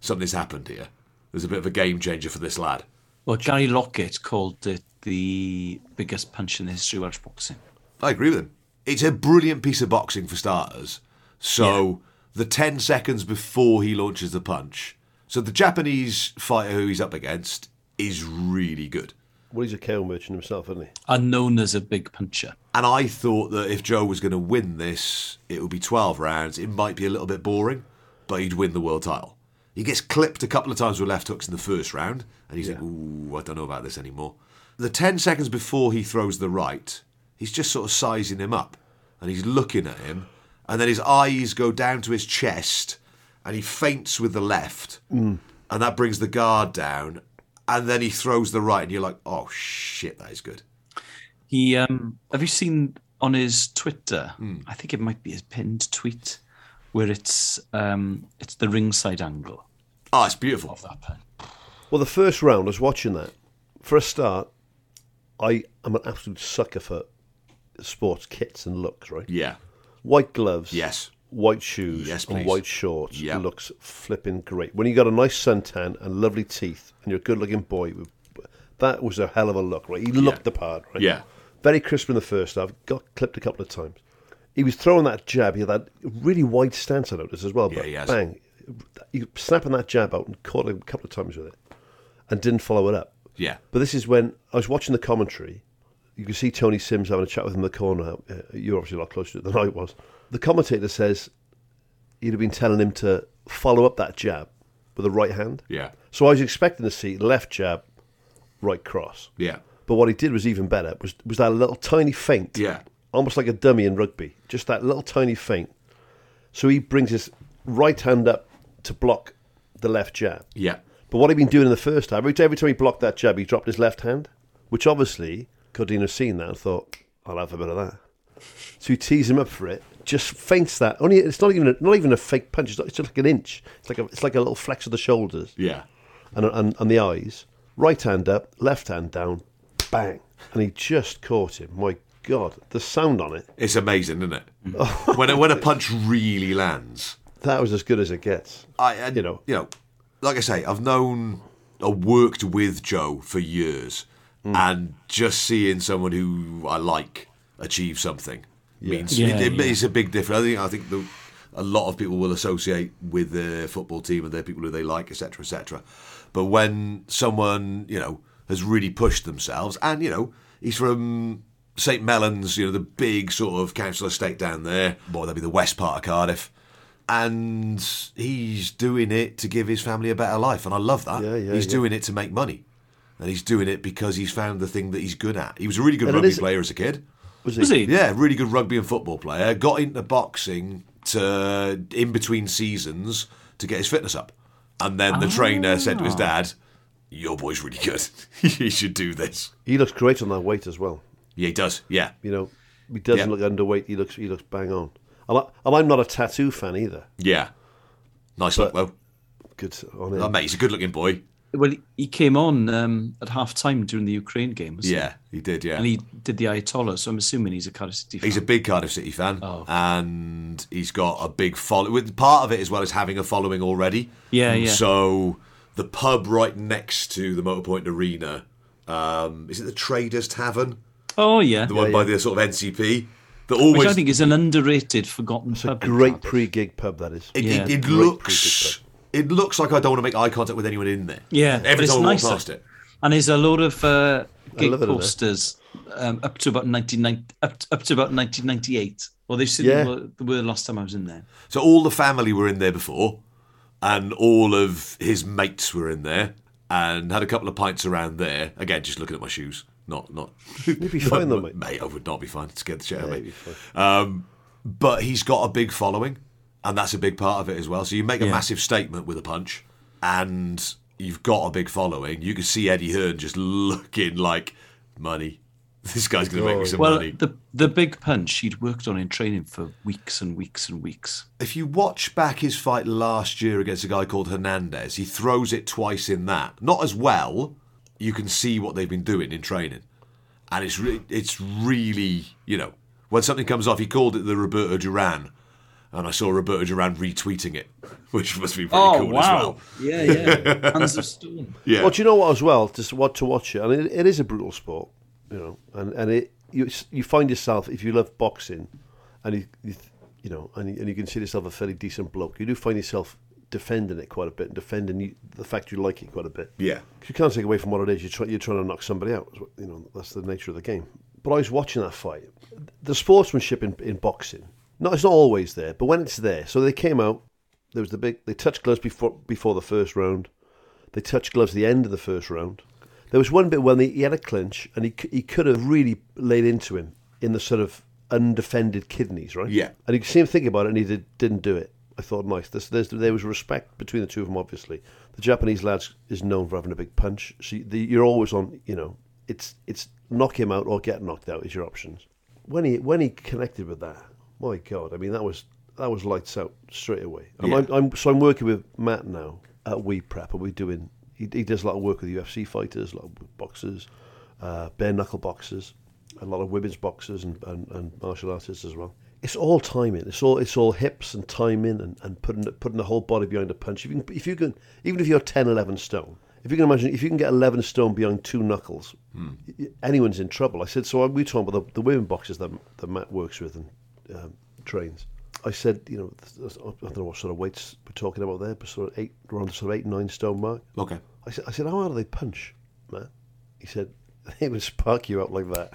Speaker 1: something's happened here." There's a bit of a game changer for this lad.
Speaker 3: Well, Gary Lockett called it the biggest punch in the history of Welsh boxing.
Speaker 1: I agree with him. It's a brilliant piece of boxing for starters. So the 10 seconds before he launches the punch. So the Japanese fighter who he's up against is really good.
Speaker 2: Well, he's a cow merchant himself, isn't he?
Speaker 3: And known as a big puncher.
Speaker 1: And I thought that if Joe was going to win this, it would be 12 rounds. It might be a little bit boring, but he'd win the world title. He gets clipped a couple of times with left hooks in the first round, and he's like, ooh, I don't know about this anymore. The 10 seconds before he throws the right, he's just sort of sizing him up, and he's looking at him, and then his eyes go down to his chest, and he faints with the left,
Speaker 2: Mm.
Speaker 1: and that brings the guard down, and then he throws the right, and you're like, oh, shit, that is good.
Speaker 3: He um have you seen on his Twitter,
Speaker 2: Hmm.
Speaker 3: I think it might be his pinned tweet, where it's um it's the ringside angle.
Speaker 1: Oh, it's beautiful.
Speaker 2: Well, the first round, I was watching that. For a start, I am an absolute sucker for sports kits and looks, right?
Speaker 1: Yeah.
Speaker 2: White gloves.
Speaker 1: Yes.
Speaker 2: White shoes.
Speaker 1: Yes,
Speaker 2: And
Speaker 1: please.
Speaker 2: white shorts.
Speaker 1: Yeah.
Speaker 2: Looks flipping great. When you got a nice suntan and lovely teeth and you're a good looking boy, with- that was a hell of a look, right? He looked the part, right?
Speaker 1: Yeah.
Speaker 2: Very crisp in the first half. Got clipped a couple of times. He was throwing that jab. He had that really wide stance, I noticed as well. But
Speaker 1: he has.
Speaker 2: bang, he was snapping that jab out and caught him a couple of times with it, and didn't follow it up.
Speaker 1: Yeah.
Speaker 2: But this is when I was watching the commentary. You can see Tony Sims having a chat with him in the corner. Uh, You're obviously a lot closer to it than I was. The commentator says he'd have been telling him to follow up that jab with the right hand.
Speaker 1: Yeah.
Speaker 2: So I was expecting to see left jab, right cross.
Speaker 1: Yeah.
Speaker 2: But what he did was even better. Was was that little tiny feint?
Speaker 1: Yeah.
Speaker 2: Almost like a dummy in rugby. Just that little tiny feint. So he brings his right hand up to block the left jab.
Speaker 1: Yeah.
Speaker 2: But what he'd been doing in the first half, every every time he blocked that jab, he dropped his left hand, which obviously Cardino's seen that and thought, I'll have a bit of that. So he tees him up for it, just feints that. Only it's not even a, not even a fake punch. It's, not, it's just like an inch. It's like a, it's like a little flex of the shoulders.
Speaker 1: Yeah.
Speaker 2: And, and and the eyes. Right hand up, left hand down, bang, and he just caught him. My God, the sound on it.
Speaker 1: It's amazing, isn't it? when, a, when a punch really lands.
Speaker 2: That was as good as it gets.
Speaker 1: I, and, you know, you know, like I say, I've known, I worked with Joe for years, and just seeing someone who I like achieve something means
Speaker 3: Yeah,
Speaker 1: it, it-
Speaker 3: yeah.
Speaker 1: it's a big difference. I think I think the, a lot of people will associate with their football team and their people who they like, etc., etc. But when someone you know has really pushed themselves, and you know he's from St Mellons, you know the big sort of council estate down there, well that'd be the west part of Cardiff. And he's doing it to give his family a better life, and I love that.
Speaker 2: yeah,
Speaker 1: he's
Speaker 2: yeah.
Speaker 1: doing it to make money, and he's doing it because he's found the thing that he's good at. He was a really good
Speaker 2: And it
Speaker 1: rugby
Speaker 2: is-
Speaker 1: player as a kid.
Speaker 2: Was
Speaker 3: Was he?
Speaker 1: Yeah, really good rugby and football player. Got into boxing to in between seasons to get his fitness up, and then the trainer said
Speaker 3: Ah.
Speaker 1: to his dad, "Your boy's really good. he should do this."
Speaker 2: He looks great on that weight as well.
Speaker 1: Yeah, he does. Yeah,
Speaker 2: You know, he doesn't
Speaker 1: Yeah.
Speaker 2: look underweight. He looks he looks bang on. And, I, and I'm not a tattoo fan either.
Speaker 1: yeah. Nice look
Speaker 2: Good on
Speaker 1: though.
Speaker 2: him.
Speaker 1: Oh, mate, he's a good-looking boy.
Speaker 3: Well, he came on um, at half time during the Ukraine game. wasn't he?
Speaker 1: Yeah, he did. Yeah,
Speaker 3: And he did the Ayatollah, so I'm assuming he's a Cardiff City fan.
Speaker 1: He's a big Cardiff City fan,
Speaker 3: Oh.
Speaker 1: and he's got a big following. Part of it as well as having a following already. Um,
Speaker 3: Yeah, yeah.
Speaker 1: So the pub right next to the Motorpoint Arena, um, is it the Traders Tavern?
Speaker 3: oh, yeah.
Speaker 1: The one by the sort of NCP that
Speaker 3: Which I
Speaker 1: always
Speaker 3: think is an underrated, forgotten
Speaker 2: It's a
Speaker 3: pub.
Speaker 2: great pre-gig pub that is.
Speaker 1: it,
Speaker 3: yeah.
Speaker 1: it, it
Speaker 2: Great
Speaker 1: looks it looks like I don't want to make eye contact with anyone in there.
Speaker 3: Yeah, but
Speaker 1: every
Speaker 3: it's
Speaker 1: time I walk
Speaker 3: nice,
Speaker 1: past
Speaker 3: though.
Speaker 1: it.
Speaker 3: And there's a lot of uh, gig
Speaker 2: love it, isn't it?
Speaker 3: posters um, up to about 1990, up, to- up to about 1998. Well, they've seen
Speaker 2: Yeah.
Speaker 3: them were, they were the last time I was in there.
Speaker 1: So all the family were in there before, and all of his mates were in there, and had a couple of pints around there. Again, just looking at my shoes. Not not.
Speaker 2: You'd be fine though, mate.
Speaker 1: I would not be fine. It Scared the shit out of me. Um, but he's got a big following, and that's a big part of it as well. So you make a
Speaker 3: Yeah.
Speaker 1: massive statement with a punch, and you've got a big following. You can see Eddie Hearn just looking like money. This guy's going to
Speaker 2: Oh,
Speaker 1: make me some
Speaker 3: Well,
Speaker 1: money.
Speaker 3: the the big punch he'd worked on in training for weeks and weeks and weeks.
Speaker 1: if you watch back his fight last year against a guy called Hernandez, he throws it twice in that. Not as well. You can see what they've been doing in training, and it's re- it's really you know when something comes off. He called it the Roberto Duran, and I saw Roberto Duran retweeting it, which must be
Speaker 2: Oh,
Speaker 1: pretty cool as well.
Speaker 3: Yeah, yeah. Oh, Hands of stone.
Speaker 1: Yeah,
Speaker 2: Well, do you know what as well? Just what to watch it. I mean, it, it is a brutal sport, you know, and and it you you find yourself if you love boxing, and you you, th- you know, and you, and you consider yourself a fairly decent bloke, you do find yourself defending it quite a bit and defending you, the fact you like it quite a bit.
Speaker 1: Yeah.
Speaker 2: 'Cause you can't take away from what it is. You're, try, you're trying to knock somebody out. It's what- You know, that's the nature of the game. But I was watching that fight. The sportsmanship in, in boxing, no, it's not always there, but when it's there, so they came out. There was the big. They touched gloves before before the first round. They touched gloves at the end of the first round. There was one bit when they, he had a clinch and he, c- he could have really laid into him in the sort of undefended kidneys, right?
Speaker 1: Yeah.
Speaker 2: And you could see him think about it and he did, didn't do it. I thought, nice. This, there's, there was respect between the two of them, obviously. The Japanese lads is known for having a big punch. So you- the, you're always on, you know, it's it's knock him out or get knocked out is your options. When he when he connected with that, my God, I mean, that was that was lights out straight away. And
Speaker 1: Yeah.
Speaker 2: I'm, I'm, so I'm working with Matt now at We Prep, and we're doing. He, he does a lot of work with UFC fighters, a lot of boxers, uh, bare knuckle boxers, a lot of women's boxers, and, and, and martial artists as well. It's all timing. It's all it's all hips and timing and, and putting putting the whole body behind a punch. If you can, if you can, even if you're 10, 11 stone, if you can imagine, if you can get 11 stone behind two knuckles, y- anyone's in trouble. I said, so we were talking about the, the women boxers that, that Matt works with and um, trains. I said, you know, th- th- I don't know what sort of weights we're talking about there, but sort of eight, around the sort of eight, nine stone mark.
Speaker 1: okay.
Speaker 2: I said, I said, how hard do they punch, man? He said, they would spark you up like that,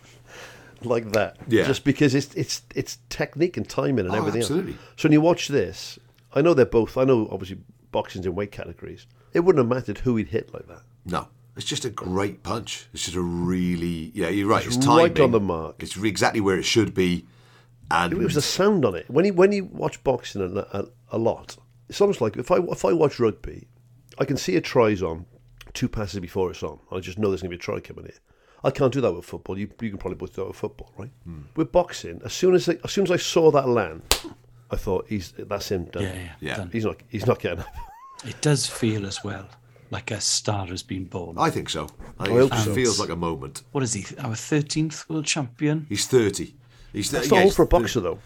Speaker 2: like that.
Speaker 1: Yeah.
Speaker 2: Just because it's it's it's technique and timing and
Speaker 1: Oh,
Speaker 2: everything.
Speaker 1: absolutely.
Speaker 2: Else. So when you watch this, I know they're both. I know obviously boxing's in weight categories, It wouldn't have mattered who he'd hit like that.
Speaker 1: No, it's just a great punch. It's just a really yeah. You're right. It's,
Speaker 2: It's
Speaker 1: timing.
Speaker 2: right on the mark.
Speaker 1: It's re- exactly where it should be. And
Speaker 2: It was the sound on it. When you when you watch boxing a, a, a lot, it's almost like if I if I watch rugby, I can see a try's on two passes before it's on. I just know there's going to be a try coming here. I can't do that with football. You, you can probably both do that with football, right?
Speaker 1: Hmm.
Speaker 2: With boxing, as soon as I, as soon as I saw that land, I thought he's that's him done.
Speaker 3: Yeah, yeah, Yeah. done.
Speaker 2: He's not he's not getting up.
Speaker 3: It does feel as well like a star has been born.
Speaker 1: I think so. I
Speaker 2: I hope
Speaker 1: think it
Speaker 2: so.
Speaker 1: feels like a moment.
Speaker 3: What is he? Our thirteenth world champion.
Speaker 1: He's thirty. He's
Speaker 2: That's
Speaker 1: th-
Speaker 2: not
Speaker 1: yeah,
Speaker 2: old
Speaker 1: he's
Speaker 2: for a boxer though.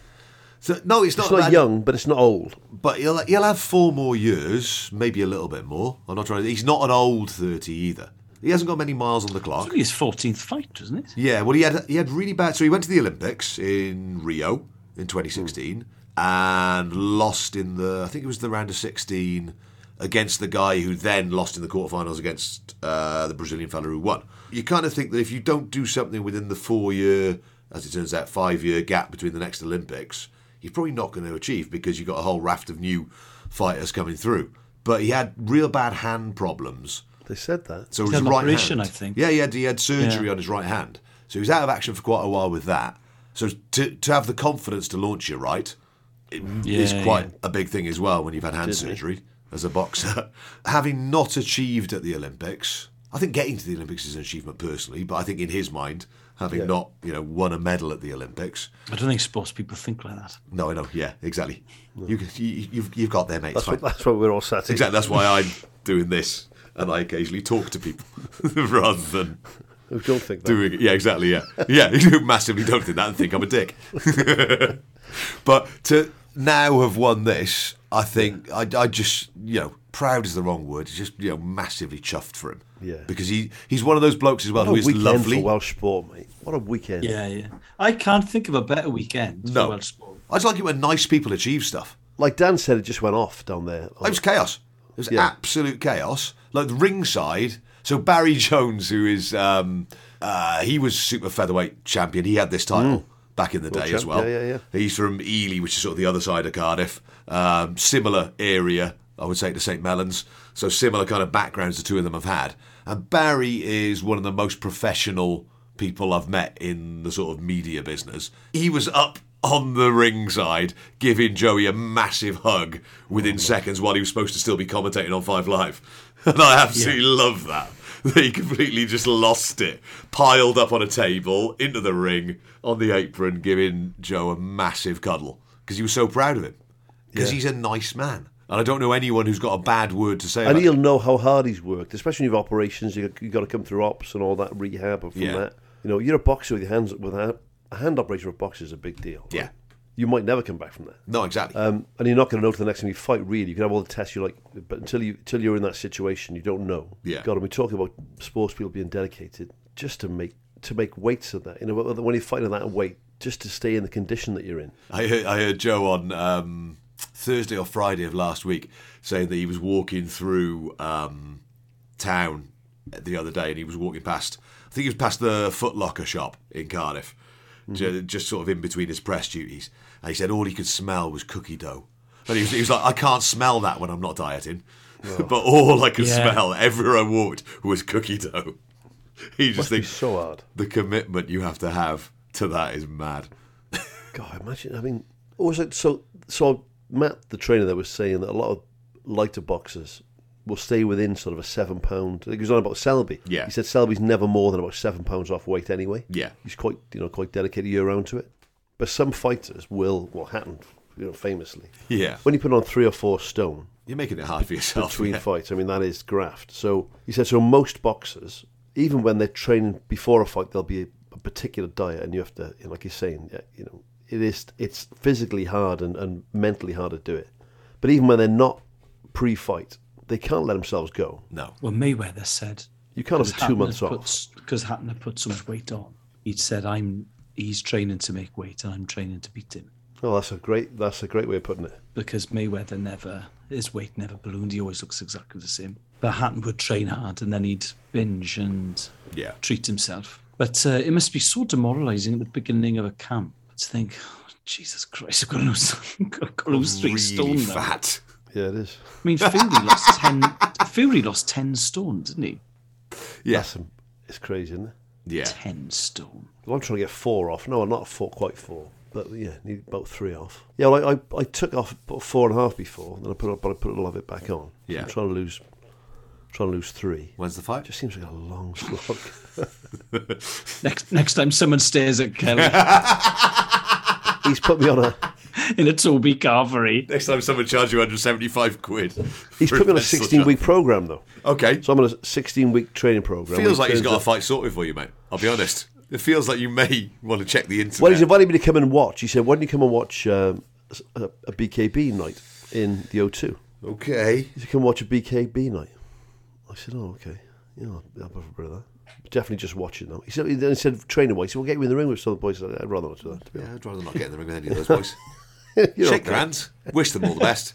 Speaker 1: So, no, it's not.
Speaker 2: It's not
Speaker 1: bad.
Speaker 2: young, but it's not old.
Speaker 1: But he'll he'll have four more years, maybe a little bit more. I'm not trying. To, he's not an old thirty either. He hasn't got many miles on the clock.
Speaker 3: It's his fourteenth fight, isn't it?
Speaker 1: Yeah, well, he had he had really bad. So he went to the Olympics in Rio in 2016 and lost in the I think it was the round of 16 against the guy who then lost in the quarterfinals against uh, the Brazilian fella who won. You kind of think that if you don't do something within the four year, as it turns out, five year gap between the next Olympics, you're probably not going to achieve because you've got a whole raft of new fighters coming through. But he had real bad hand problems.
Speaker 2: They said that.
Speaker 1: So
Speaker 3: He
Speaker 1: his
Speaker 3: had an
Speaker 1: right
Speaker 3: operation,
Speaker 1: hand.
Speaker 3: I think.
Speaker 1: Yeah, he had he had surgery
Speaker 3: Yeah.
Speaker 1: on his right hand, so he was out of action for quite a while with that. So to to have the confidence to launch your right it is
Speaker 3: Yeah,
Speaker 1: quite
Speaker 3: yeah.
Speaker 1: a big thing as well when you've had hand
Speaker 3: Didn't he?
Speaker 1: surgery as a boxer. Having not achieved at the Olympics, I think getting to the Olympics is an achievement personally, but I think in his mind, having
Speaker 3: Yeah.
Speaker 1: not you know won a medal at the Olympics.
Speaker 3: I don't think sports people think like that.
Speaker 1: No, I know. Yeah, exactly. You, can- you you've you've got there, mate.
Speaker 2: That's what,
Speaker 1: It's fine.
Speaker 2: that's what we're all sat. in.
Speaker 1: Exactly. That's why I'm doing this, and I occasionally talk to people rather than
Speaker 2: I don't think that.
Speaker 1: doing it. Yeah, exactly. Yeah, yeah. You massively don't think that and think I'm a dick. but to now have won this, I think I, I just you know proud is the wrong word. It's just you know massively chuffed for him.
Speaker 2: Yeah.
Speaker 1: because he he's one of those blokes as well
Speaker 2: What
Speaker 1: who
Speaker 2: a
Speaker 1: is
Speaker 2: weekend
Speaker 1: lovely.
Speaker 2: for Welsh sport, mate. What a weekend!
Speaker 3: Yeah, yeah. I can't think of a better weekend.
Speaker 1: No.
Speaker 3: for Welsh sport.
Speaker 1: I just like it when nice people achieve stuff.
Speaker 2: Like Dan said, it just went off down there.
Speaker 1: It was chaos. It was
Speaker 2: Oh. Yeah.
Speaker 1: absolute chaos. Like the ringside. So Barry Jones, who is um, uh, he was super featherweight champion. He had this title
Speaker 2: Mm.
Speaker 1: back in the
Speaker 2: World
Speaker 1: day as
Speaker 2: champ,
Speaker 1: well.
Speaker 2: yeah, yeah, yeah.
Speaker 1: He's from Ely, which is sort of the other side of Cardiff. Um, similar area, I would say, to St Mellons. So similar kind of backgrounds the two of them have had. And Barry is one of the most professional people I've met in the sort of media business. He was up on the ringside giving Joey a massive hug
Speaker 2: Oh.
Speaker 1: within seconds while he was supposed to still be commentating on Five Live. And I absolutely love that. He completely just lost it, piled up on a table, into the ring, on the apron, giving Joe a massive cuddle because he was so proud of him. Because
Speaker 2: Yeah.
Speaker 1: he's a nice man. And I don't know anyone who's got a bad word to say
Speaker 2: and
Speaker 1: about
Speaker 2: he'll know how hard he's worked, especially with operations. You you got to come through ops and all that rehab and from
Speaker 1: Yeah.
Speaker 2: that. You know, you're a boxer with your hands with a hand, a hand operation with a boxer is a big deal. right?
Speaker 1: Yeah.
Speaker 2: you might never come back from that.
Speaker 1: No, exactly.
Speaker 2: Um, and you're not going to know till the next time you fight. Really, you can have all the tests you like, but until you until you're in that situation, you don't know.
Speaker 1: Yeah.
Speaker 2: God, and we talk about sports people being dedicated just to make to make weights of that. You know, when you're fighting that weight, just to stay in the condition that you're in.
Speaker 1: I heard, I heard Joe on um, Thursday or Friday of last week saying that he was walking through um, town the other day and he was walking past, I think he was past the Foot Locker shop in Cardiff, ju- just sort of in between his press duties. And he said all he could smell was cookie dough. And he was, he was like, I can't smell that when I'm not dieting. but all I could
Speaker 3: Yeah.
Speaker 1: smell everywhere I walked was cookie dough. He just
Speaker 2: Must be
Speaker 1: thinks
Speaker 2: so hard.
Speaker 1: the commitment you have to have to that is mad.
Speaker 2: God, imagine. I mean, also, so so Matt, the trainer, there was saying that a lot of lighter boxers will stay within sort of a seven pound. He was on about Selby.
Speaker 1: Yeah.
Speaker 2: he said Selby's never more than about seven pounds off weight anyway.
Speaker 1: Yeah.
Speaker 2: he's quite you know quite dedicated year round to it. But some fighters will what happened, you know, famously.
Speaker 1: Yeah.
Speaker 2: when you put on three or four stone,
Speaker 1: You're making it hard for yourself.
Speaker 2: between
Speaker 1: yeah.
Speaker 2: fights. I mean, that is graft. So he said, so most boxers, even when they're training before a fight, there'll be a, a particular diet, and you have to, you know, like you're saying, yeah, you know, it is it's physically hard and, and mentally hard to do it. But even when they're not pre-fight, they can't let themselves go.
Speaker 1: No.
Speaker 3: Well, Mayweather said
Speaker 2: You can't have two months off.
Speaker 3: because Hatton had put so much weight on. He said, "I'm he's training to make weight, and I'm training to beat him."
Speaker 2: Oh, that's a great that's a great way of putting it.
Speaker 3: Because Mayweather never his weight never ballooned. He always looks exactly the same. But Hatton would train hard, and then he'd binge and
Speaker 1: Yeah.
Speaker 3: treat himself. But uh, it must be so demoralising at the beginning of a camp to think, Jesus Christ, I've got to lose, I've got to lose three
Speaker 1: really
Speaker 3: stone now.
Speaker 1: fat.
Speaker 2: Yeah, it is.
Speaker 3: I mean, Fury lost ten. Fury lost ten stone, didn't he?
Speaker 2: Yes, it's crazy, isn't it?
Speaker 1: Yeah,
Speaker 3: ten stone.
Speaker 2: Well, I'm trying to get four off. No, I'm not four, quite four, but yeah, need about three off. Yeah, well, I, I, I took off put four and a half before, then I put but I put a lot of it back on.
Speaker 1: Yeah.
Speaker 2: I'm trying to lose, trying to lose three.
Speaker 1: When's the fight?
Speaker 2: Just seems like a long slog.
Speaker 3: next next time someone stares at Kelly,
Speaker 2: he's put me on a
Speaker 3: in a Toby Carvery.
Speaker 1: Next time someone charges you 175 quid.
Speaker 2: He's
Speaker 1: for
Speaker 2: put me on a
Speaker 1: pencil
Speaker 2: 16 week
Speaker 1: sharp-
Speaker 2: program though.
Speaker 1: Okay.
Speaker 2: So I'm on a 16 week training program.
Speaker 1: Feels
Speaker 2: He
Speaker 1: like he's
Speaker 2: turns
Speaker 1: got a
Speaker 2: up-
Speaker 1: fight sorted for you, mate. I'll be honest. It feels like you may want to check the internet.
Speaker 2: Well, he's invited me to come and watch. He said, "Why don't you come and watch um, a, a BKB night in the O2?"
Speaker 1: Okay.
Speaker 2: He said, "Come watch a BKB night." I said, "Oh, okay. Yeah, I'll, I'll have a bit of that. Definitely just watch it now." He said, he then said training wise. He said, "We'll get you in the ring with some of the boys." I said, I'd rather not do that. To be
Speaker 1: yeah,
Speaker 2: honest.
Speaker 1: I'd rather not get in the ring with any of those boys.
Speaker 2: You're
Speaker 1: Shake
Speaker 2: okay.
Speaker 1: their hands. Wish them all the best.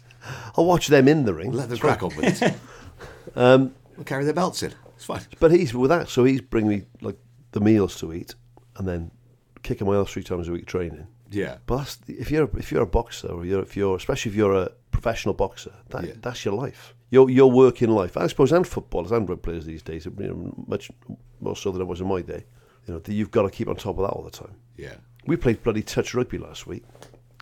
Speaker 2: I'll watch them in the ring.
Speaker 1: Let them
Speaker 2: That's right.
Speaker 1: crack on with it.
Speaker 2: Um,
Speaker 1: We'll carry their belts in. It's fine.
Speaker 2: But he's with that, so he's bringing me like the meals to eat, and then kicking my ass three times a week training.
Speaker 1: Yeah.
Speaker 2: But that's, if you're if you're a boxer, or you're if you're especially if you're a professional boxer, that that's your life. Your your working life, I suppose, and footballers and rugby players these days, you know, much more so than it was in my day. You know, that you've got to keep on top of that all the time.
Speaker 1: Yeah.
Speaker 2: We played bloody touch rugby last week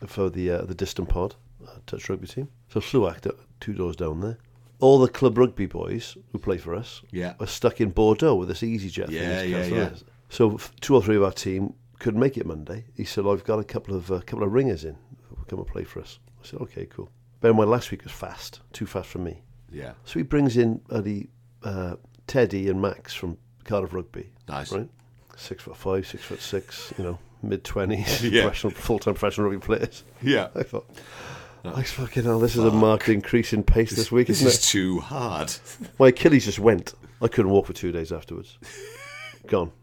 Speaker 2: for the uh, the distant pod uh, touch rugby team. So Sluac, d- two doors down there. All the club rugby boys who play for us
Speaker 1: Yeah.
Speaker 2: were stuck in Bordeaux with this easy jet.
Speaker 1: Yeah, yeah, yeah.
Speaker 2: So f- two or three of our team couldn't make it Monday. He said, "Oh, "I've got a couple of uh, couple of ringers in. who'll Come and play for us." I said, "Okay, cool." Bear in mind, last week was fast, too fast for me.
Speaker 1: Yeah.
Speaker 2: So he brings in bloody uh, Teddy and Max from Cardiff Rugby.
Speaker 1: Nice.
Speaker 2: Right? Six foot five, six foot six, you know, mid 20s,
Speaker 1: Yeah.
Speaker 2: professional, full time professional rugby players.
Speaker 1: Yeah.
Speaker 2: I thought, I fucking hell, this is a marked increase in pace this, week,
Speaker 1: This
Speaker 2: isn't
Speaker 1: is
Speaker 2: it?
Speaker 1: too hard.
Speaker 2: My Achilles just went. I couldn't walk for two days afterwards. Gone.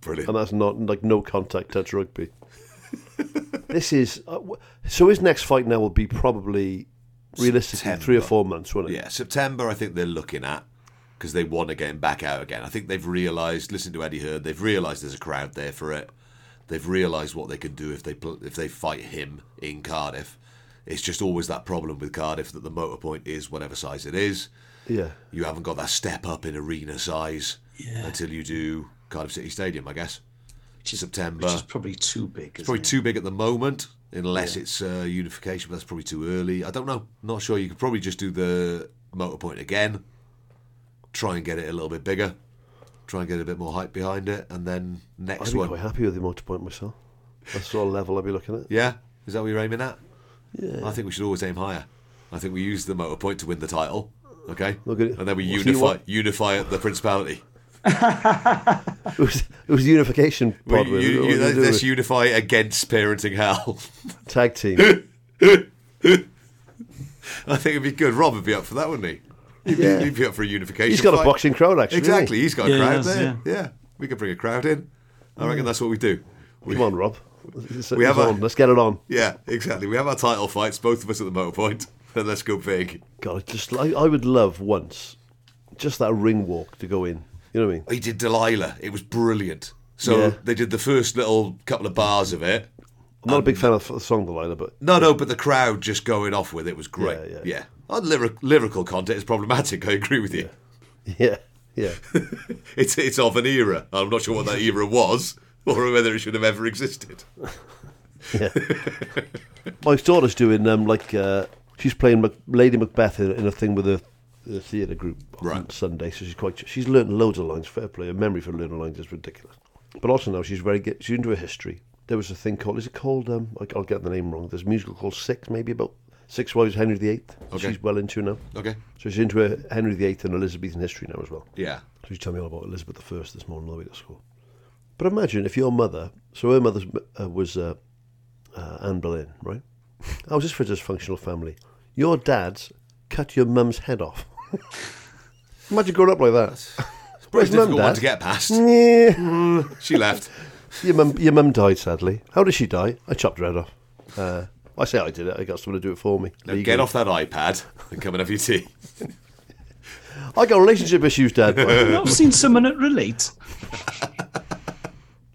Speaker 1: Brilliant.
Speaker 2: And that's not like no contact touch rugby. this is uh, w- so. His next fight now will be probably realistically three or
Speaker 1: September.
Speaker 2: four months, won't it?
Speaker 1: Yeah, September, I think they're looking at because they want to get him back out again. I think they've realised, listen to Eddie Heard, they've realised there's a crowd there for it. They've realised what they can do if they pl- if they fight him in Cardiff. It's just always that problem with Cardiff that the motor point is whatever size it is.
Speaker 2: Yeah.
Speaker 1: You haven't got that step up in arena size until you do Cardiff City Stadium, I guess. September.
Speaker 3: which is probably too big.
Speaker 1: It's probably
Speaker 3: isn't it?
Speaker 1: too big at the moment, unless it's uh, unification, but that's probably too early. I don't know. Not sure. You could probably just do the motor point again, try and get it a little bit bigger, try and get a bit more hype behind it, and then next
Speaker 2: I'd be
Speaker 1: one.
Speaker 2: quite happy with the motor point myself. That's the sort of level I'd be looking at.
Speaker 1: Yeah? Is that what you're aiming at?
Speaker 2: Yeah.
Speaker 1: I think we should always aim higher. I think we use the motor point to win the title, okay?
Speaker 2: Look at it.
Speaker 1: And then we
Speaker 2: Well, see
Speaker 1: unify,
Speaker 2: what-
Speaker 1: unify at the principality.
Speaker 2: It was, it was the unification
Speaker 1: We-
Speaker 2: pod. wasn't it?
Speaker 1: you-
Speaker 2: What
Speaker 1: you-
Speaker 2: was it
Speaker 1: let's
Speaker 2: doing?
Speaker 1: unify against parenting hell.
Speaker 2: Tag team.
Speaker 1: I think it'd be good. Rob would be up for that, wouldn't he? He'd,
Speaker 2: Yeah.
Speaker 1: be, he'd be up for a unification.
Speaker 2: He's got a
Speaker 1: fight.
Speaker 2: boxing crowd, actually, hasn't
Speaker 1: Exactly.
Speaker 2: he?
Speaker 1: He's got
Speaker 3: Yeah,
Speaker 1: a
Speaker 3: he
Speaker 1: crowd
Speaker 3: has,
Speaker 1: there. Yeah. we could bring a crowd in. I reckon that's what we do. We,
Speaker 2: Come on, Rob. It's-
Speaker 1: We
Speaker 2: it's
Speaker 1: have a-
Speaker 2: on. Let's get it on.
Speaker 1: Yeah, exactly. We have our title fights, both of us at the motor point, and let's go big.
Speaker 2: God, I just I, I would love once just that ring walk to go in. You know what I mean?
Speaker 1: He did Delilah. It was brilliant. So
Speaker 2: Yeah.
Speaker 1: they did the first little couple of bars of it.
Speaker 2: I'm not a
Speaker 1: Um,
Speaker 2: big fan of the song Delilah, but
Speaker 1: No, no, but the crowd just going off with it was great.
Speaker 2: Yeah,
Speaker 1: Yeah,
Speaker 2: yeah.
Speaker 1: Oh, lyric, lyrical content is problematic. I agree with you.
Speaker 2: yeah, yeah.
Speaker 1: It's it's of an era. I'm not sure what that era was, or whether it should have ever existed.
Speaker 2: My daughter's doing um like uh, she's playing Mac- Lady Macbeth in, in a thing with a, a theatre group on
Speaker 1: Right.
Speaker 2: Sunday, so she's quite she's learnt loads of lines. Fair play, her memory for learning lines is ridiculous. But also now she's very good. She's into her history. There was a thing called is it called um I- I'll get the name wrong. There's a musical called Six, maybe about Six Wives of Henry VIII.
Speaker 1: Okay.
Speaker 2: She's well into now.
Speaker 1: Okay.
Speaker 2: So she's into her Henry VIII and Elizabethan history now as well.
Speaker 1: Yeah.
Speaker 2: So you tell me all about Elizabeth I this morning on the way to school. But imagine if your mother, so her mother uh, was uh, uh, Anne Boleyn, right? I was just for a dysfunctional family. Your dad's cut your mum's head off. imagine growing up like that.
Speaker 1: Pretty
Speaker 2: Where's mum,
Speaker 1: difficult one
Speaker 2: dad?
Speaker 1: to get past.
Speaker 2: Yeah.
Speaker 1: She left.
Speaker 2: Your mum, your mum died sadly. How did she die? I chopped her head off. Uh, I say I did it. I got someone to do it for me.
Speaker 1: Now
Speaker 2: legally.
Speaker 1: get off that iPad and come and have your tea.
Speaker 2: I got relationship issues, Dad.
Speaker 3: I've seen someone at relate.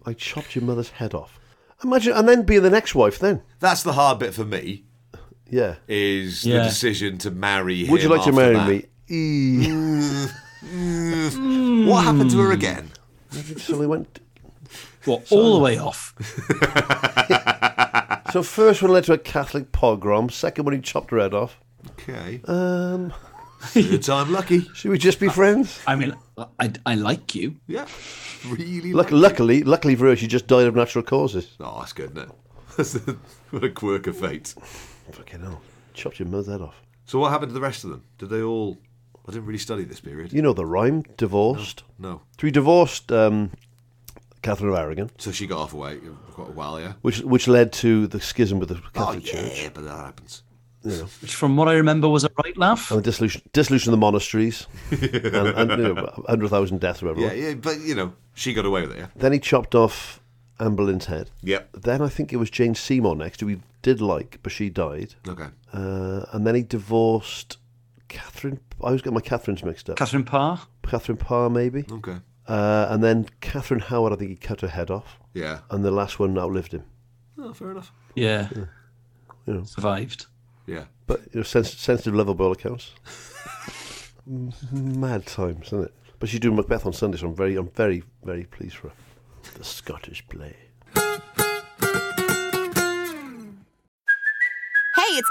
Speaker 2: I chopped your mother's head off. Imagine, and then being the next wife. Then
Speaker 1: That's the hard bit for me.
Speaker 2: Yeah.
Speaker 1: is
Speaker 2: Yeah.
Speaker 1: the decision to marry him.
Speaker 2: Would you like to
Speaker 1: after
Speaker 2: marry
Speaker 1: that.
Speaker 2: me?
Speaker 1: Mm. Mm. What happened to her again?
Speaker 2: So they went.
Speaker 3: What, all the way off?
Speaker 2: So first one led to a Catholic pogrom. Second one he chopped her head off.
Speaker 1: Okay.
Speaker 2: Um.
Speaker 1: Third time lucky.
Speaker 2: Should we just be friends?
Speaker 3: I mean, I, I like you.
Speaker 1: Yeah. Really?
Speaker 2: Luck- luckily, luckily for her, she just died of natural causes.
Speaker 1: Oh, that's good, isn't it? That's a- what a quirk of fate.
Speaker 2: Fucking hell. Chopped your mother's head off.
Speaker 1: So what happened to the rest of them? Did they all? I didn't really study this period.
Speaker 2: You know the rhyme, divorced.
Speaker 1: No.
Speaker 2: So he divorced um, Catherine of Aragon,
Speaker 1: So she got off away for quite a while, yeah.
Speaker 2: which which led to the schism with the
Speaker 1: Oh
Speaker 2: Catholic Church.
Speaker 1: yeah, but that happens.
Speaker 2: You know.
Speaker 3: Which, from what I remember, was a right laugh.
Speaker 2: And the dissolution, dissolution of the monasteries, and, and you know, 100,000 deaths of everyone.
Speaker 1: Yeah, yeah, but you know, she got away with it. Yeah.
Speaker 2: Then he chopped off Anne Boleyn's head.
Speaker 1: Yep.
Speaker 2: Then I think it was Jane Seymour next, who he did like, but she died.
Speaker 1: Okay.
Speaker 2: Uh, and then he divorced Catherine. I always get my Catherines mixed up.
Speaker 3: Catherine Parr.
Speaker 2: Catherine Parr, maybe.
Speaker 1: Okay.
Speaker 2: Uh, and then Catherine Howard, I think he cut her head off.
Speaker 1: Yeah.
Speaker 2: And the last one outlived him.
Speaker 1: Oh, fair enough.
Speaker 3: Yeah.
Speaker 2: You know.
Speaker 3: Survived.
Speaker 1: Yeah.
Speaker 2: But you know, sens- sensitive level by all accounts. M- Mad times, isn't it? But she's doing Macbeth on Sunday, so I'm very, I'm very, very pleased for her. The Scottish play.
Speaker 7: Hey, it's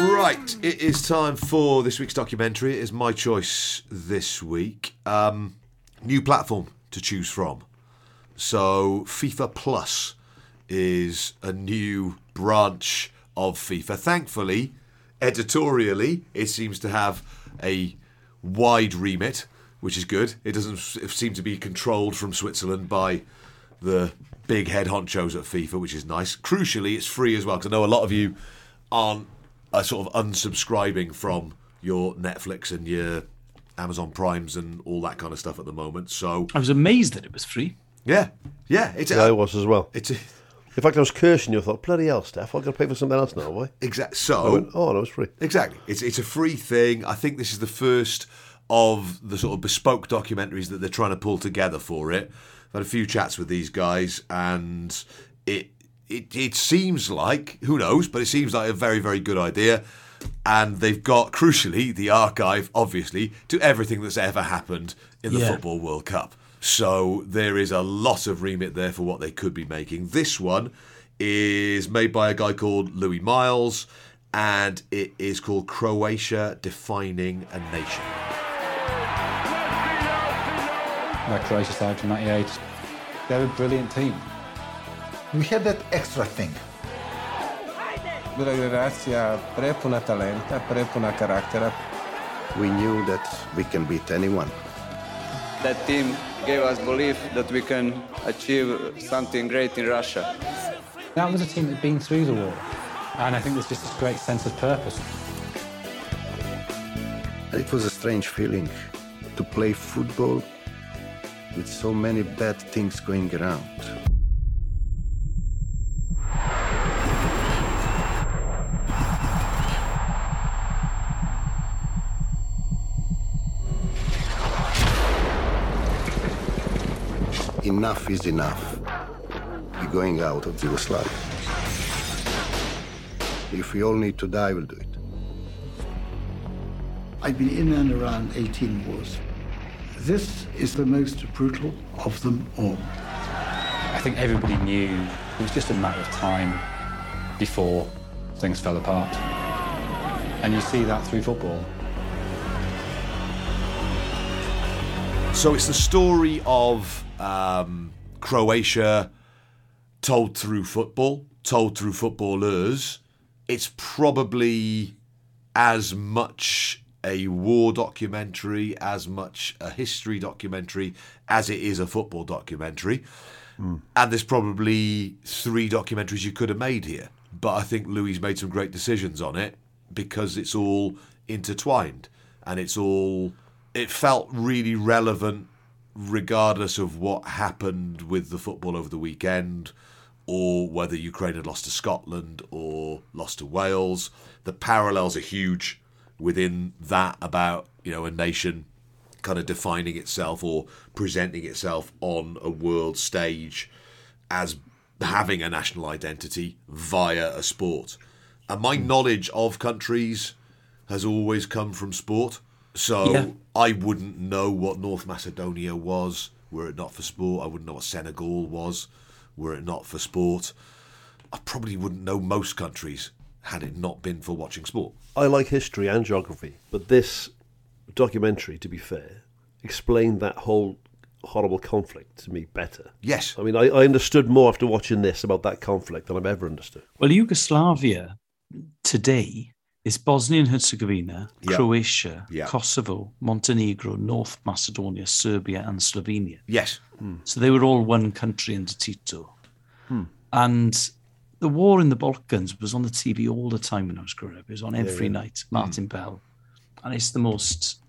Speaker 1: Right, it is time for this week's documentary. It is my choice this week. Um, new platform to choose from. So, FIFA Plus is a new branch of FIFA. Thankfully, editorially, it seems to have a wide remit, which is good. It doesn't s- seem to be controlled from Switzerland by the big head honchos at FIFA, which is nice. Crucially, it's free as well, because I know a lot of you aren't uh, sort of unsubscribing from your Netflix and your Amazon Primes and all that kind of stuff at the moment. So
Speaker 3: I was amazed that it was free.
Speaker 1: yeah, yeah, it's
Speaker 2: yeah, I was as well.
Speaker 1: It's
Speaker 2: In fact, I was cursing you. I thought, bloody hell, Steph, I've got to pay for something else now, have I?
Speaker 1: Exactly.
Speaker 2: I
Speaker 1: So
Speaker 2: went, oh, no, it's free.
Speaker 1: Exactly. It's it's a free thing. I think this is the first of the sort of bespoke documentaries that they're trying to pull together for it. I've had a few chats with these guys, and it it it seems like who knows, but it seems like a very very good idea. And they've got crucially the archive, obviously, to everything that's ever happened in the
Speaker 3: Yeah.
Speaker 1: football World Cup. So there is a lot of remit there for what they could be making. This one is made by a guy called Louis Miles, and it is called Croatia Defining a Nation.
Speaker 8: that Croatia side from 98. They were a brilliant team.
Speaker 9: We have that extra thing.
Speaker 8: Bila generacija prepuna talenta, prepuna karaktera.
Speaker 10: We knew that we can beat anyone.
Speaker 11: That team gave us belief that we can achieve something great in Russia.
Speaker 8: That was a team that had been through the war. And I think there's just this great sense of purpose.
Speaker 10: It was a strange feeling to play football with so many bad things going around. Enough is enough. We're going out of Yugoslavia. If we all need to die, we'll do it.
Speaker 9: I've been in and around 18 wars. This is the most brutal of them all.
Speaker 8: I think everybody knew it was just a matter of time before things fell apart. And you see that through football.
Speaker 1: So it's the story of um, Croatia told through football, told through footballers. It's probably as much a war documentary, as much a history documentary, as it is a football documentary. And there's probably three documentaries you could have made here. But I think Louis made some great decisions on it because it's all intertwined and it's all. It felt really relevant regardless of what happened with the football over the weekend or whether Ukraine had lost to Scotland or lost to Wales. The parallels are huge within that about, you know, a nation kind of defining itself or presenting itself on a world stage as having a national identity via a sport. And my knowledge of countries has always come from sport. So
Speaker 3: Yeah.
Speaker 1: I wouldn't know what North Macedonia was were it not for sport. I wouldn't know what Senegal was were it not for sport. I probably wouldn't know most countries had it not been for watching sport.
Speaker 2: I like history and geography, but this documentary, to be fair, explained that whole horrible conflict to me better.
Speaker 1: Yes.
Speaker 2: I mean, I, I understood more after watching this about that conflict than I've ever understood.
Speaker 3: Well, Yugoslavia today is Bosnia and Herzegovina,
Speaker 2: Yeah.
Speaker 3: Croatia,
Speaker 2: Yeah.
Speaker 3: Kosovo, Montenegro, North Macedonia, Serbia, and Slovenia.
Speaker 1: Yes.
Speaker 3: So they were all one country under Tito.
Speaker 8: Hmm.
Speaker 3: And the war in the Balkans was on the TV all the time when I was growing up. It was on
Speaker 8: Yeah,
Speaker 3: every
Speaker 8: yeah. Hmm.
Speaker 3: night, Martin Bell. And it's the most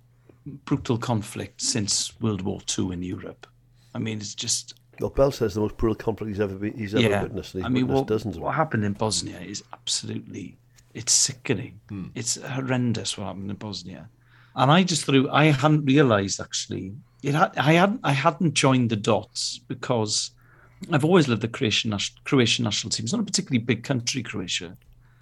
Speaker 3: brutal conflict since World War II in Europe. I mean, it's just
Speaker 2: Well, Bell says the most brutal conflict he's ever been, he's ever witnessed. And he's
Speaker 3: I mean,
Speaker 2: witnessed
Speaker 3: what,
Speaker 2: dozens of
Speaker 3: what happened in Bosnia is absolutely it's sickening. It's horrendous what happened in Bosnia, and I just threw. I hadn't realised actually. It had, I hadn't. I hadn't joined the dots because I've always loved the Croatian national, Croatian national team. It's not a particularly big country, Croatia,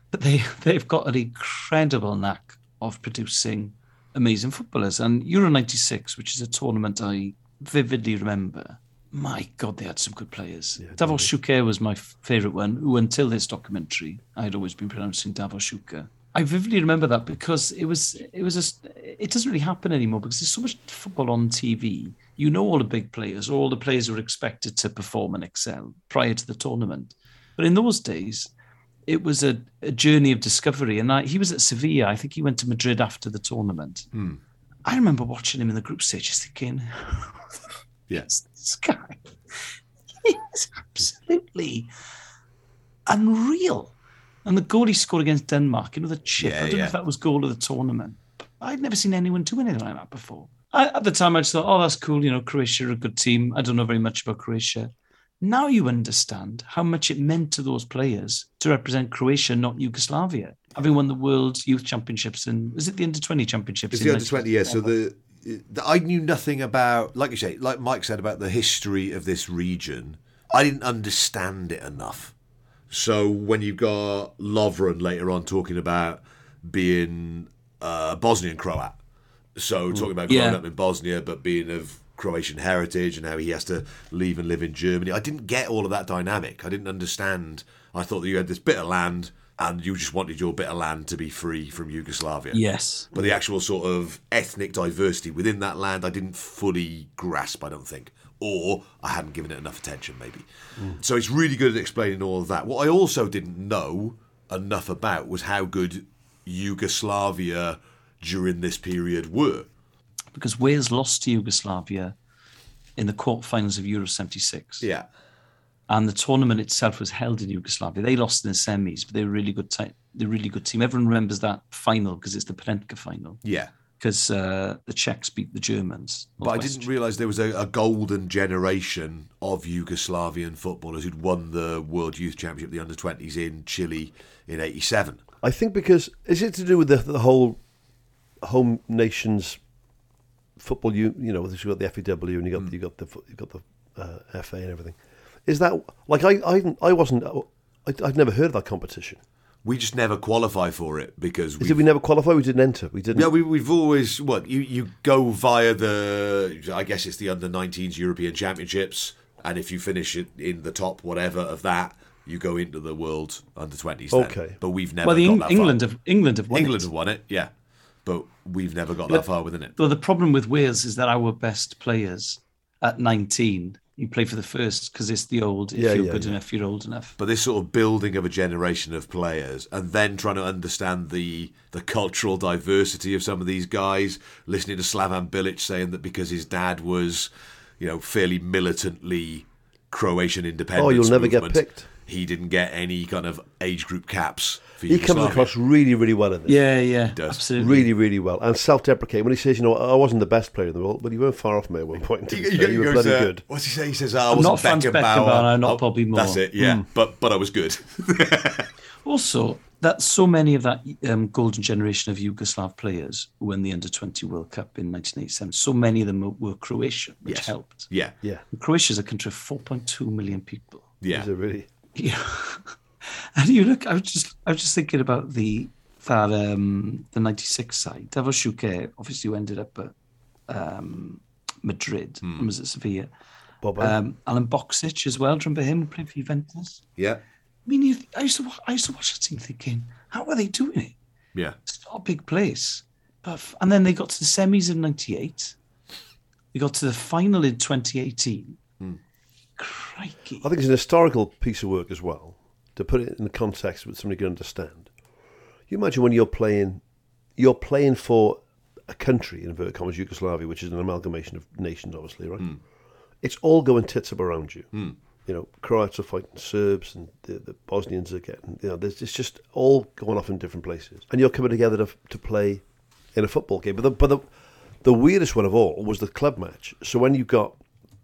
Speaker 3: but they they've got an incredible knack of producing amazing footballers. And Euro '96, which is a tournament I vividly remember, my God, they had some good players. Davos Shuker was my f- favourite one, who until this documentary, I'd always been pronouncing Davos Shuker. I vividly remember that because it was it was a, s- it doesn't really happen anymore because there's so much football on TV. You know all the big players, all the players who are expected to perform and excel prior to the tournament. But in those days, it was a, a journey of discovery. And I, he was at Sevilla. I think he went to Madrid after the tournament.
Speaker 1: Hmm.
Speaker 3: I remember watching him in the group stage, just thinking,
Speaker 1: Yes.
Speaker 3: this guy is absolutely unreal. And the goal he scored against Denmark, you know, the chip.
Speaker 1: Yeah,
Speaker 3: I don't know
Speaker 1: yeah.
Speaker 3: if that was goal of the tournament. But I'd never seen anyone do anything like that before. I, at the time, I just thought, oh, that's cool. You know, Croatia are a good team. I don't know very much about Croatia. Now you understand how much it meant to those players to represent Croatia, not Yugoslavia, having won the World Youth Championships and was it the Under Twenty Championships?
Speaker 1: It's
Speaker 3: in
Speaker 1: the under
Speaker 3: 19-
Speaker 1: twenty, yeah. So the, the I knew nothing about, like you say, like Mike said about the history of this region. I didn't understand it enough. So when you've got Lovren later on talking about being uh, Bosnian Croat, so talking about growing
Speaker 3: Yeah.
Speaker 1: up in Bosnia but being of Croatian heritage and how he has to leave and live in Germany, I didn't get all of that dynamic. I didn't understand. I thought that you had this bit of land and you just wanted your bit of land to be free from Yugoslavia.
Speaker 3: Yes.
Speaker 1: But the actual sort of ethnic diversity within that land, I didn't fully grasp, I don't think. Or I hadn't given it enough attention, maybe. So it's really good at explaining all of that. What I also didn't know enough about was how good Yugoslavia during this period were.
Speaker 3: because Wales lost to Yugoslavia in the quarterfinals of Euro 76.
Speaker 1: Yeah.
Speaker 3: And the tournament itself was held in Yugoslavia. They lost in the semis, but they were a really good team. They're a really good team. Everyone remembers that final because it's the Penenka final.
Speaker 1: Yeah.
Speaker 3: Because uh, the Czechs beat the Germans.
Speaker 1: But I
Speaker 3: Northwest.
Speaker 1: didn't realise there was a, a golden generation of Yugoslavian footballers who'd won the World Youth Championship, the under 20s in Chile in 87.
Speaker 2: I think because is it to do with the, the whole home nations football? You you know, you got the FEW and you got you got the fo- you got the uh, FA and everything. Is that like I I, didn't- I wasn't I, I'd never heard of that competition.
Speaker 1: We just never qualify for it because
Speaker 2: Is
Speaker 1: we
Speaker 2: it we never qualify? We didn't enter. We didn't.
Speaker 1: No, we, we've always what you you go via the I guess it's the under 19s European Championships, and if you finish it in the top whatever of that, you go into the World Under 20s. then.
Speaker 2: Okay.
Speaker 1: but we've never
Speaker 3: Well, the
Speaker 1: got
Speaker 3: Eng-
Speaker 1: that
Speaker 3: England
Speaker 1: far.
Speaker 3: have England have won.
Speaker 1: England
Speaker 3: it.
Speaker 1: have won it, yeah, but we've never got
Speaker 3: Yeah.
Speaker 1: that far within it.
Speaker 3: Well, the problem with Wales is that our best players at 19, you play for the first because it's the old. If
Speaker 1: Yeah,
Speaker 3: you're
Speaker 1: yeah,
Speaker 3: good
Speaker 1: yeah.
Speaker 3: enough, you're old enough.
Speaker 1: But this sort of building of a generation of players, and then trying to understand the the cultural diversity of some of these guys, listening to Slavan Bilic saying that because his dad was, you know, fairly militantly Croatian independence.
Speaker 2: Oh, you'll never get
Speaker 1: movement,
Speaker 2: picked.
Speaker 1: he didn't get any kind of age group caps. For
Speaker 2: He comes
Speaker 1: Yugoslavia.
Speaker 2: across really, really well in this.
Speaker 3: Yeah, yeah, He does. absolutely.
Speaker 2: Really, really well. And self-deprecating when he says, "You know, I wasn't the best player in the world, but you weren't far off me at one point.
Speaker 1: He-
Speaker 2: You,
Speaker 1: he
Speaker 2: you, were
Speaker 1: goes,
Speaker 2: bloody
Speaker 1: uh,
Speaker 2: good."
Speaker 1: What's he say? He says, "I
Speaker 3: I'm
Speaker 1: wasn't
Speaker 3: not Franz
Speaker 1: Beckenbauer.
Speaker 3: Beckenbauer, I'm not
Speaker 1: Oh,
Speaker 3: Bobby Moore."
Speaker 1: That's it. Yeah,
Speaker 3: Hmm.
Speaker 1: but but I was good.
Speaker 3: Also, that so many of that um, golden generation of Yugoslav players who won the Under 20 World Cup in 1987. So many of them were- were Croatian, which
Speaker 1: Yes.
Speaker 3: helped.
Speaker 1: Yeah.
Speaker 2: Yeah.
Speaker 3: Croatia's a country of 4.2 million people.
Speaker 1: Yeah.
Speaker 2: Is it really?
Speaker 3: Yeah. and you look, I was just, I was just thinking about the that um, the '96 side. Davos Shuke obviously who ended up at um, Madrid and was at Sevilla.
Speaker 2: Boban.
Speaker 3: Um, Alan Boxic as well. Do you Remember him playing for Juventus?
Speaker 1: Yeah.
Speaker 3: I mean, you- I used to watch, I used to watch that team thinking, how are they doing it?
Speaker 1: Yeah.
Speaker 3: It's not a big place. But f- and then they got to the semis in '98. They got to the final in 2018.
Speaker 2: Hmm. I think it's an historical piece of work as well to put it in the context that somebody can understand. You imagine when you're playing, you're playing for a country in inverted commas Yugoslavia, which is an amalgamation of nations, obviously, right? It's all going tits up around you. You know, Croats are fighting Serbs, and the, the Bosnians are getting. You know, there's it's just all going off in different places, and you're coming together to, to play in a football game. But the, but the the weirdest one of all was the club match. So when you got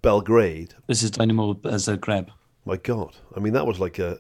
Speaker 2: Belgrade,
Speaker 3: This is Dynamo uh, as a grab.
Speaker 2: my God, I mean that was like a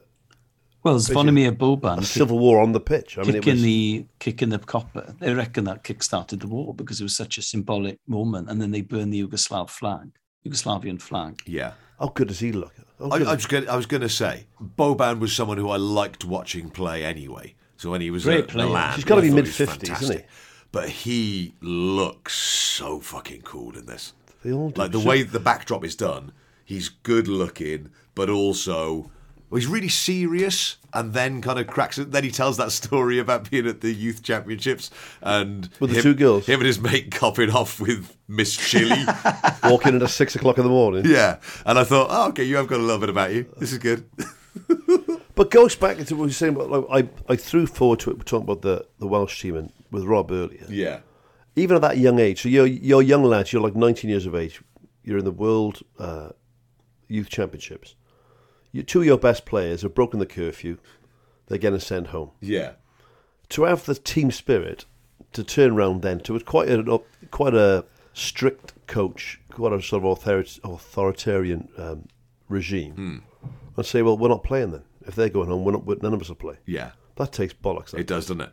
Speaker 3: Well,
Speaker 2: basically
Speaker 3: Zvonimir Boban
Speaker 2: a
Speaker 3: kick-
Speaker 2: civil war on the pitch. I mean, it
Speaker 3: kicking
Speaker 2: was
Speaker 3: the kicking the copper. They reckon that kick started the war because it was such a symbolic moment, and then they burned the Yugoslav flag, Yugoslavian flag.
Speaker 1: Yeah.
Speaker 2: How Oh, good does he look? How
Speaker 1: I,
Speaker 2: Oh, good-
Speaker 1: I was gonna, I was going to say Boban was someone who I liked watching play anyway. So when he was
Speaker 2: Great
Speaker 1: at
Speaker 2: player.
Speaker 1: Milan,
Speaker 2: He's gotta
Speaker 1: I
Speaker 2: be
Speaker 1: thought he was
Speaker 2: mid-fifties, isn't he?
Speaker 1: fantastic. But he looks so fucking cool in this.
Speaker 2: They all do.
Speaker 1: like the
Speaker 2: So-
Speaker 1: way the backdrop is done. He's good looking, but also well, he's really serious. And then kind of cracks it. Then he tells that story about being at the youth championships and
Speaker 2: With the
Speaker 1: him-
Speaker 2: two girls.
Speaker 1: him and his mate copping off with Miss Chili.
Speaker 2: walking in at six o'clock in the morning.
Speaker 1: yeah, and I thought, oh, okay, you have got a little bit about you. This is good.
Speaker 2: But goes back to what you were saying about like, I, I threw forward to it, we're talking about the, the Welsh team and with Rob earlier.
Speaker 1: Yeah.
Speaker 2: Even at that young age, so you're, you're young lads, you're like 19 years of age, you're in the World uh, Youth Championships. You, two of your best players have broken the curfew, they're getting sent home.
Speaker 1: Yeah.
Speaker 2: To have the team spirit to turn round then to quite a, quite a strict coach, quite a sort of authori- authoritarian um, regime,
Speaker 1: Hmm.
Speaker 2: and say, well, we're not playing then. If they're going home, we're not, we're, none of us will play.
Speaker 1: Yeah.
Speaker 2: That takes bollocks. That
Speaker 1: It does, doesn't it?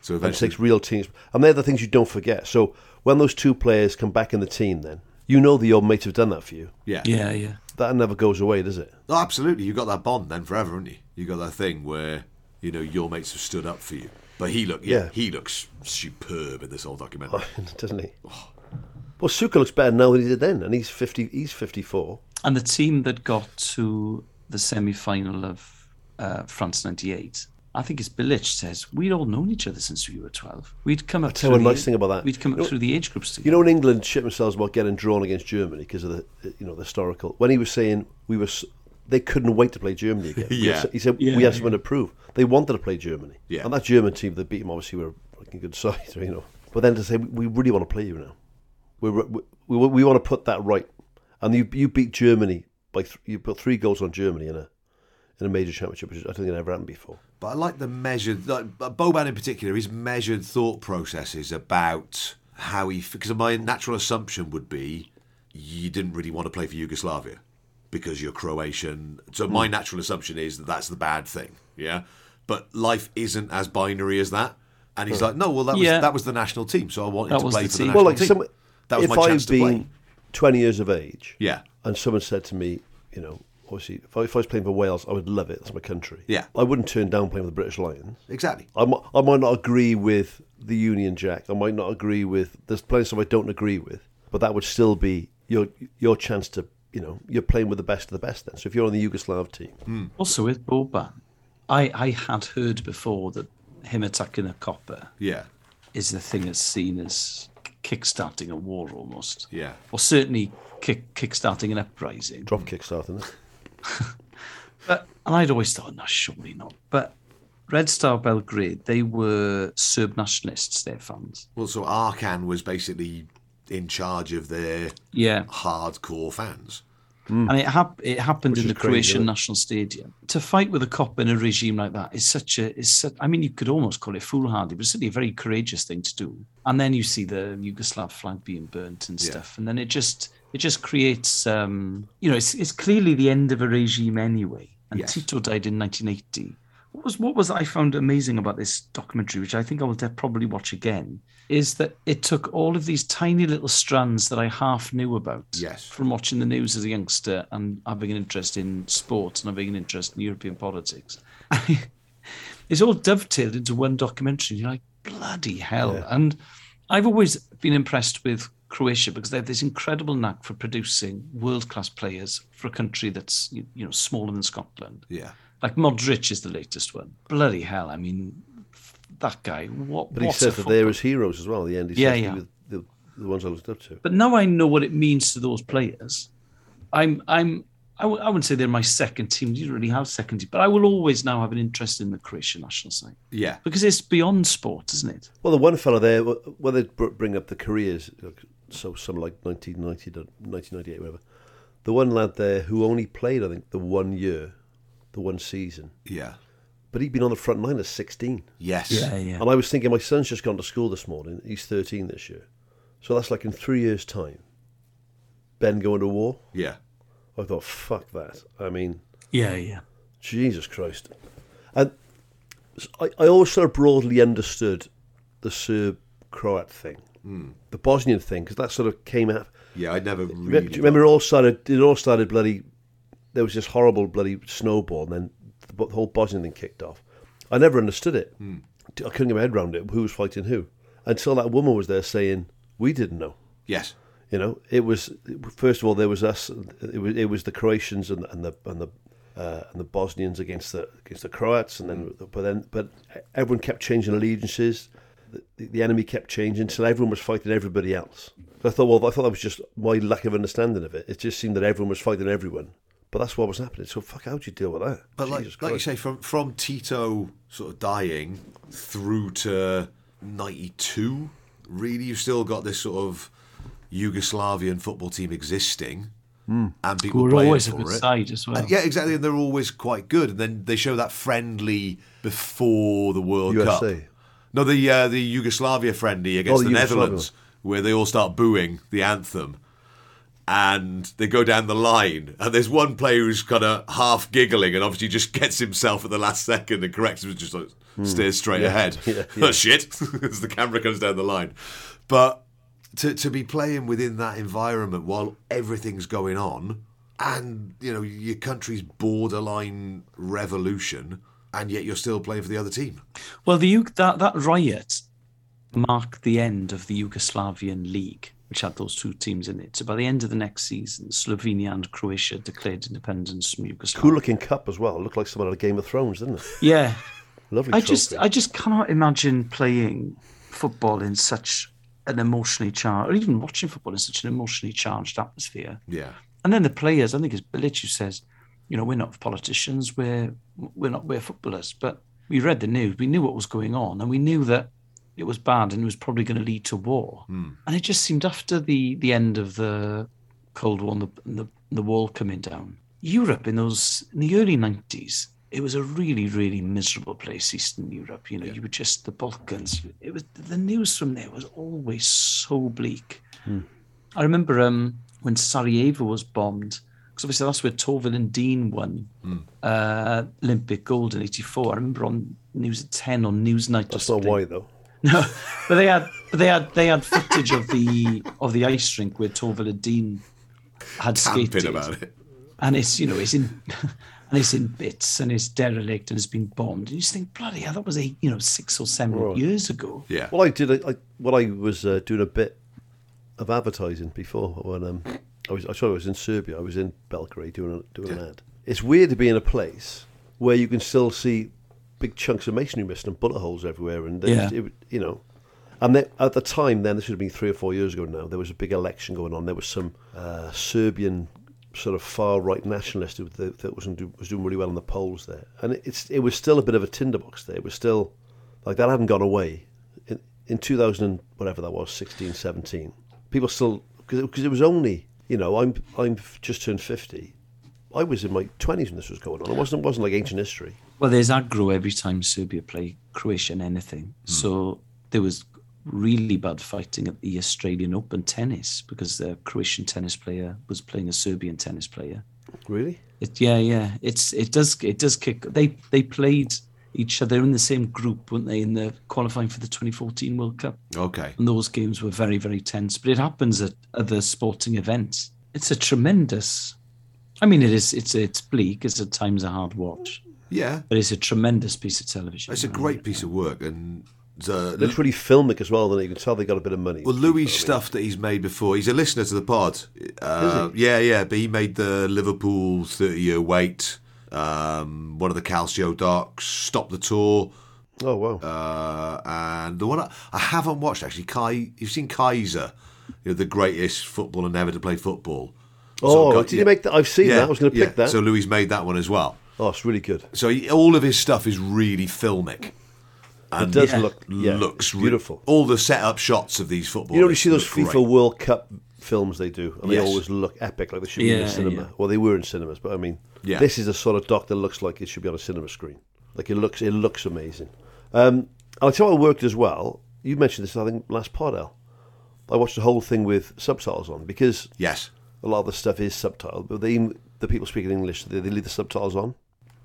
Speaker 1: So
Speaker 2: and it
Speaker 1: eventually,
Speaker 2: takes real teams. And they're the things you don't forget. So when those two players come back in the team, then you know that your mates have done that for you.
Speaker 1: yeah,
Speaker 3: yeah.
Speaker 2: That never goes away, does it?
Speaker 1: Oh, absolutely. You got that bond then forever, haven't you? You got that thing where you know your mates have stood up for you. But he look, yeah,
Speaker 2: Yeah.
Speaker 1: he looks superb in this whole documentary.
Speaker 2: Doesn't he? Well, Suka looks better now than he did then, and he's fifty. He's fifty-four.
Speaker 3: And the team that got to the semi-final of uh, France '98, I think it's Bilic says we'd all known each other since we were 12. We'd come up.
Speaker 2: Tell you a
Speaker 3: through the-
Speaker 2: nice thing about that.
Speaker 3: We'd come up
Speaker 2: You know-
Speaker 3: through the age groups together.
Speaker 2: You know, in England, shit themselves about getting drawn against Germany because of the you know the historical. When he was saying we were, s- they couldn't wait to play Germany again. He
Speaker 1: Yeah.
Speaker 2: said- he said
Speaker 1: Yeah,
Speaker 2: we had
Speaker 1: yeah.
Speaker 2: something to prove. They wanted to play Germany.
Speaker 1: Yeah.
Speaker 2: and that German team that beat them obviously were a fucking good side, you know. But then to say we really want to play you now, we we, we, we want to put that right, and you you beat Germany by th- you put three goals on Germany in a in a major championship, which I don't think it ever happened before.
Speaker 1: But I like the measured, like but Boban in particular, his measured thought processes about how he. Because my natural assumption would be you didn't really want to play for Yugoslavia because you're Croatian. So my
Speaker 2: Hmm.
Speaker 1: natural assumption is that that's the bad thing. Yeah, but life isn't as binary as that. And he's
Speaker 2: Huh.
Speaker 1: like, no, well, that was
Speaker 2: Yeah.
Speaker 1: that was the national team, so I wanted to play for the national
Speaker 2: well, like
Speaker 1: team.
Speaker 2: some,
Speaker 1: that was
Speaker 2: if
Speaker 1: my
Speaker 2: I'd
Speaker 1: chance to
Speaker 2: been
Speaker 1: play.
Speaker 2: twenty years of age,
Speaker 1: Yeah.
Speaker 2: and someone said to me, you know, obviously, if I, if I was playing for Wales, I would love it. That's my country.
Speaker 1: Yeah.
Speaker 2: I wouldn't turn down playing with the British Lions.
Speaker 1: Exactly.
Speaker 2: I might, I might not agree with the Union Jack. I might not agree with. There's plenty of stuff I don't agree with, but that would still be your your chance to. You know, you're playing with the best of the best. Then, so if you're on the Yugoslav team,
Speaker 3: Mm. Also with Boban, I, I had heard before that him attacking a copper
Speaker 1: Yeah.
Speaker 3: is the thing that's seen as kickstarting a war almost.
Speaker 1: Yeah.
Speaker 3: Or certainly kick kickstarting an uprising.
Speaker 2: Drop kickstarting.
Speaker 3: but and I'd always thought, no, surely not. But Red Star Belgrade, they were Serb nationalists, their fans.
Speaker 1: Well, so Arkan was basically in charge of their
Speaker 3: Yeah.
Speaker 1: hardcore fans.
Speaker 3: And it, hap- it happened
Speaker 2: Hmm. Which
Speaker 3: in
Speaker 2: is
Speaker 3: the
Speaker 2: crazy,
Speaker 3: Croatian
Speaker 2: isn't it?
Speaker 3: national stadium. To fight with a cop in a regime like that is such a is such, I mean, you could almost call it foolhardy, but it's certainly a very courageous thing to do. And then you see the Yugoslav flag being burnt and stuff, and then it just it just creates um, you know it's it's clearly the end of a regime anyway. And
Speaker 12: Yes.
Speaker 3: Tito died in 1980. What was what was I found amazing about this documentary, which I think I will de- probably watch again, is that it took all of these tiny little strands that I half knew about
Speaker 1: Yes.
Speaker 3: from watching the news as a youngster and having an interest in sports and having an interest in European politics. it's all dovetailed into one documentary. You're like, bloody hell.
Speaker 12: Yeah.
Speaker 3: And I've always been impressed with Croatia because they have this incredible knack for producing world class players for a country that's you, you know smaller than Scotland.
Speaker 1: Yeah.
Speaker 3: Like Modric is the latest one. Bloody hell! I mean, that guy. What?
Speaker 2: But he
Speaker 3: what a
Speaker 2: said that
Speaker 3: footballer.
Speaker 2: they're his heroes as well. At the end, he
Speaker 3: Yeah,
Speaker 2: said he
Speaker 3: yeah.
Speaker 2: was the, the ones I looked up to.
Speaker 3: But now I know what it means to those players. I'm I'm I, w- I wouldn't say they're my second team. You don't really have second team, but I will always now have an interest in the Croatian national side
Speaker 1: Yeah.
Speaker 3: because it's beyond sport, isn't it?
Speaker 2: Well, the one fellow there, wh- when they br- bring up the careers, like, so some like 1990, to 1998, whatever, the one lad there who only played, I think, the one year, the one season.
Speaker 1: Yeah.
Speaker 2: But he'd been on the front line at 16.
Speaker 1: Yes. Yeah, yeah.
Speaker 2: And I was thinking, my son's just gone to school this morning. He's 13 this year. So that's like in three years' time. Ben going to war.
Speaker 1: Yeah.
Speaker 2: I thought, fuck that. I mean,
Speaker 3: Yeah, yeah.
Speaker 2: Jesus Christ. And s- I, I always sort of broadly understood the Serb Croat thing,
Speaker 1: Mm.
Speaker 2: the Bosnian thing, because that sort of came out.
Speaker 1: Yeah, I never
Speaker 2: Do you
Speaker 1: really
Speaker 2: remember it all started? It all started bloody. There was this horrible bloody snowball, and then the, bo- the whole Bosnian thing kicked off. I never understood it.
Speaker 1: Hmm.
Speaker 2: I couldn't get my head around it. Who was fighting who? Until that woman was there saying, "We didn't know."
Speaker 1: Yes.
Speaker 2: You know, it was first of all there was us. It was it was the Croatians and the and the and the, uh, and the Bosnians against the against the Croats, and then
Speaker 1: Mm.
Speaker 2: but then but everyone kept changing allegiances. The, the enemy kept changing, so everyone was fighting everybody else. So I thought, well, I thought that was just my lack of understanding of it. It just seemed that everyone was fighting everyone, but that's what was happening. So fuck, how'd you deal with that?
Speaker 1: But like, like you say, from from Tito sort of dying through to '92, really, you've still got this sort of Yugoslavian football team existing,
Speaker 3: Mm.
Speaker 1: and people
Speaker 3: Who are
Speaker 1: playing
Speaker 3: always a
Speaker 1: for
Speaker 3: good
Speaker 1: it.
Speaker 3: side as well.
Speaker 1: And- yeah, exactly, and they're always quite good. And then they show that friendly before the World Cup.
Speaker 2: USA.
Speaker 1: No, the uh, the Yugoslavia friendly against
Speaker 2: Oh, the
Speaker 1: the,
Speaker 2: Yugoslavia
Speaker 1: Netherlands, where they all start booing the anthem. And they go down the line, and there's one player who's kind of half giggling, and obviously just gets himself at the last second and corrects him, and just like
Speaker 2: Hmm.
Speaker 1: stares straight
Speaker 2: Yeah,
Speaker 1: ahead.
Speaker 2: yeah,
Speaker 1: Oh,
Speaker 2: yeah.
Speaker 1: shit! as the camera comes down the line, but to to be playing within that environment while everything's going on, and you know your country's borderline revolution, and yet you're still playing for the other team.
Speaker 3: Well, the Yug- that that riot marked the end of the Yugoslavian league, which had those two teams in it. So by the end of the next season, Slovenia and Croatia declared independence from Yugoslavia.
Speaker 2: Cool looking cup as well. It looked like someone out of Game of Thrones, didn't it?
Speaker 3: Yeah.
Speaker 2: Lovely
Speaker 3: I just
Speaker 2: trophy.
Speaker 3: I just cannot imagine playing football in such an emotionally charged or even watching football in such an emotionally charged atmosphere.
Speaker 1: Yeah.
Speaker 3: And then the players, I think it's Bilic who says, you know, we're not politicians, we're we're not we're footballers. But we read the news, we knew what was going on, and we knew that it was bad and it was probably going to lead to war. And it just seemed after the the end of the Cold War and the, and the the wall coming down, Europe in those in the early nineties, it was a really really miserable place, Eastern Europe. You know, you were just the Balkans. It was the news from there was always so bleak. I remember um, when Sarajevo was bombed, because obviously that's where Torvald and Dean won uh, Olympic gold in '84. I remember on News at Ten on Newsnight. That's not why
Speaker 2: though.
Speaker 3: No, but they had but they had they had footage of the of the ice rink where Torvald and Dean had
Speaker 1: Tamping
Speaker 3: skated
Speaker 1: about it.
Speaker 3: and it's you know it's in and it's in bits and it's derelict and it's been bombed. And you just think, bloody hell, that was eight, you know six or seven
Speaker 2: Right.
Speaker 3: years ago.
Speaker 1: Yeah.
Speaker 2: Well, I did. I, I well, I was uh, doing a bit of advertising before when um, I was. I sorry, I was in Serbia. I was in Belgrade doing a, doing an ad. It's weird to be in a place where you can still see big chunks of masonry mist and bullet holes everywhere, and
Speaker 3: Yeah.
Speaker 2: yeah. it, you know. And then, at the time, then this would have been three or four years ago now. There was a big election going on. There was some uh, Serbian sort of far right nationalist who, that, that wasn't do, was doing really well in the polls there, and it's it was still a bit of a tinderbox there. It was still like that hadn't gone away in, in 2000 and whatever that was 16 17 people still because it, 'cause it was only You know, I'm I'm just turned fifty. I was in my twenties when this was going on. It wasn't wasn't like ancient history.
Speaker 3: Well, there's aggro every time Serbia play Croatia in anything.
Speaker 1: Hmm.
Speaker 3: So there was really bad fighting at the Australian Open tennis because the Croatian tennis player was playing a Serbian tennis player.
Speaker 2: Really?
Speaker 3: It, yeah, yeah. It's it does it does kick. They they played each other in the same group, weren't they, in the qualifying for the 2014 World Cup?
Speaker 1: Okay.
Speaker 3: And those games were very very tense. But it happens at other sporting events. It's a tremendous. I mean, it is. It's it's bleak. It's at times a hard watch.
Speaker 1: Yeah.
Speaker 3: But it's a tremendous piece of television.
Speaker 1: It's a great piece of work, and the
Speaker 2: Looks really filmic as well. Then you can tell they got a bit of money.
Speaker 1: Well, Louis' stuff that he's made before, he's a listener to the pod. Uh, Yeah, yeah, but he made the Liverpool 30 year wait, um, one of the Calcio docs, Stop the Tour.
Speaker 2: Oh, wow.
Speaker 1: Uh, and the one I, I haven't watched, actually, Kai, you've seen Kaiser, you know, the greatest footballer never to play football.
Speaker 2: Oh,
Speaker 1: So-
Speaker 2: did you make that? I've seen that. I was going to
Speaker 1: yeah.
Speaker 2: pick that.
Speaker 1: So Louis made that one as well.
Speaker 2: Oh, it's really good.
Speaker 1: So he, all of his stuff is really filmic.
Speaker 2: It does look- yeah,
Speaker 1: looks
Speaker 2: it's
Speaker 1: re-
Speaker 2: beautiful.
Speaker 1: all the setup shots of these footballers.
Speaker 2: you know, you see those
Speaker 1: look
Speaker 2: FIFA
Speaker 1: great.
Speaker 2: World Cup films they do, and
Speaker 1: Yes.
Speaker 2: they always look epic, like they should be in
Speaker 1: Yeah,
Speaker 2: a cinema.
Speaker 1: yeah.
Speaker 2: Well, they were in cinemas, but I mean,
Speaker 1: Yeah.
Speaker 2: this is the sort of doc that looks like it should be on a cinema screen. Like it looks, it looks amazing. Um, I'll tell you what worked as well. You mentioned this, I think, last pod, Al. I watched the whole thing with subtitles on because
Speaker 1: yes,
Speaker 2: a lot of the stuff is subtitled, but they, the people speaking English they, they leave the subtitles on.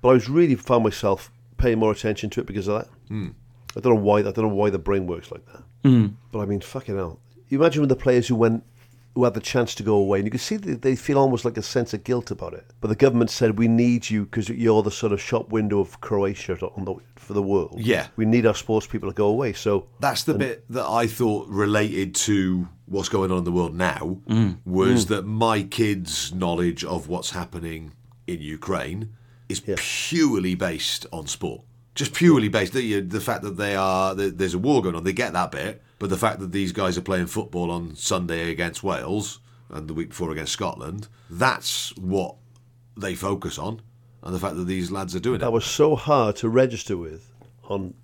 Speaker 2: But I was really found myself paying more attention to it because of that.
Speaker 1: Hmm.
Speaker 2: I don't know why. I don't know why the brain works like that.
Speaker 3: Mm.
Speaker 2: But I mean, fucking hell. You imagine with the players who went, who had the chance to go away, and you can see that they feel almost like a sense of guilt about it. But the government said, "We need you because you're the sort of shop window of Croatia to, on the, for the world.
Speaker 1: Yeah.
Speaker 2: we need our sports people to go away." So
Speaker 1: That's the bit that I thought related to what's going on in the world now
Speaker 2: Mm.
Speaker 1: was
Speaker 2: Mm.
Speaker 1: that my kids' knowledge of what's happening in Ukraine is purely based on sport. Just purely based the, uh, the fact that they are that there's a war going on. They get that bit, but the fact that these guys are playing football on Sunday against Wales and the week before against Scotland, that's what they focus on, and the fact that these lads are doing it.
Speaker 2: that was so hard to register with on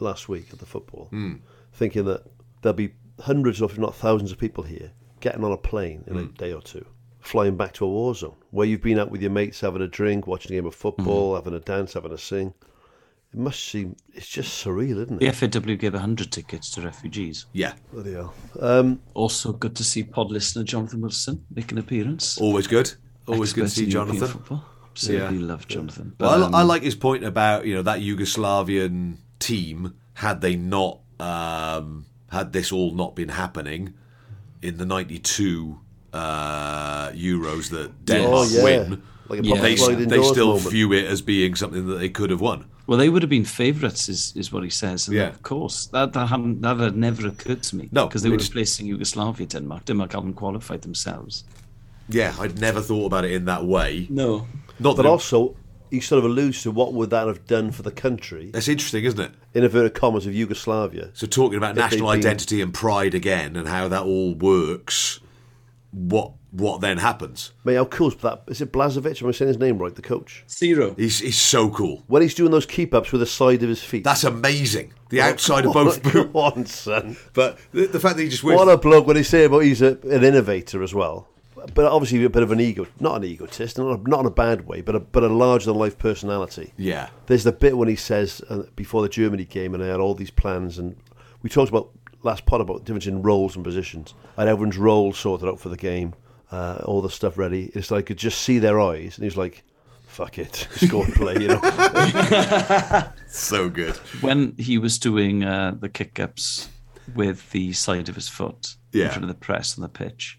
Speaker 2: last week at the football,
Speaker 1: Mm.
Speaker 2: thinking that there'll be hundreds, of, if not thousands, of people here getting on a plane in a
Speaker 1: Hmm.
Speaker 2: day or two, flying back to a war zone where you've been out with your mates, having a drink, watching a game of football,
Speaker 1: Hmm.
Speaker 2: having a dance, having a sing. It must seem it's just surreal, isn't
Speaker 3: The
Speaker 2: it?
Speaker 3: FAW gave 100 tickets to refugees.
Speaker 1: Yeah.
Speaker 2: Bloody hell. Um,
Speaker 3: also, good to see pod listener Jonathan Wilson make an appearance.
Speaker 1: Always good. Always good to
Speaker 3: Expert
Speaker 1: see
Speaker 3: in European
Speaker 1: Jonathan.
Speaker 3: football. Absolutely love Jonathan.
Speaker 1: Well, I,
Speaker 3: um,
Speaker 1: I like his point about you know that Yugoslavian team. Had they not um, had this all not been happening in the '92 uh, Euros that Denmark
Speaker 2: Oh, yeah.
Speaker 1: win,
Speaker 2: Like a
Speaker 1: they,
Speaker 2: Papa Floyd
Speaker 1: they
Speaker 2: indoors
Speaker 1: still
Speaker 2: moment.
Speaker 1: view it as being something that they could have won.
Speaker 3: Well, they would have been favourites, is, is what he says. And
Speaker 1: Yeah.
Speaker 3: Of course, that that, hadn't, that had never occurred to me.
Speaker 1: No,
Speaker 3: because they
Speaker 1: it
Speaker 3: were
Speaker 1: was-
Speaker 3: displacing Yugoslavia, Denmark. Denmark hadn't qualified themselves.
Speaker 1: Yeah, I'd never thought about it in that way.
Speaker 3: No,
Speaker 1: not
Speaker 2: but
Speaker 1: that-
Speaker 2: also he sort of alludes to what would that have done for the country.
Speaker 1: That's interesting, isn't it?
Speaker 2: In inverted commas of Yugoslavia.
Speaker 1: So talking about
Speaker 2: If they'd
Speaker 1: national
Speaker 2: been-
Speaker 1: identity and pride again, and how that all works. What what then happens?
Speaker 2: Mate, how cool is that? Is it Blazovic? Am I saying his name right? The coach.
Speaker 3: Zero.
Speaker 1: He's he's so cool.
Speaker 2: When he's doing those keep ups with the side of his feet.
Speaker 1: That's amazing. The
Speaker 2: Oh,
Speaker 1: outside of
Speaker 2: come
Speaker 1: both
Speaker 2: on,
Speaker 1: boots.
Speaker 2: Come on, son.
Speaker 1: But the, the fact that he just wears
Speaker 2: What a bloke! When they say about he's a, an innovator as well, but obviously a bit of an ego, not an egotist, not, a, not in a bad way, but a but a larger than life personality.
Speaker 1: Yeah.
Speaker 2: There's the bit when he says uh, before the Germany game, and I had all these plans, and we talked about last pod about the difference in roles and positions. I had everyone's role sorted out for the game, uh, all the stuff ready. It's like I could just see their eyes, and he's like, "Fuck it, score play," you know.
Speaker 1: so good.
Speaker 3: When he was doing uh, the kick ups with the side of his foot
Speaker 1: Yeah.
Speaker 3: in front of the press on the pitch,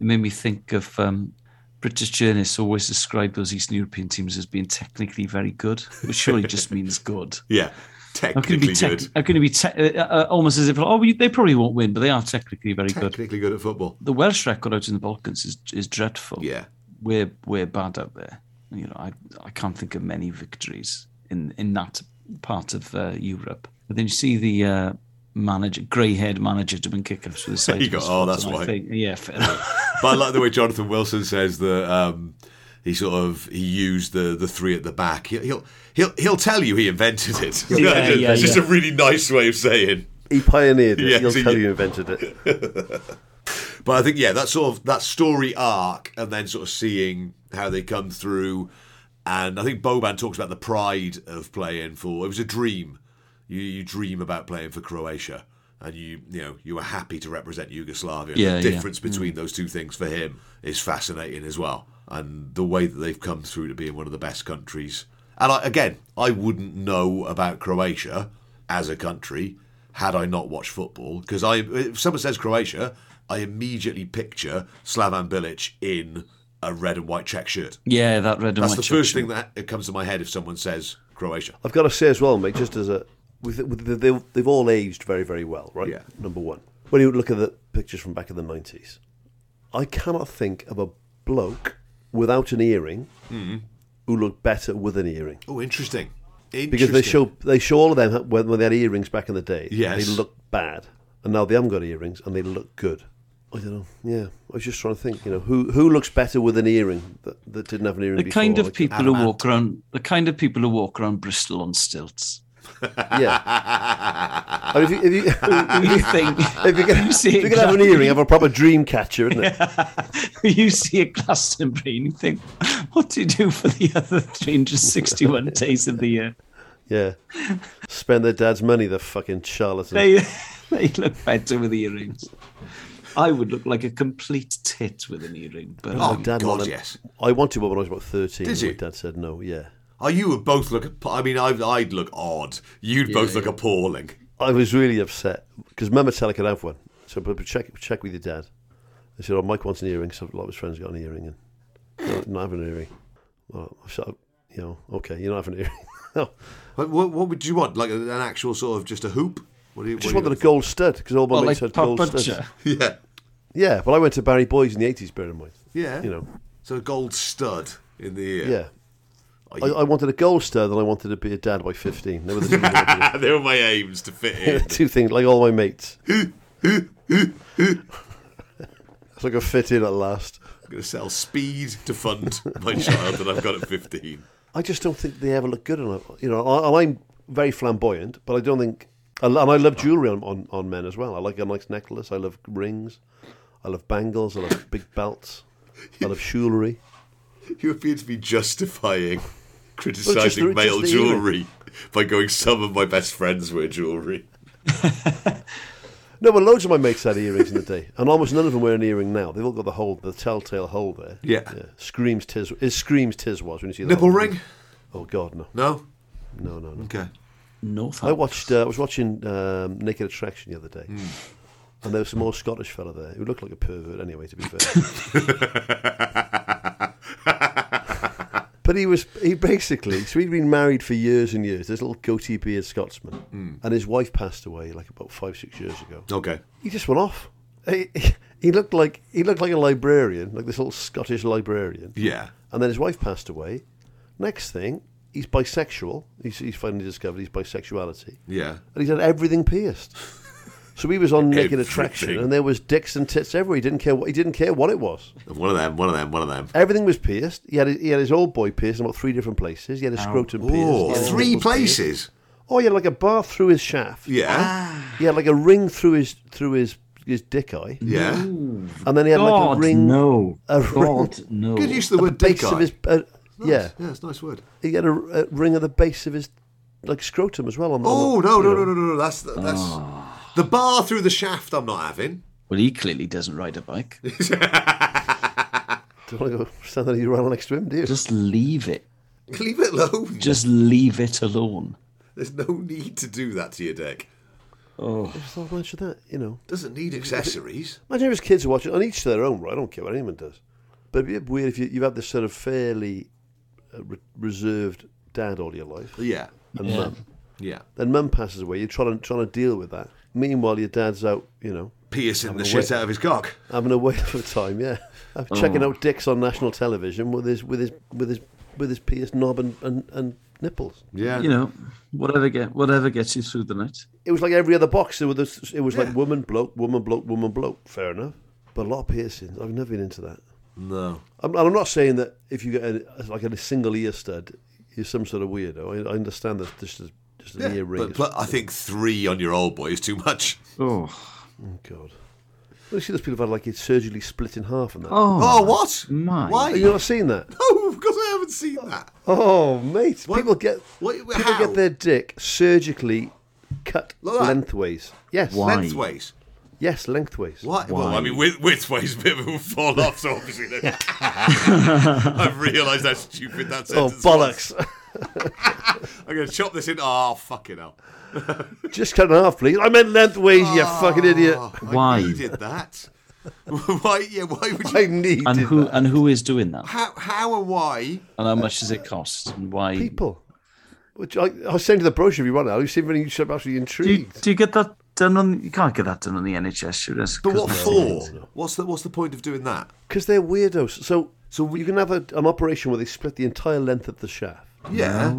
Speaker 3: it made me think of um, British journalists always describe those Eastern European teams as being technically very good, which surely just means good.
Speaker 1: Yeah,
Speaker 3: How can it
Speaker 1: technically
Speaker 3: be tech-
Speaker 1: good.
Speaker 3: How can it be te- uh, uh, almost as if oh we, they probably won't win, but they are technically very good.
Speaker 1: Technically good at football.
Speaker 3: The Welsh record out in the Balkans is is dreadful.
Speaker 1: Yeah,
Speaker 3: we're we're bad out there. You know, I I can't think of many victories in in that part of uh, Europe. But then you see the uh, manager, grey-haired manager, doing kick-uffs with the side.
Speaker 1: There you
Speaker 3: of his
Speaker 1: go. Oh,
Speaker 3: foot,
Speaker 1: that's
Speaker 3: and I
Speaker 1: why.
Speaker 3: think- Yeah, fair enough.
Speaker 1: but I like the way Jonathan Wilson says that um, he sort of he used the the three at the back. He'll he'll he'll, he'll tell you he invented it.
Speaker 2: Yeah,
Speaker 1: it's
Speaker 2: yeah,
Speaker 1: just
Speaker 2: yeah.
Speaker 1: a really nice way of saying.
Speaker 2: He pioneered it.
Speaker 1: Yeah,
Speaker 2: He'll
Speaker 1: so
Speaker 2: tell
Speaker 1: you-
Speaker 2: you invented it.
Speaker 1: But I think yeah, that sort of that story arc, and then sort of seeing how they come through, and I think Boban talks about the pride of playing for. It was a dream. You you dream about playing for Croatia, and you you know you were happy to represent Yugoslavia.
Speaker 3: Yeah, yeah.
Speaker 1: the difference between
Speaker 3: Mm.
Speaker 1: those two things for him is fascinating as well, and the way that they've come through to being one of the best countries. And I, again, I wouldn't know about Croatia as a country had I not watched football. Because I, if someone says Croatia, I immediately picture Slavan Bilic in a red and white check shirt.
Speaker 3: Yeah, that red and
Speaker 1: That's
Speaker 3: white
Speaker 1: the
Speaker 3: check
Speaker 1: first
Speaker 3: shirt.
Speaker 1: thing that it comes to my head if someone says Croatia.
Speaker 2: I've got to say as well, mate, just as a, with, with the, they, they've all aged very, very well, right?
Speaker 1: Yeah.
Speaker 2: Number one. When you look at the pictures from back in the 90s, I cannot think of a bloke without an earring
Speaker 1: Mm.
Speaker 2: who looked better with an earring.
Speaker 1: Oh, interesting. interesting.
Speaker 2: Because they show they show all of them when, when they had earrings back in the day.
Speaker 1: Yes.
Speaker 2: They look bad. And now they haven't got earrings and they look good. I don't know. Yeah. I was just trying to think, you know, who who looks better with an earring that, that didn't have an earring
Speaker 3: The
Speaker 2: before?
Speaker 3: kind of
Speaker 2: Like
Speaker 1: "Ah,
Speaker 3: people
Speaker 2: Adam
Speaker 3: who
Speaker 2: Ant.
Speaker 3: walk around, the kind of people who walk around Bristol on stilts.
Speaker 2: yeah. I mean, if you, if you,
Speaker 3: You think-
Speaker 2: if you can,
Speaker 3: you see
Speaker 2: if you can have an
Speaker 3: exactly-
Speaker 2: earring, have a proper dream catcher, isn't it?
Speaker 3: you see a Glastonbury and you think, what do you do for the other 361 days of the year?
Speaker 2: Yeah. Spend their dad's money, the fucking charlatan.
Speaker 3: They, they look better with earrings. I would look like a complete tit with an earring. But
Speaker 1: Oh,
Speaker 2: My
Speaker 3: um,
Speaker 2: dad wanted- I wanted one when I was about thirteen.
Speaker 3: Did
Speaker 2: and My
Speaker 3: you?
Speaker 2: dad said no. Yeah.
Speaker 1: Oh, you would both look. I mean, I'd, I'd look odd. You'd both look appalling.
Speaker 2: I was really upset because Mum had said I could have one. So but but check check with your dad. I said, "Oh, Mike wants an earring." So a lot of his friends got an earring, and no, not having an earring. Well, so you know, okay, you don't have an earring. no,
Speaker 1: What, what, what would you want? Like an actual sort of just a hoop? What do you?
Speaker 2: just
Speaker 1: what do
Speaker 2: wanted a
Speaker 1: you
Speaker 2: gold stud because all my
Speaker 1: Well,
Speaker 2: mates
Speaker 1: like
Speaker 2: had gold
Speaker 1: Pop
Speaker 2: studs.
Speaker 1: Butcher. Yeah.
Speaker 2: yeah, but I went to Barry Boys in the eighties. Bear in mind,
Speaker 1: Yeah.
Speaker 2: you know,
Speaker 1: So a gold stud in the ear.
Speaker 2: yeah.
Speaker 1: Are
Speaker 2: I,
Speaker 1: Oh, you-
Speaker 2: I wanted a gold stud, and I wanted to be a dad by fifteen. They were the two,
Speaker 1: they were my aims to fit in.
Speaker 2: two things, like all my mates. so I got fit in at last.
Speaker 1: I'm going to sell speed to fund my child that I've got at 15.
Speaker 2: I just don't think they ever look good enough. You know, I- and I'm very flamboyant, but I don't think. And I love jewelry on, on, on men as well. I like a nice necklace. I love rings. I love bangles. I love big belts. I love jewelry.
Speaker 1: You appear to be justifying criticizing
Speaker 2: Well, just the-
Speaker 1: male
Speaker 2: just the earring.
Speaker 1: jewelry by going, some of my best friends wear jewelry.
Speaker 2: No, but loads of my mates had earrings in the day, and almost none of them wear an earring now. They've all got the hole, the telltale hole there.
Speaker 1: Yeah.
Speaker 2: Screams tis. It screams tis was when you see the
Speaker 1: Nipple
Speaker 2: hole.
Speaker 1: ring?
Speaker 2: Oh God, no.
Speaker 1: No.
Speaker 2: No, no, no.
Speaker 1: Okay.
Speaker 3: North.
Speaker 2: I watched. Uh, I was watching um, Naked Attraction the other day,
Speaker 1: Hmm.
Speaker 2: and there was some old Scottish fella there who looked like a pervert. Anyway, to be fair. But he was, he basically, so he'd been married for years and years, this little goatee beard Scotsman.
Speaker 1: Mm.
Speaker 2: And his wife passed away like about five, six years ago.
Speaker 1: Okay.
Speaker 2: He just went off. He, he- he looked like he looked like a librarian, like this little Scottish librarian.
Speaker 1: Yeah.
Speaker 2: And then his wife passed away. Next thing, he's bisexual. He's, he's finally discovered his bisexuality.
Speaker 1: Yeah.
Speaker 2: And he's had everything pierced. So he was on naked attraction,
Speaker 1: Everything.
Speaker 2: and there was dicks and tits everywhere. He didn't care what he didn't care what it was.
Speaker 1: One of them, one of them, one of them.
Speaker 2: Everything was pierced. He had his, he had his old boy pierced in about three different places. He had his
Speaker 1: Ow.
Speaker 2: scrotum
Speaker 1: Ooh,
Speaker 2: pierced. He had his
Speaker 1: three
Speaker 2: nipples pierced.
Speaker 1: places?
Speaker 2: Oh, he had like a bar through his shaft.
Speaker 1: Yeah.
Speaker 2: He had like a ring through his through his his dick eye.
Speaker 1: Yeah.
Speaker 2: And then he had like
Speaker 3: God,
Speaker 2: a ring.
Speaker 3: no.
Speaker 2: A
Speaker 3: God,
Speaker 2: ring,
Speaker 3: no. Good use
Speaker 1: of the
Speaker 2: at
Speaker 1: word
Speaker 2: base
Speaker 1: dick eye.
Speaker 2: Of his, uh,
Speaker 1: Nice.
Speaker 2: Yeah.
Speaker 1: Yeah, it's a nice word.
Speaker 2: He had a, a ring at the base of his like scrotum as well. On, the-
Speaker 1: Oh,
Speaker 2: on the,
Speaker 1: no,
Speaker 2: you
Speaker 1: no,
Speaker 2: know.
Speaker 1: no, no, no, no. That's, the- that's the bar through the shaft I'm not having.
Speaker 3: Well, he clearly doesn't ride a bike.
Speaker 2: Don't want to go stand there you run next to him, do you?
Speaker 3: Just leave it.
Speaker 1: Leave it alone.
Speaker 3: Just leave it alone.
Speaker 1: There's no need to do that to your deck.
Speaker 3: Oh.
Speaker 2: Just thought, why should that, you know.
Speaker 1: Doesn't need accessories.
Speaker 2: Imagine if his kids are watching, and each to their own, right? I don't care what anyone does. But it'd be weird if you, you had this sort of fairly uh, re- reserved dad all your life.
Speaker 1: Yeah.
Speaker 2: And uh,
Speaker 1: Yeah.
Speaker 2: mum.
Speaker 1: Yeah.
Speaker 2: Then mum passes away. You're trying to, trying to deal with that. Meanwhile, your dad's out, you know.
Speaker 1: Piercing
Speaker 2: having
Speaker 1: the
Speaker 2: a
Speaker 1: shit
Speaker 2: whale-
Speaker 1: out of his cock.
Speaker 2: Having a whale of a time, yeah. Uh,
Speaker 1: Oh.
Speaker 2: Checking out dicks on national television with his with his with his with his pierced knob and, and, and nipples.
Speaker 3: You know, whatever get whatever gets you through the night.
Speaker 2: It was like every other box. It was, this- it was like woman, bloke, woman, bloke, woman, bloke. Fair enough. But a lot of piercings. I've never been into that.
Speaker 1: No.
Speaker 2: I'm, and I'm not saying that if you get a, like a single ear stud, you're some sort of weirdo. I, I understand that this is just an ear ring.
Speaker 1: But, but I think three on your old boy is too much.
Speaker 3: Oh.
Speaker 2: God. Well, you see those people have had like it surgically split in half and that.
Speaker 1: Oh, Oh, what?
Speaker 2: My.
Speaker 1: Why?
Speaker 2: You've not seen that?
Speaker 1: No, because I haven't seen that.
Speaker 2: Oh, mate. People get
Speaker 1: What,
Speaker 2: people
Speaker 1: how?
Speaker 2: get their dick surgically cut
Speaker 1: Look at that.
Speaker 2: lengthways. Yes.
Speaker 1: Why? Lengthways?
Speaker 2: Yes, lengthways.
Speaker 1: Why? Well, I mean, width, widthways bit will fall off, so obviously. then- I've realised how stupid that
Speaker 2: Oh,
Speaker 1: sentence
Speaker 2: bollocks.
Speaker 1: was. I'm going to chop this into. Oh, fucking hell.
Speaker 2: Just cut in half, please. I meant lengthways, you
Speaker 1: Ah.
Speaker 2: fucking idiot.
Speaker 1: I needed that. why? Yeah. Why would you?
Speaker 2: I need.
Speaker 3: And who and who is doing that?
Speaker 1: How? How and why?
Speaker 3: And how much does it cost? And why?
Speaker 2: People. Which I, I'll send you the brochure if you want it. I'll see if any you should actually
Speaker 3: Do you,
Speaker 2: intrigued.
Speaker 3: do you get that done on? You can't get that done on the NHS, sure.
Speaker 1: But what for? What's the What's the point of doing that?
Speaker 2: Because they're weirdos. So, so you can have a, an operation where they split the entire length of the shaft.
Speaker 1: Yeah.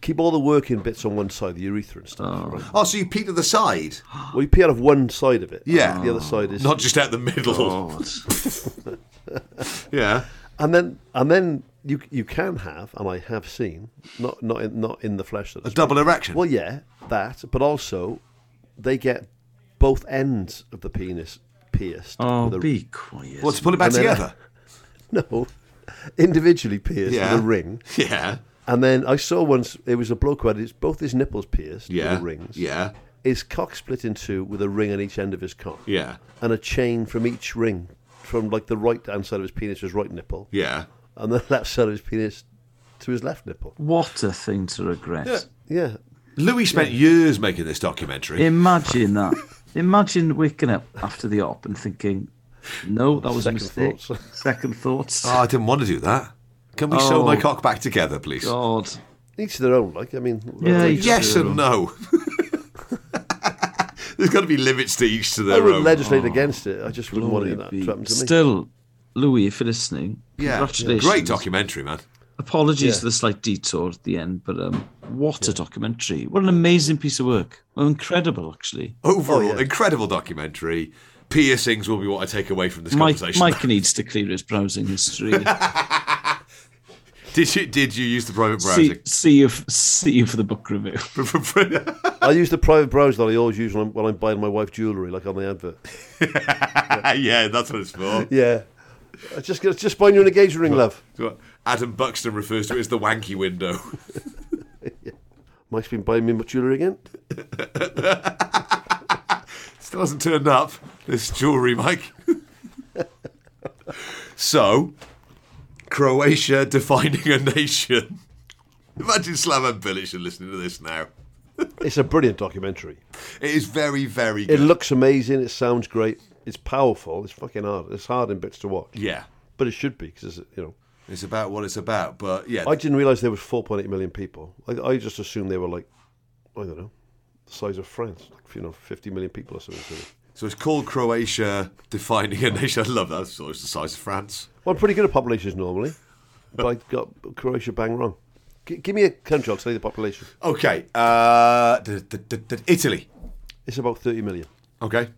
Speaker 2: Keep all the working bits on one side, the urethra and stuff. right?
Speaker 1: Oh, so you pee to the side?
Speaker 2: Well, you pee out of one side of it.
Speaker 1: Yeah.
Speaker 2: The other side is
Speaker 1: Not just out the middle. yeah.
Speaker 2: And then, and then you you can have, and I have seen, not not in, not in the flesh. That a
Speaker 1: double erection.
Speaker 2: Well, yeah, that. But also, they get both ends of the penis pierced.
Speaker 3: Oh,
Speaker 2: with a-
Speaker 3: be quiet.
Speaker 1: What, to pull it
Speaker 2: And
Speaker 1: back
Speaker 2: then-
Speaker 1: together?
Speaker 2: no, individually pierced
Speaker 1: Yeah.
Speaker 2: with a ring.
Speaker 1: Yeah.
Speaker 2: And then I saw once it was a bloke who had his, both his nipples pierced
Speaker 1: Yeah.
Speaker 2: with rings.
Speaker 1: Yeah.
Speaker 2: His cock split in two with a ring on each end of his cock.
Speaker 1: Yeah.
Speaker 2: And a chain from each ring, from like the right hand side of his penis to his right nipple.
Speaker 1: Yeah.
Speaker 2: And the left side of his penis to his left nipple.
Speaker 3: What a thing to regret.
Speaker 2: Yeah.
Speaker 1: Louis spent years making this documentary.
Speaker 3: Imagine that. Imagine waking up after the op and thinking, no, that was
Speaker 1: Second
Speaker 3: a mistake. Second thoughts.
Speaker 1: Oh, I didn't want to do that. Can we sew
Speaker 3: Oh,
Speaker 1: my cock back together, please?
Speaker 3: God.
Speaker 2: Each to their own. Like I mean,
Speaker 3: Yeah, each to
Speaker 1: yes
Speaker 3: their
Speaker 1: and
Speaker 3: own.
Speaker 1: no. There's got to be limits to each to their
Speaker 2: I would
Speaker 1: own.
Speaker 2: legislate against it. I just wouldn't want
Speaker 3: Glory
Speaker 2: it that
Speaker 3: be-
Speaker 2: to happen to me.
Speaker 3: Still, Louis, if you're listening,
Speaker 1: Yeah.
Speaker 3: congratulations.
Speaker 1: Great documentary, man.
Speaker 3: Apologies
Speaker 1: Yeah.
Speaker 3: for the slight detour at the end, but um, what a documentary. What an amazing piece of work. Well, incredible, actually.
Speaker 1: Overall,
Speaker 3: Oh,
Speaker 1: incredible documentary. Piercings will be what I take away from this
Speaker 3: Mike,
Speaker 1: conversation.
Speaker 3: Mike needs to clear his browsing history.
Speaker 1: did you did you use the private
Speaker 3: see,
Speaker 1: browsing?
Speaker 3: see, you f- see you for the book review.
Speaker 2: I use the private browser that I always use when I'm, when I'm buying my wife jewellery, like on the advert.
Speaker 1: yeah, that's what it's for.
Speaker 2: Yeah. I just it's just buying you an engagement ring, love.
Speaker 1: It's what Adam Buxton refers to it as the wanky window.
Speaker 2: Mike's been buying me my jewellery again.
Speaker 1: Still hasn't turned up. This jewellery, Mike. so, Croatia defining a nation. Imagine Slaven Bilic are listening to this now.
Speaker 2: It's a brilliant documentary.
Speaker 1: It is very, very
Speaker 2: It
Speaker 1: good.
Speaker 2: looks amazing. It sounds great. It's powerful. It's fucking hard. It's hard in bits to watch.
Speaker 1: Yeah.
Speaker 2: But it should be because it's you know.
Speaker 1: It's about what it's about, but yeah.
Speaker 2: I didn't realise there was 4.8 million people. I, I just assumed they were like, I don't know, the size of France, like, you know, 50 million people or something.
Speaker 1: So it's called Croatia defining a nation. I love that. It's always the size of France.
Speaker 2: Well, I'm pretty good at populations normally, but I got Croatia bang wrong. G- give me a country, I'll tell you the population.
Speaker 1: Okay. Uh, d- d- d- d- Italy.
Speaker 2: It's about 30 million.
Speaker 1: Okay.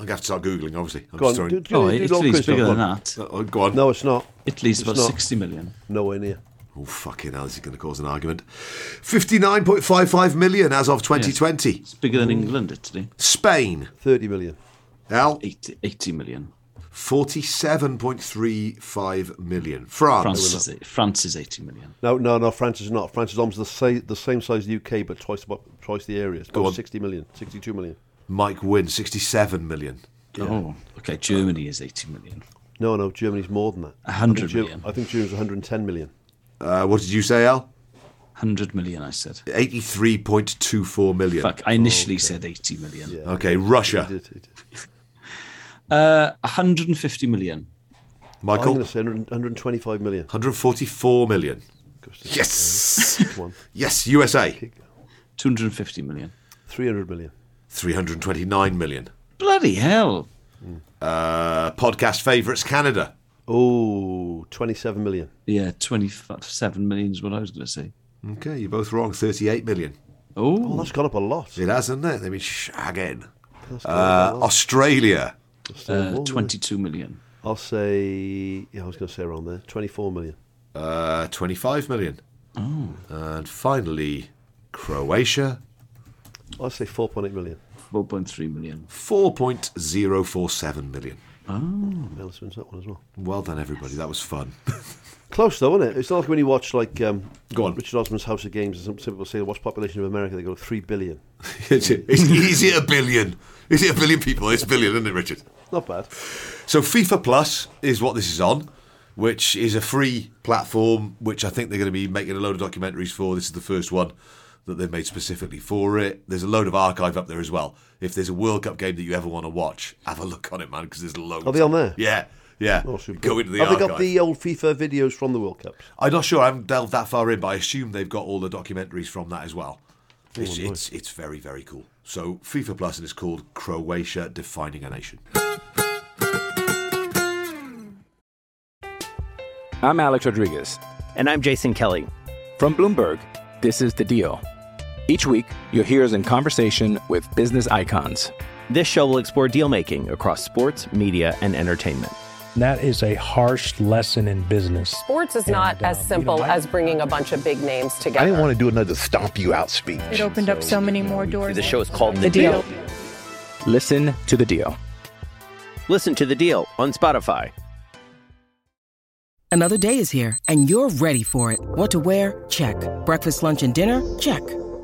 Speaker 1: I'm going to have to start Googling, obviously. I'm
Speaker 2: Go on,
Speaker 1: just throwing-
Speaker 2: do- do- Oh, do Italy's long quiz bigger now, go than on. that.
Speaker 1: Uh, oh, go on.
Speaker 2: No, it's not.
Speaker 3: Italy's
Speaker 2: It's
Speaker 3: about
Speaker 2: not.
Speaker 3: 60 million.
Speaker 2: Nowhere near.
Speaker 1: Oh, fucking hell, this is going to cause an argument. 59.55 million as of 2020. It's
Speaker 3: bigger than England, Italy.
Speaker 1: Spain.
Speaker 2: 30 million.
Speaker 1: Al?
Speaker 3: 80, 80 million.
Speaker 1: 47.35 million.
Speaker 2: Ah,
Speaker 1: France.
Speaker 3: France is, France is 80 million.
Speaker 2: No, no, no, France is not. France is almost the, sa- the same size as the UK, but twice, the pop- twice the area. It's
Speaker 1: Go
Speaker 2: about
Speaker 1: on.
Speaker 2: 60 million, 62 million.
Speaker 1: Mike Wynn, 67 million.
Speaker 3: Oh, okay. Germany is 80 million.
Speaker 2: No, no, Germany's more than that. I
Speaker 3: 100
Speaker 2: think Ger-
Speaker 3: million.
Speaker 2: I think Germany's 110 million.
Speaker 1: Uh, what did you say, Al?
Speaker 3: 100 million, I said.
Speaker 1: 83.24 million.
Speaker 3: Fuck, I initially said 80 million.
Speaker 1: Okay, Russia.
Speaker 3: Uh, 150 million.
Speaker 2: I'm
Speaker 1: Michael?
Speaker 2: going to say 100 125 million.
Speaker 1: 144 million. Yes!
Speaker 2: Come on.
Speaker 1: Yes, USA.
Speaker 3: 250 million.
Speaker 2: 300 million.
Speaker 1: 329 million.
Speaker 3: Bloody hell.
Speaker 1: Uh, podcast favourites, Canada.
Speaker 2: Oh, 27 million.
Speaker 3: Yeah, 27 million is what I was going to say.
Speaker 1: Okay, you're both wrong. 38 million.
Speaker 3: Oh,
Speaker 2: that's gone up a lot.
Speaker 1: It has, hasn't eh? it? They've been shagging.
Speaker 2: That's gone up
Speaker 1: Uh,
Speaker 2: a lot.
Speaker 1: Australia.
Speaker 2: Australia, what was it?
Speaker 3: 22 uh, million.
Speaker 2: I'll say, yeah, I was going to say around there, 24 million.
Speaker 1: Uh, 25 million.
Speaker 3: Oh.
Speaker 1: And finally, Croatia.
Speaker 2: I'll say 4.8 million.
Speaker 3: 4.3 million.
Speaker 1: 4.047 million.
Speaker 3: Oh.
Speaker 2: Mellis wins that one as well.
Speaker 1: Well done, everybody. That was fun.
Speaker 2: Close though, isn't it? It's not like when you watch like um,
Speaker 1: Go on.
Speaker 2: Richard Osman's House of Games, and some some people say, "What's population of America?" They go three billion.
Speaker 1: it's, it's easy a billion. Is it a billion people? It's a billion, isn't it, Richard?
Speaker 2: Not bad.
Speaker 1: So FIFA Plus is what this is on, which is a free platform, which I think they're going to be making a load of documentaries for. This is the first one that they've made specifically for it. There's a load of archive up there as well. If there's a World Cup game that you ever want to watch, have a look on it, man, because there's loads.
Speaker 2: Are they on there?
Speaker 1: Yeah, yeah.
Speaker 2: Oh, super.
Speaker 1: Go into the
Speaker 2: Have
Speaker 1: archive.
Speaker 2: they got the uh, old FIFA videos from the World Cup?
Speaker 1: I'm not sure. I haven't delved that far in, but I assume they've got all the documentaries from that as well.
Speaker 2: Oh,
Speaker 1: It's, it's, it's very, very cool. So FIFA Plus, and it's called Croatia Defining a Nation.
Speaker 13: I'm Alex Rodriguez.
Speaker 14: And I'm Jason Kelly.
Speaker 13: From Bloomberg, this is The Deal. Each week, you'll hear us in conversation with business icons.
Speaker 14: This show will explore deal making across sports, media, and entertainment.
Speaker 15: And that is a harsh lesson in business.
Speaker 16: Sports is not as simple as bringing a bunch of big names together.
Speaker 12: I didn't want to do another stomp you out speech.
Speaker 17: It opened up so many more doors.
Speaker 12: The show is called
Speaker 17: The Deal.
Speaker 13: Listen to The Deal.
Speaker 14: Listen to The Deal on Spotify.
Speaker 18: Another day is here, and you're ready for it. What to wear? Check. Breakfast, lunch, and dinner? Check.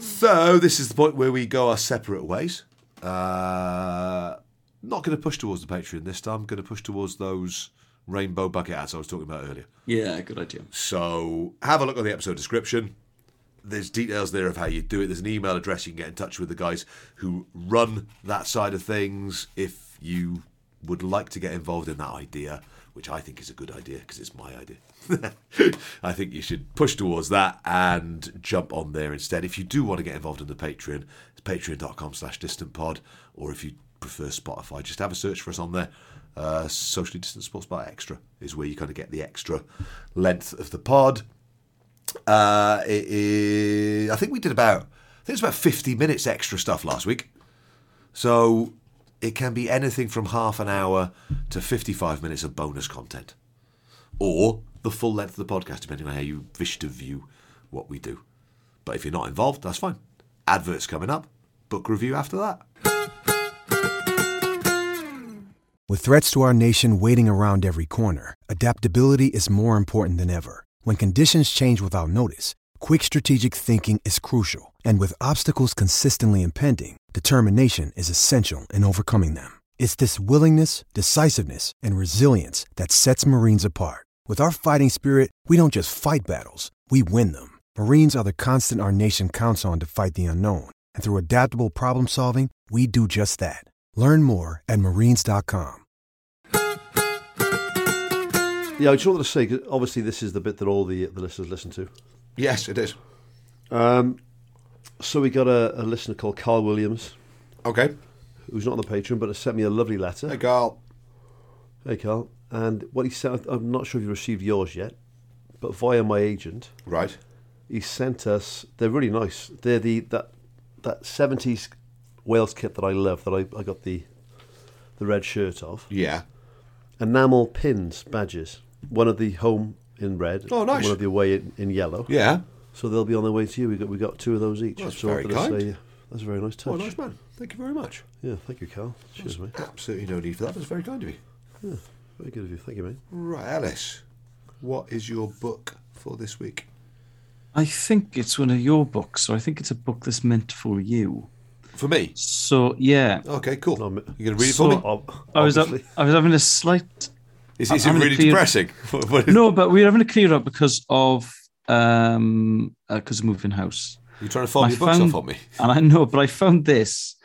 Speaker 1: So this is the point where we go our separate ways. Uh, not going to push towards the Patreon this time. Going to push towards those rainbow bucket ads I was talking about earlier.
Speaker 3: Yeah, good idea.
Speaker 1: So have a look on the episode description. There's details there of how you do it. There's an email address you can get in touch with the guys who run that side of things. If you would like to get involved in that idea, which I think is a good idea because it's my idea, I think you should push towards that and jump on there instead. If you do want to get involved in the Patreon, it's patreon.com slash distantpod, or if you prefer Spotify, just have a search for us on there. Uh, socially distant sports bar extra is where you kind of get the extra length of the pod. Uh, it is, I think we did about, I think it's about 50 minutes extra stuff last week. So it can be anything from half an hour to 55 minutes of bonus content or the full length of the podcast, depending on how you wish to view what we do. But if you're not involved, that's fine. Adverts coming up, book review after that.
Speaker 19: With threats to our nation waiting around every corner, adaptability is more important than ever. When conditions change without notice, quick strategic thinking is crucial, and with obstacles consistently impending, determination is essential in overcoming them. It's this willingness, decisiveness, and resilience that sets Marines apart. With our fighting spirit, we don't just fight battles, we win them. Marines are the constant our nation counts on to fight the unknown, and through adaptable problem solving, we do just that. Learn more at marines.com.
Speaker 2: Yeah, I just wanted to say 'cause obviously this is the bit that all the the listeners listen to.
Speaker 1: Yes, it is.
Speaker 2: Um, so we got a, a listener called Carl Williams.
Speaker 1: Okay.
Speaker 2: Who's not on the Patreon, but has sent me a lovely letter. Hey,
Speaker 1: Carl.
Speaker 2: Hey, Carl. And what he sent, I'm not sure if you received yours yet, but via my agent.
Speaker 1: Right.
Speaker 2: He sent us. They're really nice. They're the that that 70s Wales kit that I love. That I, I got the the red shirt of.
Speaker 1: Yeah.
Speaker 2: Enamel pins badges. One of the home in red.
Speaker 1: Oh,
Speaker 2: and
Speaker 1: nice.
Speaker 2: One of the away in, in yellow.
Speaker 1: Yeah.
Speaker 2: So they'll be on their way to you. We got we got two of those each.
Speaker 1: Well, that's
Speaker 2: so I
Speaker 1: very
Speaker 2: wanted to
Speaker 1: kind.
Speaker 2: say, that's a very nice touch.
Speaker 1: Oh, nice man. Thank you very much.
Speaker 2: Yeah, thank you, Carl. Cheers, mate.
Speaker 1: Absolutely no need for that. That's very kind of you.
Speaker 2: Yeah, very good of you. Thank you, mate.
Speaker 1: Right, Alice, what is your book for this week?
Speaker 3: I think it's one of your books, so I think it's a book that's meant for you.
Speaker 1: For me?
Speaker 3: So, yeah.
Speaker 1: Okay, cool.
Speaker 2: You're going
Speaker 1: to read it
Speaker 3: So, uh,
Speaker 1: for me?
Speaker 3: I was, I was having a slight.
Speaker 1: Is,
Speaker 3: I'm
Speaker 1: is it
Speaker 3: having a
Speaker 1: really
Speaker 3: clear-
Speaker 1: depressing? What- what is-
Speaker 3: no, but we're having a clear up because of um because of moving house.
Speaker 1: You're trying to fob
Speaker 3: I
Speaker 1: your books
Speaker 3: found-
Speaker 1: off on me.
Speaker 3: And I know, but I found this,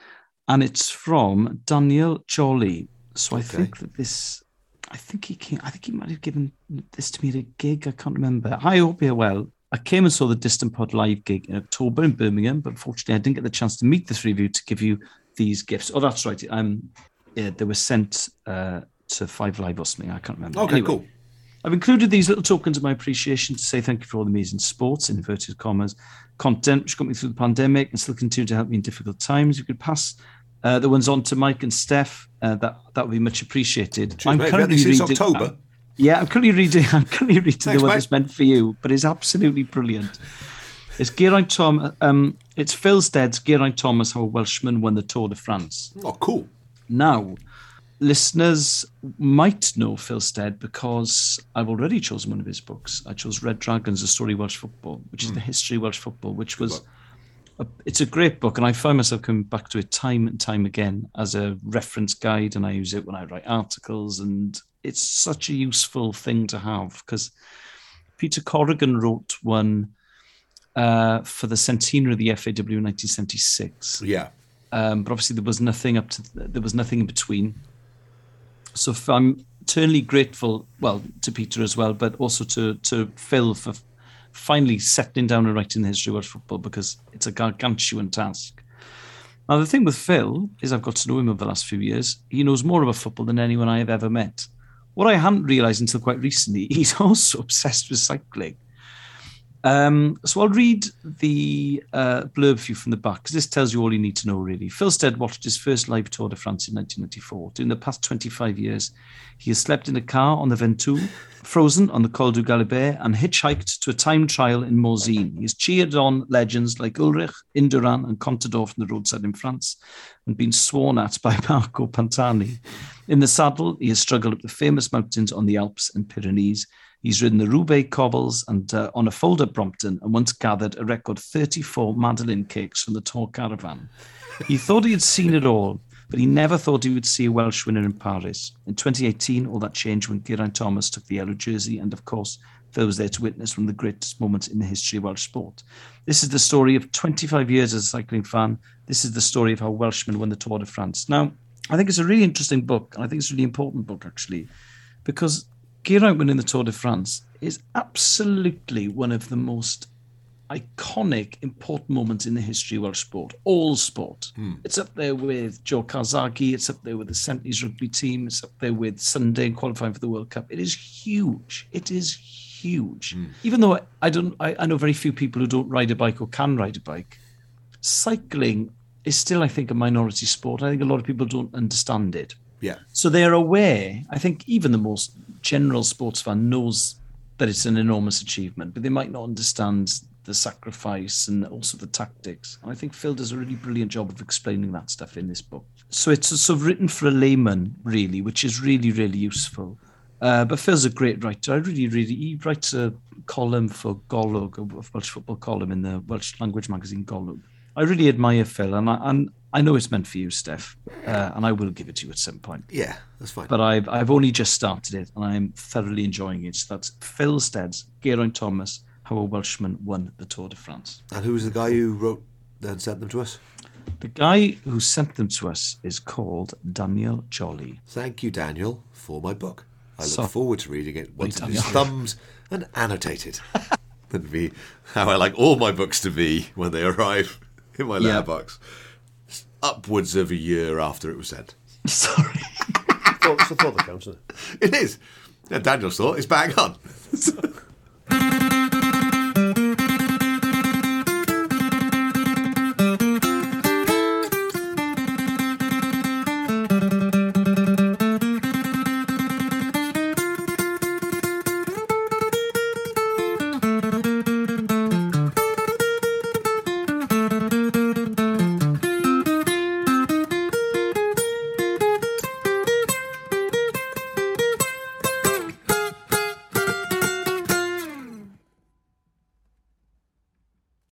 Speaker 3: and it's from Daniel Jolly. So I think that this, I think he came. I think he might have given this to me at a gig. I can't remember. I hope you're well. I came and saw the Distant Pod live gig in October in Birmingham, but unfortunately, I didn't get the chance to meet the three of you to give you these gifts. Oh, that's right. Um, yeah, they were sent uh, to Five Live or something. I can't remember.
Speaker 1: Okay, cool.
Speaker 3: I've included these little tokens of my appreciation to say thank you for all the amazing sports, in inverted commas, content which got me through the pandemic and still continue to help me in difficult times. You could pass uh, the ones on to Mike and Steph. Uh, that that would be much appreciated.
Speaker 1: Cheers, mate. We've had these since October.
Speaker 3: yeah, I'm currently reading. I'm currently reading
Speaker 1: Thanks,
Speaker 3: the one
Speaker 1: mate.
Speaker 3: that's meant for you, but it's absolutely brilliant. It's Geraint Tom. Um, it's Phil Stead's Geraint Thomas, how a Welshman won the Tour de France.
Speaker 1: Oh, cool.
Speaker 3: Now, listeners might know Phil Stead because I've already chosen one of his books. I chose Red Dragons: A Story of Welsh Football, which is the history of Welsh football, which was a, it's a great book, and I find myself coming back to it time and time again as a reference guide, and I use it when I write articles, and it's such a useful thing to have because Peter Corrigan wrote one uh, for the centenary of the FAW in 1976.
Speaker 1: Yeah.
Speaker 3: Um, but obviously, there was nothing up to there was nothing in between. So f- I'm eternally grateful, well, to Peter as well, but also to to Phil for finally settling down and writing the history of Welsh football because it's a gargantuan task. Now, the thing with Phil is I've got to know him over the last few years. He knows more about football than anyone I have ever met. What I hadn't realised until quite recently, he's also obsessed with cycling. Um, so I'll read the uh, blurb for you from the back because this tells you all you need to know, really. Phil Stead watched his first live Tour de France in 1994. During the past 25 years, he has slept in a car on the Ventoux, frozen on the Col du Galibert, and hitchhiked to a time trial in Morzine. He has cheered on legends like Ulrich, Induran, and Contador from the roadside in France, and been sworn at by Marco Pantani. In the saddle, he has struggled up the famous mountains on the Alps and Pyrenees. He's ridden the Roubaix cobbles and uh, on a fold at Brompton and once gathered a record 34 Madeleine cakes from the Tour Caravan. He thought he had seen it all, but he never thought he would see a Welsh winner in Paris. In 2018, all that changed when Geraint Thomas took the yellow jersey, and of course, Phil was there to witness one of the greatest moments in the history of Welsh sport. This is the story of 25 years as a cycling fan. This is the story of how Welshmen won the Tour de France. Now, I think it's a really interesting book, and I think it's a really important book, actually, because Geraint winning the Tour de France is absolutely one of the most iconic, important moments in the history of Welsh sport, all sport.
Speaker 20: Hmm.
Speaker 3: It's up there with Joe Karzaghi, it's up there with the 70s rugby team, it's up there with Sunday and qualifying for the World Cup. It is huge. It is huge. Even though I, I don't, I, I know very few people who don't ride a bike or can ride a bike, cycling is still, I think, a minority sport. I think a lot of people don't understand it.
Speaker 1: Yeah.
Speaker 3: So they're aware. I think even the most general sports fan knows that it's an enormous achievement, but they might not understand the sacrifice and also the tactics. And I think Phil does a really brilliant job of explaining that stuff in this book. So it's sort of written for a layman, really, which is really, really useful. Uh, but Phil's a great writer. I really, really, he writes a column for Golwg, a Welsh football column in the Welsh language magazine Golwg. I really admire Phil, and I, and I know it's meant for you, Steph, uh, and I will give it to you at some point.
Speaker 1: Yeah, that's fine.
Speaker 3: But I've I've only just started it, and I'm thoroughly enjoying it. So that's Phil Stead's Geraint Thomas, How a Welshman Won the Tour de France.
Speaker 1: And who was the guy who wrote and sent them to us?
Speaker 3: The guy who sent them to us is called Daniel Jolly.
Speaker 1: Thank you, Daniel, for my book. I look
Speaker 3: So-
Speaker 1: forward to reading it once it
Speaker 3: Wait,
Speaker 1: is
Speaker 3: Daniel.
Speaker 1: thumbed and annotated. That'd be how I like all my books to be when they arrive in my
Speaker 3: Yeah.
Speaker 1: letterbox. It's Upwards of a year after it was sent.
Speaker 3: Sorry.
Speaker 2: It's a thought that counts, isn't it?
Speaker 1: It is. Yeah, Daniel's thought is bang on.